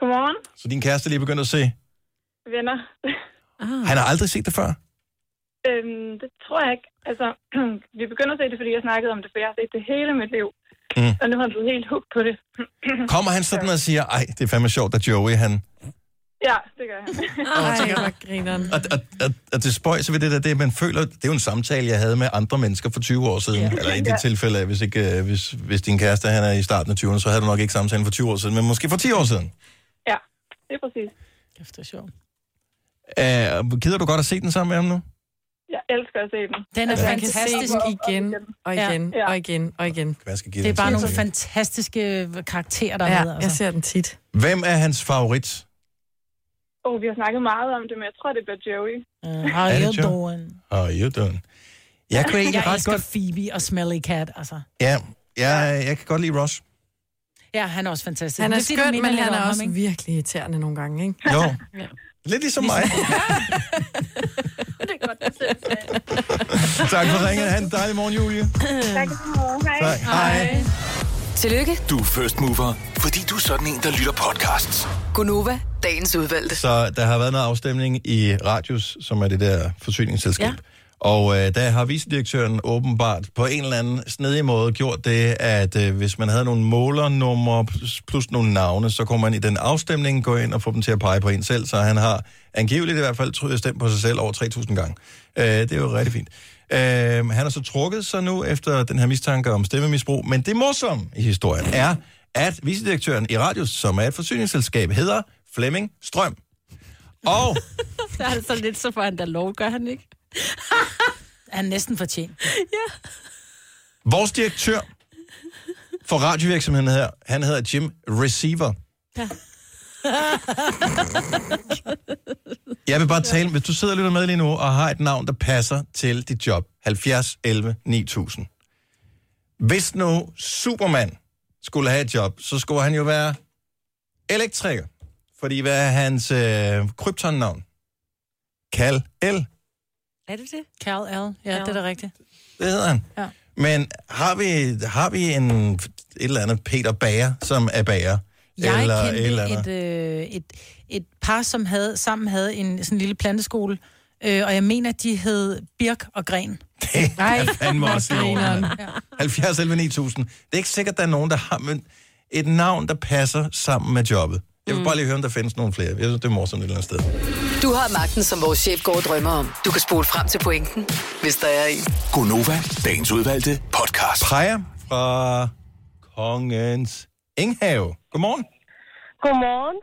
S23: Godmorgen,
S2: Så din kæreste er lige begyndt at se.
S23: venner.
S2: Han har aldrig set det før.
S23: øhm, det tror jeg ikke. Altså, vi begynder at se det, fordi jeg snakkede om det, for jeg har set det hele mit liv.
S2: Mm.
S23: Og nu er han blevet helt hooked på det.
S2: Kommer han sådan og siger, ej, det er fandme sjovt, at Joey han...
S23: Ja, det gør han.
S5: Ej, hvor grineren.
S2: Og, og, og, og det spøjser ved det der, det, er, man føler, det er jo en samtale, jeg havde med andre mennesker for 20 år siden.
S23: Ja.
S2: Eller i
S23: Ja.
S2: det tilfælde, hvis, ikke, øh, hvis, hvis din kæreste han er i starten af 20'erne, så havde du nok ikke samtalen for 20 år siden, men måske for 10 år siden.
S23: Ja, det er præcis.
S1: Kæft, det er sjovt.
S2: Øh, gider du godt at se den sammen med ham nu?
S23: Jeg elsker at se dem.
S1: Den er
S5: Altså, man kan se
S1: fantastisk
S5: den igen og igen
S1: Ja.
S5: og igen og igen.
S2: Hvad skal give
S1: Det er
S2: den
S1: bare
S2: til
S1: nogle
S2: ham?
S1: fantastiske øh, karakterer, der
S5: Ja,
S1: er med. altså.
S5: jeg ser den tit.
S2: Hvem er hans favorit?
S23: Åh, oh, vi har snakket meget om det, men jeg tror, det bliver Joey.
S1: How
S2: Er det
S1: you
S2: Joe?
S1: doing?
S2: How you doing? Jeg kunne egentlig
S1: jeg
S2: ret
S1: elsker
S2: godt...
S1: Phoebe og Smelly Cat, altså.
S2: Ja, jeg, jeg kan godt lide Ross.
S1: Ja, han er også fantastisk.
S5: Han er
S1: Det fordi, du
S5: skøn,
S1: minder
S5: men
S1: lidt
S5: han
S1: om
S5: er
S1: ham,
S5: også
S1: ikke?
S5: virkelig irriterende nogle gange, ikke?
S2: Jo. Lidt ligesom mig.
S23: det er godt, det
S2: tak for ringen. Ha' en dejlig morgen, Julie.
S23: Tak Hej.
S2: Tak. Hej.
S11: Tillykke,
S12: Du er first mover, fordi du er sådan en, der lytter podcasts.
S11: Gunova, dagens udvalgte.
S2: Så der har været noget afstemning i Radius, som er det der forsyningsselskab. Ja. Og øh, der har vicedirektøren åbenbart på en eller anden snedig måde gjort det, at øh, hvis man havde nogle målernumre plus- plus nogle navne, så kunne man i den afstemning gå ind og få dem til at pege på en selv. Så han har angiveligt i hvert fald tr- stemt på sig selv over 3.000 gange. Øh, det er jo rigtig fint. Øh, han har så trukket sig nu efter den her mistanke om stemmemisbrug. Men det morsomme i historien er, at vicedirektøren i Radius, som er et forsyningsselskab, hedder Flemming Strøm. Og
S9: Så er det så lidt, så får han da lov, gør han ikke?
S1: Han er næsten fortjent.
S2: Vores direktør for radiovirksomheden her, han hedder Jim Receiver.
S9: Ja.
S2: Jeg vil bare tale, hvis du sidder og lytter med lige nu og har et navn, der passer til dit job. 70 11 9000. Hvis nu Superman skulle have et job, så skulle han jo være elektriker. Fordi hvad er hans øh, kryptonnavn? Kal L.
S9: Er det det?
S1: Carl L. Ja, det er da rigtigt.
S2: Det hedder han.
S1: Ja.
S2: Men har vi, har vi en, et eller andet Peter Bager, som er bager?
S1: Jeg
S2: eller
S1: eller,
S2: et eller
S1: kendte
S2: andet?
S1: et, øh, et, et par, som havde, sammen havde en sådan en lille planteskole, øh, og jeg mener, de hed Birk og Gren.
S2: Det er fandme
S1: hvor
S2: også i orden,
S1: grineren.
S2: mand. 70 11 9000. Det er ikke sikkert, der er nogen, der har men et navn, der passer sammen med jobbet. Jeg
S1: Mm.
S2: vil bare lige høre, om der findes nogle flere. Jeg synes, det er morsomt et eller andet sted.
S11: Du har magten, som vores chef går og drømmer om. Du kan spole frem til pointen, hvis der er en.
S12: Gonova, dagens udvalgte podcast.
S2: Freja fra Kongens Inghave. Godmorgen.
S24: Godmorgen.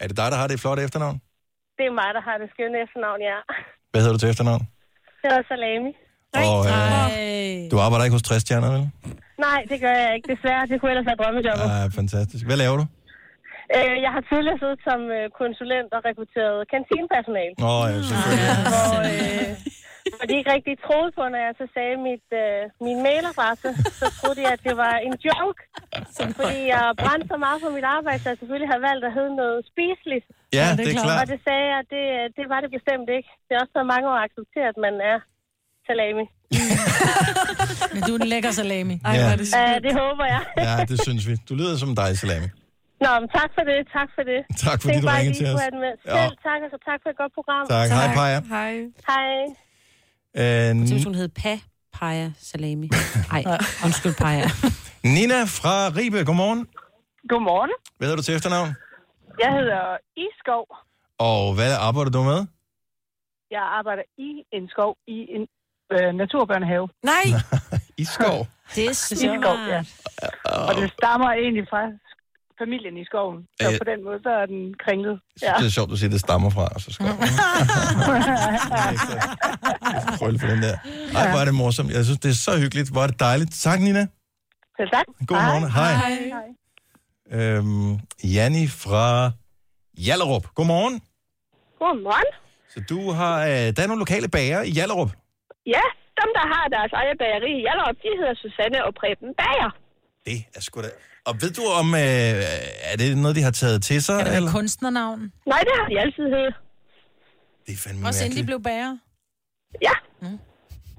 S2: Er det dig, der har det flotte efternavn?
S24: Det er mig, der har det skønne efternavn, ja.
S2: Hvad hedder du til efternavn?
S24: Det er salami.
S2: Og, øh,
S24: Nej.
S2: du arbejder ikke hos 60 stjerner, vel?
S24: Nej, det gør jeg ikke. Desværre, det kunne ellers være drømmejobbet.
S2: Ah, fantastisk. Hvad laver du?
S24: Øh, jeg har tidligere siddet som øh, konsulent og rekrutteret kantinepersonale.
S2: Åh, oh, ja, selvfølgelig.
S24: Hvor, øh, hvor de ikke rigtig troede på, når jeg så sagde mit, øh, min mailadresse, så troede de, at det var en joke. Fordi jeg brændte så meget for mit arbejde, så jeg selvfølgelig havde valgt at hedde noget spiseligt.
S2: Ja, det er klart.
S24: Og det sagde jeg, det, det var det bestemt ikke. Det er også så mange år accepteret, at man er salami.
S1: Men du er en lækker salami.
S2: Ej, hvor er det
S24: Ja, det håber jeg.
S2: Ja, det synes vi. Du lyder som dig, Salami.
S24: Nå, men tak for det, tak for det.
S2: Tak, fordi
S24: Tænk
S2: du
S24: bare,
S2: ringede
S24: at I
S2: til
S24: skulle
S2: os.
S24: have den med.
S2: Ja.
S24: Selv tak, og så tak for et godt program.
S2: Tak. Hej, Pia.
S24: Hej. Hej.
S2: Øh,
S9: Jeg tænkte, hun hed Pa Paja Salami. Nej, undskyld Paja.
S2: Nina fra Ribe, godmorgen.
S24: Godmorgen.
S2: Hvad hedder du til efternavn?
S24: Jeg hedder Iskov.
S2: Og hvad arbejder du med?
S24: Jeg arbejder i en skov i en øh, naturbørnehave.
S5: Nej!
S2: I skov.
S9: Det er
S24: I skov, ja. Og det stammer egentlig fra familien i skoven. Så
S2: Øh.
S24: på den måde, så er den kringlet. Ja.
S2: Det er sjovt, du siger, det stammer fra. og Så skal jeg krølle på den der. Ej, hvor er det morsomt. Jeg synes, det er så hyggeligt. Hvor er det dejligt. Tak, Nina.
S24: Selv tak.
S2: God morgen. Hej.
S24: Hej.
S2: Øhm, Janni fra Jallerup. Godmorgen.
S24: Godmorgen.
S2: Så du har... Øh, der er nogle lokale bager i Jallerup.
S24: Ja,
S22: dem, der har deres eget bageri i Hjallerup, de hedder Susanne og Preben Bager.
S2: Det er sgu da... Og ved du om, øh, er det noget, de har taget til sig?
S1: Er det
S2: eller?
S1: et kunstnernavn?
S22: Nej, det har de altid heddet.
S2: Det er fandme
S1: Også inden de
S2: mærkeligt.
S1: blev bager.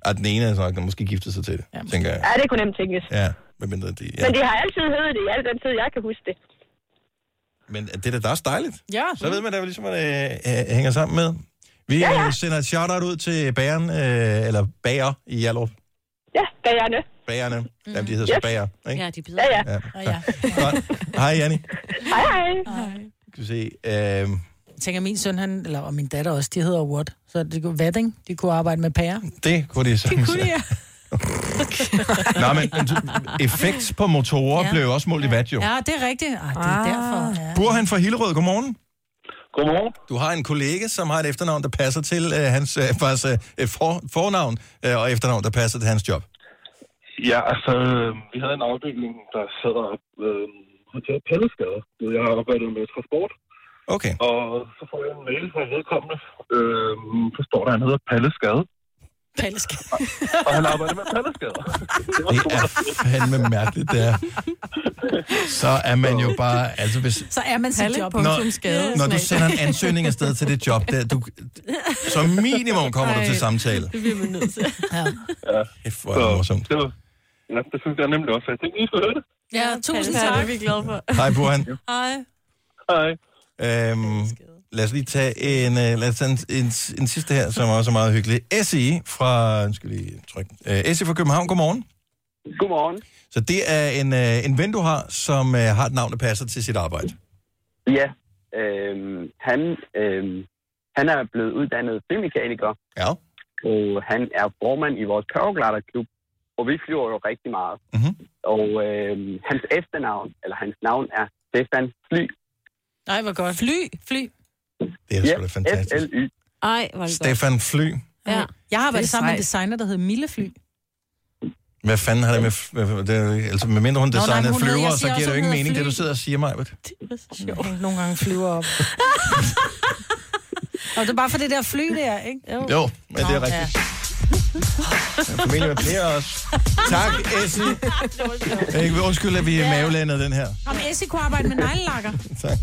S2: Og den ene er nok, der måske giftet sig til det, ja, tænker jeg.
S22: Ja, det kunne nemt tænkes.
S2: Ja, medmindre de...
S22: Men
S2: Ja.
S22: de har altid heddet det i al den tid, jeg kan huske det.
S2: Men det er da da også dejligt.
S1: Ja.
S2: Så ved man da ligesom, at det øh, øh, hænger sammen med. Vi ja, ja. sender et shout-out ud til bageren, øh, eller bager i Hjallerup.
S22: Ja, bagerne.
S2: Bagerne. Mm. Jamen, de hedder så
S22: Yes.
S2: bager, ikke?
S9: Ja, de bider.
S22: Ja, ja.
S2: Ja.
S1: ja.
S2: Godt. Hej, Janni.
S22: Hej, hej.
S2: Skal vi se. Øh,
S1: Jeg tænker, min søn, han, eller og min datter også, de hedder What. Så det kunne Vadding, de kunne arbejde med pærer.
S2: det kunne de sagtens.
S1: ja.
S2: Nå, men men du- effekt på motorer
S1: Ja.
S2: ja. blev også målt i watt, jo.
S1: ja, det er rigtigt. Ej, det
S9: Ah.
S1: er derfor. Ja.
S2: Burhan fra Hillerød, godmorgen. Godmorgen. Du har en kollega, som har et efternavn, der passer til øh, hans øh, faktisk, øh, for, fornavn, øh, og efternavn, der passer til hans job.
S20: Ja, altså, øh, vi havde en afdeling, der sad og øh, håndterede palleskader. Jeg har arbejdet med transport.
S2: Okay.
S20: Og så får jeg en mail fra vedkommende. Øh, så står der, at han hedder Palleskade.
S1: Palsk.
S20: Og han arbejder med palleskader.
S2: Det er fandme mærkeligt, det er. Så er man jo bare... Altså, hvis,
S1: Så er man sit job.
S2: når, når du sender en ansøgning afsted til det job, der, du, som minimum kommer du til samtale.
S20: Det bliver man nødt til.
S1: ja.
S2: Kæft, hvor er det morsomt.
S20: Det var, ja, det synes jeg nemlig også. Jeg tænkte, I skulle høre det.
S1: Ja, tusind
S20: Ja, det er
S1: tak.
S20: vi glade for.
S2: Hej, Burhan.
S1: Hej.
S20: Hej.
S2: Øhm, lad os lige tage en, øh, lad os tage en, en, en sidste her, som også er meget hyggelig. Essie fra, nu skal jeg lige trykke, øh, Essie fra København, godmorgen.
S18: Godmorgen.
S2: Så det er en, øh, en ven, du har, som øh, har et navn, der passer til sit arbejde.
S18: Ja, øhm, han, øhm, han er blevet uddannet flymekaniker.
S2: Ja.
S18: Og han er formand i vores køreglatterklub, og vi flyver jo rigtig meget.
S2: Mm-hmm.
S18: Og øhm, hans efternavn, eller hans navn er Stefan Fly.
S1: Nej, hvor godt. Fly, fly.
S2: Det er sgu da fantastisk.
S18: L-Y.
S9: Ej, hvor er det godt.
S2: Stefan Fly.
S9: Ja.
S1: Jeg har
S9: Det er
S1: været sammen med en
S9: sejt.
S1: designer, der hed Millefly.
S2: Hvad fanden har det med... f- Hvad, hvad- det, altså, med mindre hun
S1: Nå, nej,
S2: designer
S1: men hun hedder-
S2: flyver,
S1: jeg
S2: så
S1: siger
S2: giver det
S1: også,
S2: jo
S1: hun hedder
S2: ingen mening, det
S1: Fly.
S2: du sidder og siger, mig.
S1: Sjovt. Nogle gange flyver op. Og det er bare for det der fly der, ikke?
S2: Jo, men det er rigtigt. Ja. Familie med flere også. Tak, Essie. Jeg kan undskylde, at vi
S1: Ja.
S2: mavelandede den her.
S1: Om Essie kunne arbejde med neglelakker.
S2: Tak.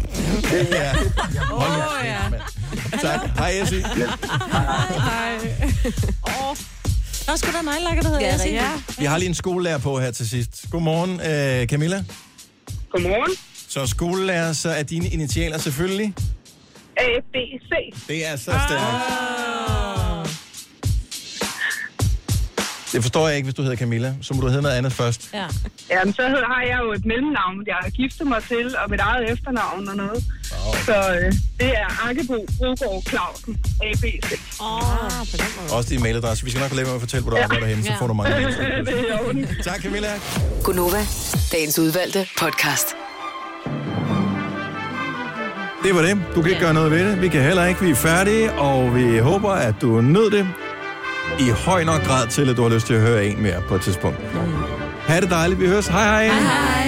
S2: Ja. Hold nu.
S1: Åh, ja.
S2: Tak. Hej, Essie.
S1: Hej. Åh. Der er sgu da neglelakker, der hedder
S9: Ja,
S1: Essie.
S9: rigtigt.
S2: Vi har lige en skolelærer på her til sidst. Godmorgen, øh, Camilla.
S22: Godmorgen.
S2: Så skolelærer, så er dine initialer selvfølgelig.
S22: A, B, C.
S2: Det er så stærkt.
S9: Ah.
S2: Det forstår jeg ikke, hvis du hedder Camilla. Så må du hedde noget andet først.
S9: Ja.
S22: Jamen, så hed- har jeg jo et mellemnavn, jeg har giftet mig til, og mit eget efternavn og noget.
S2: Wow.
S22: Så øh, det er Akkebo Brogaard Clausen, ABC. Åh, oh, på den måde.
S2: Også din mailadresse. Vi skal nok lade være med at fortælle, hvor du arbejder henne, så får du mange. mails. Tak, Camilla.
S11: Gunova, dagens udvalgte podcast.
S2: Det var det. Du kan ikke gøre noget ved det. Vi kan heller ikke. Vi er færdige, og vi håber, at du nød det i høj nok grad til, at du har lyst til at høre en mere på et tidspunkt. Ha' det dejligt. Vi høres. Hej hej. hej, hej.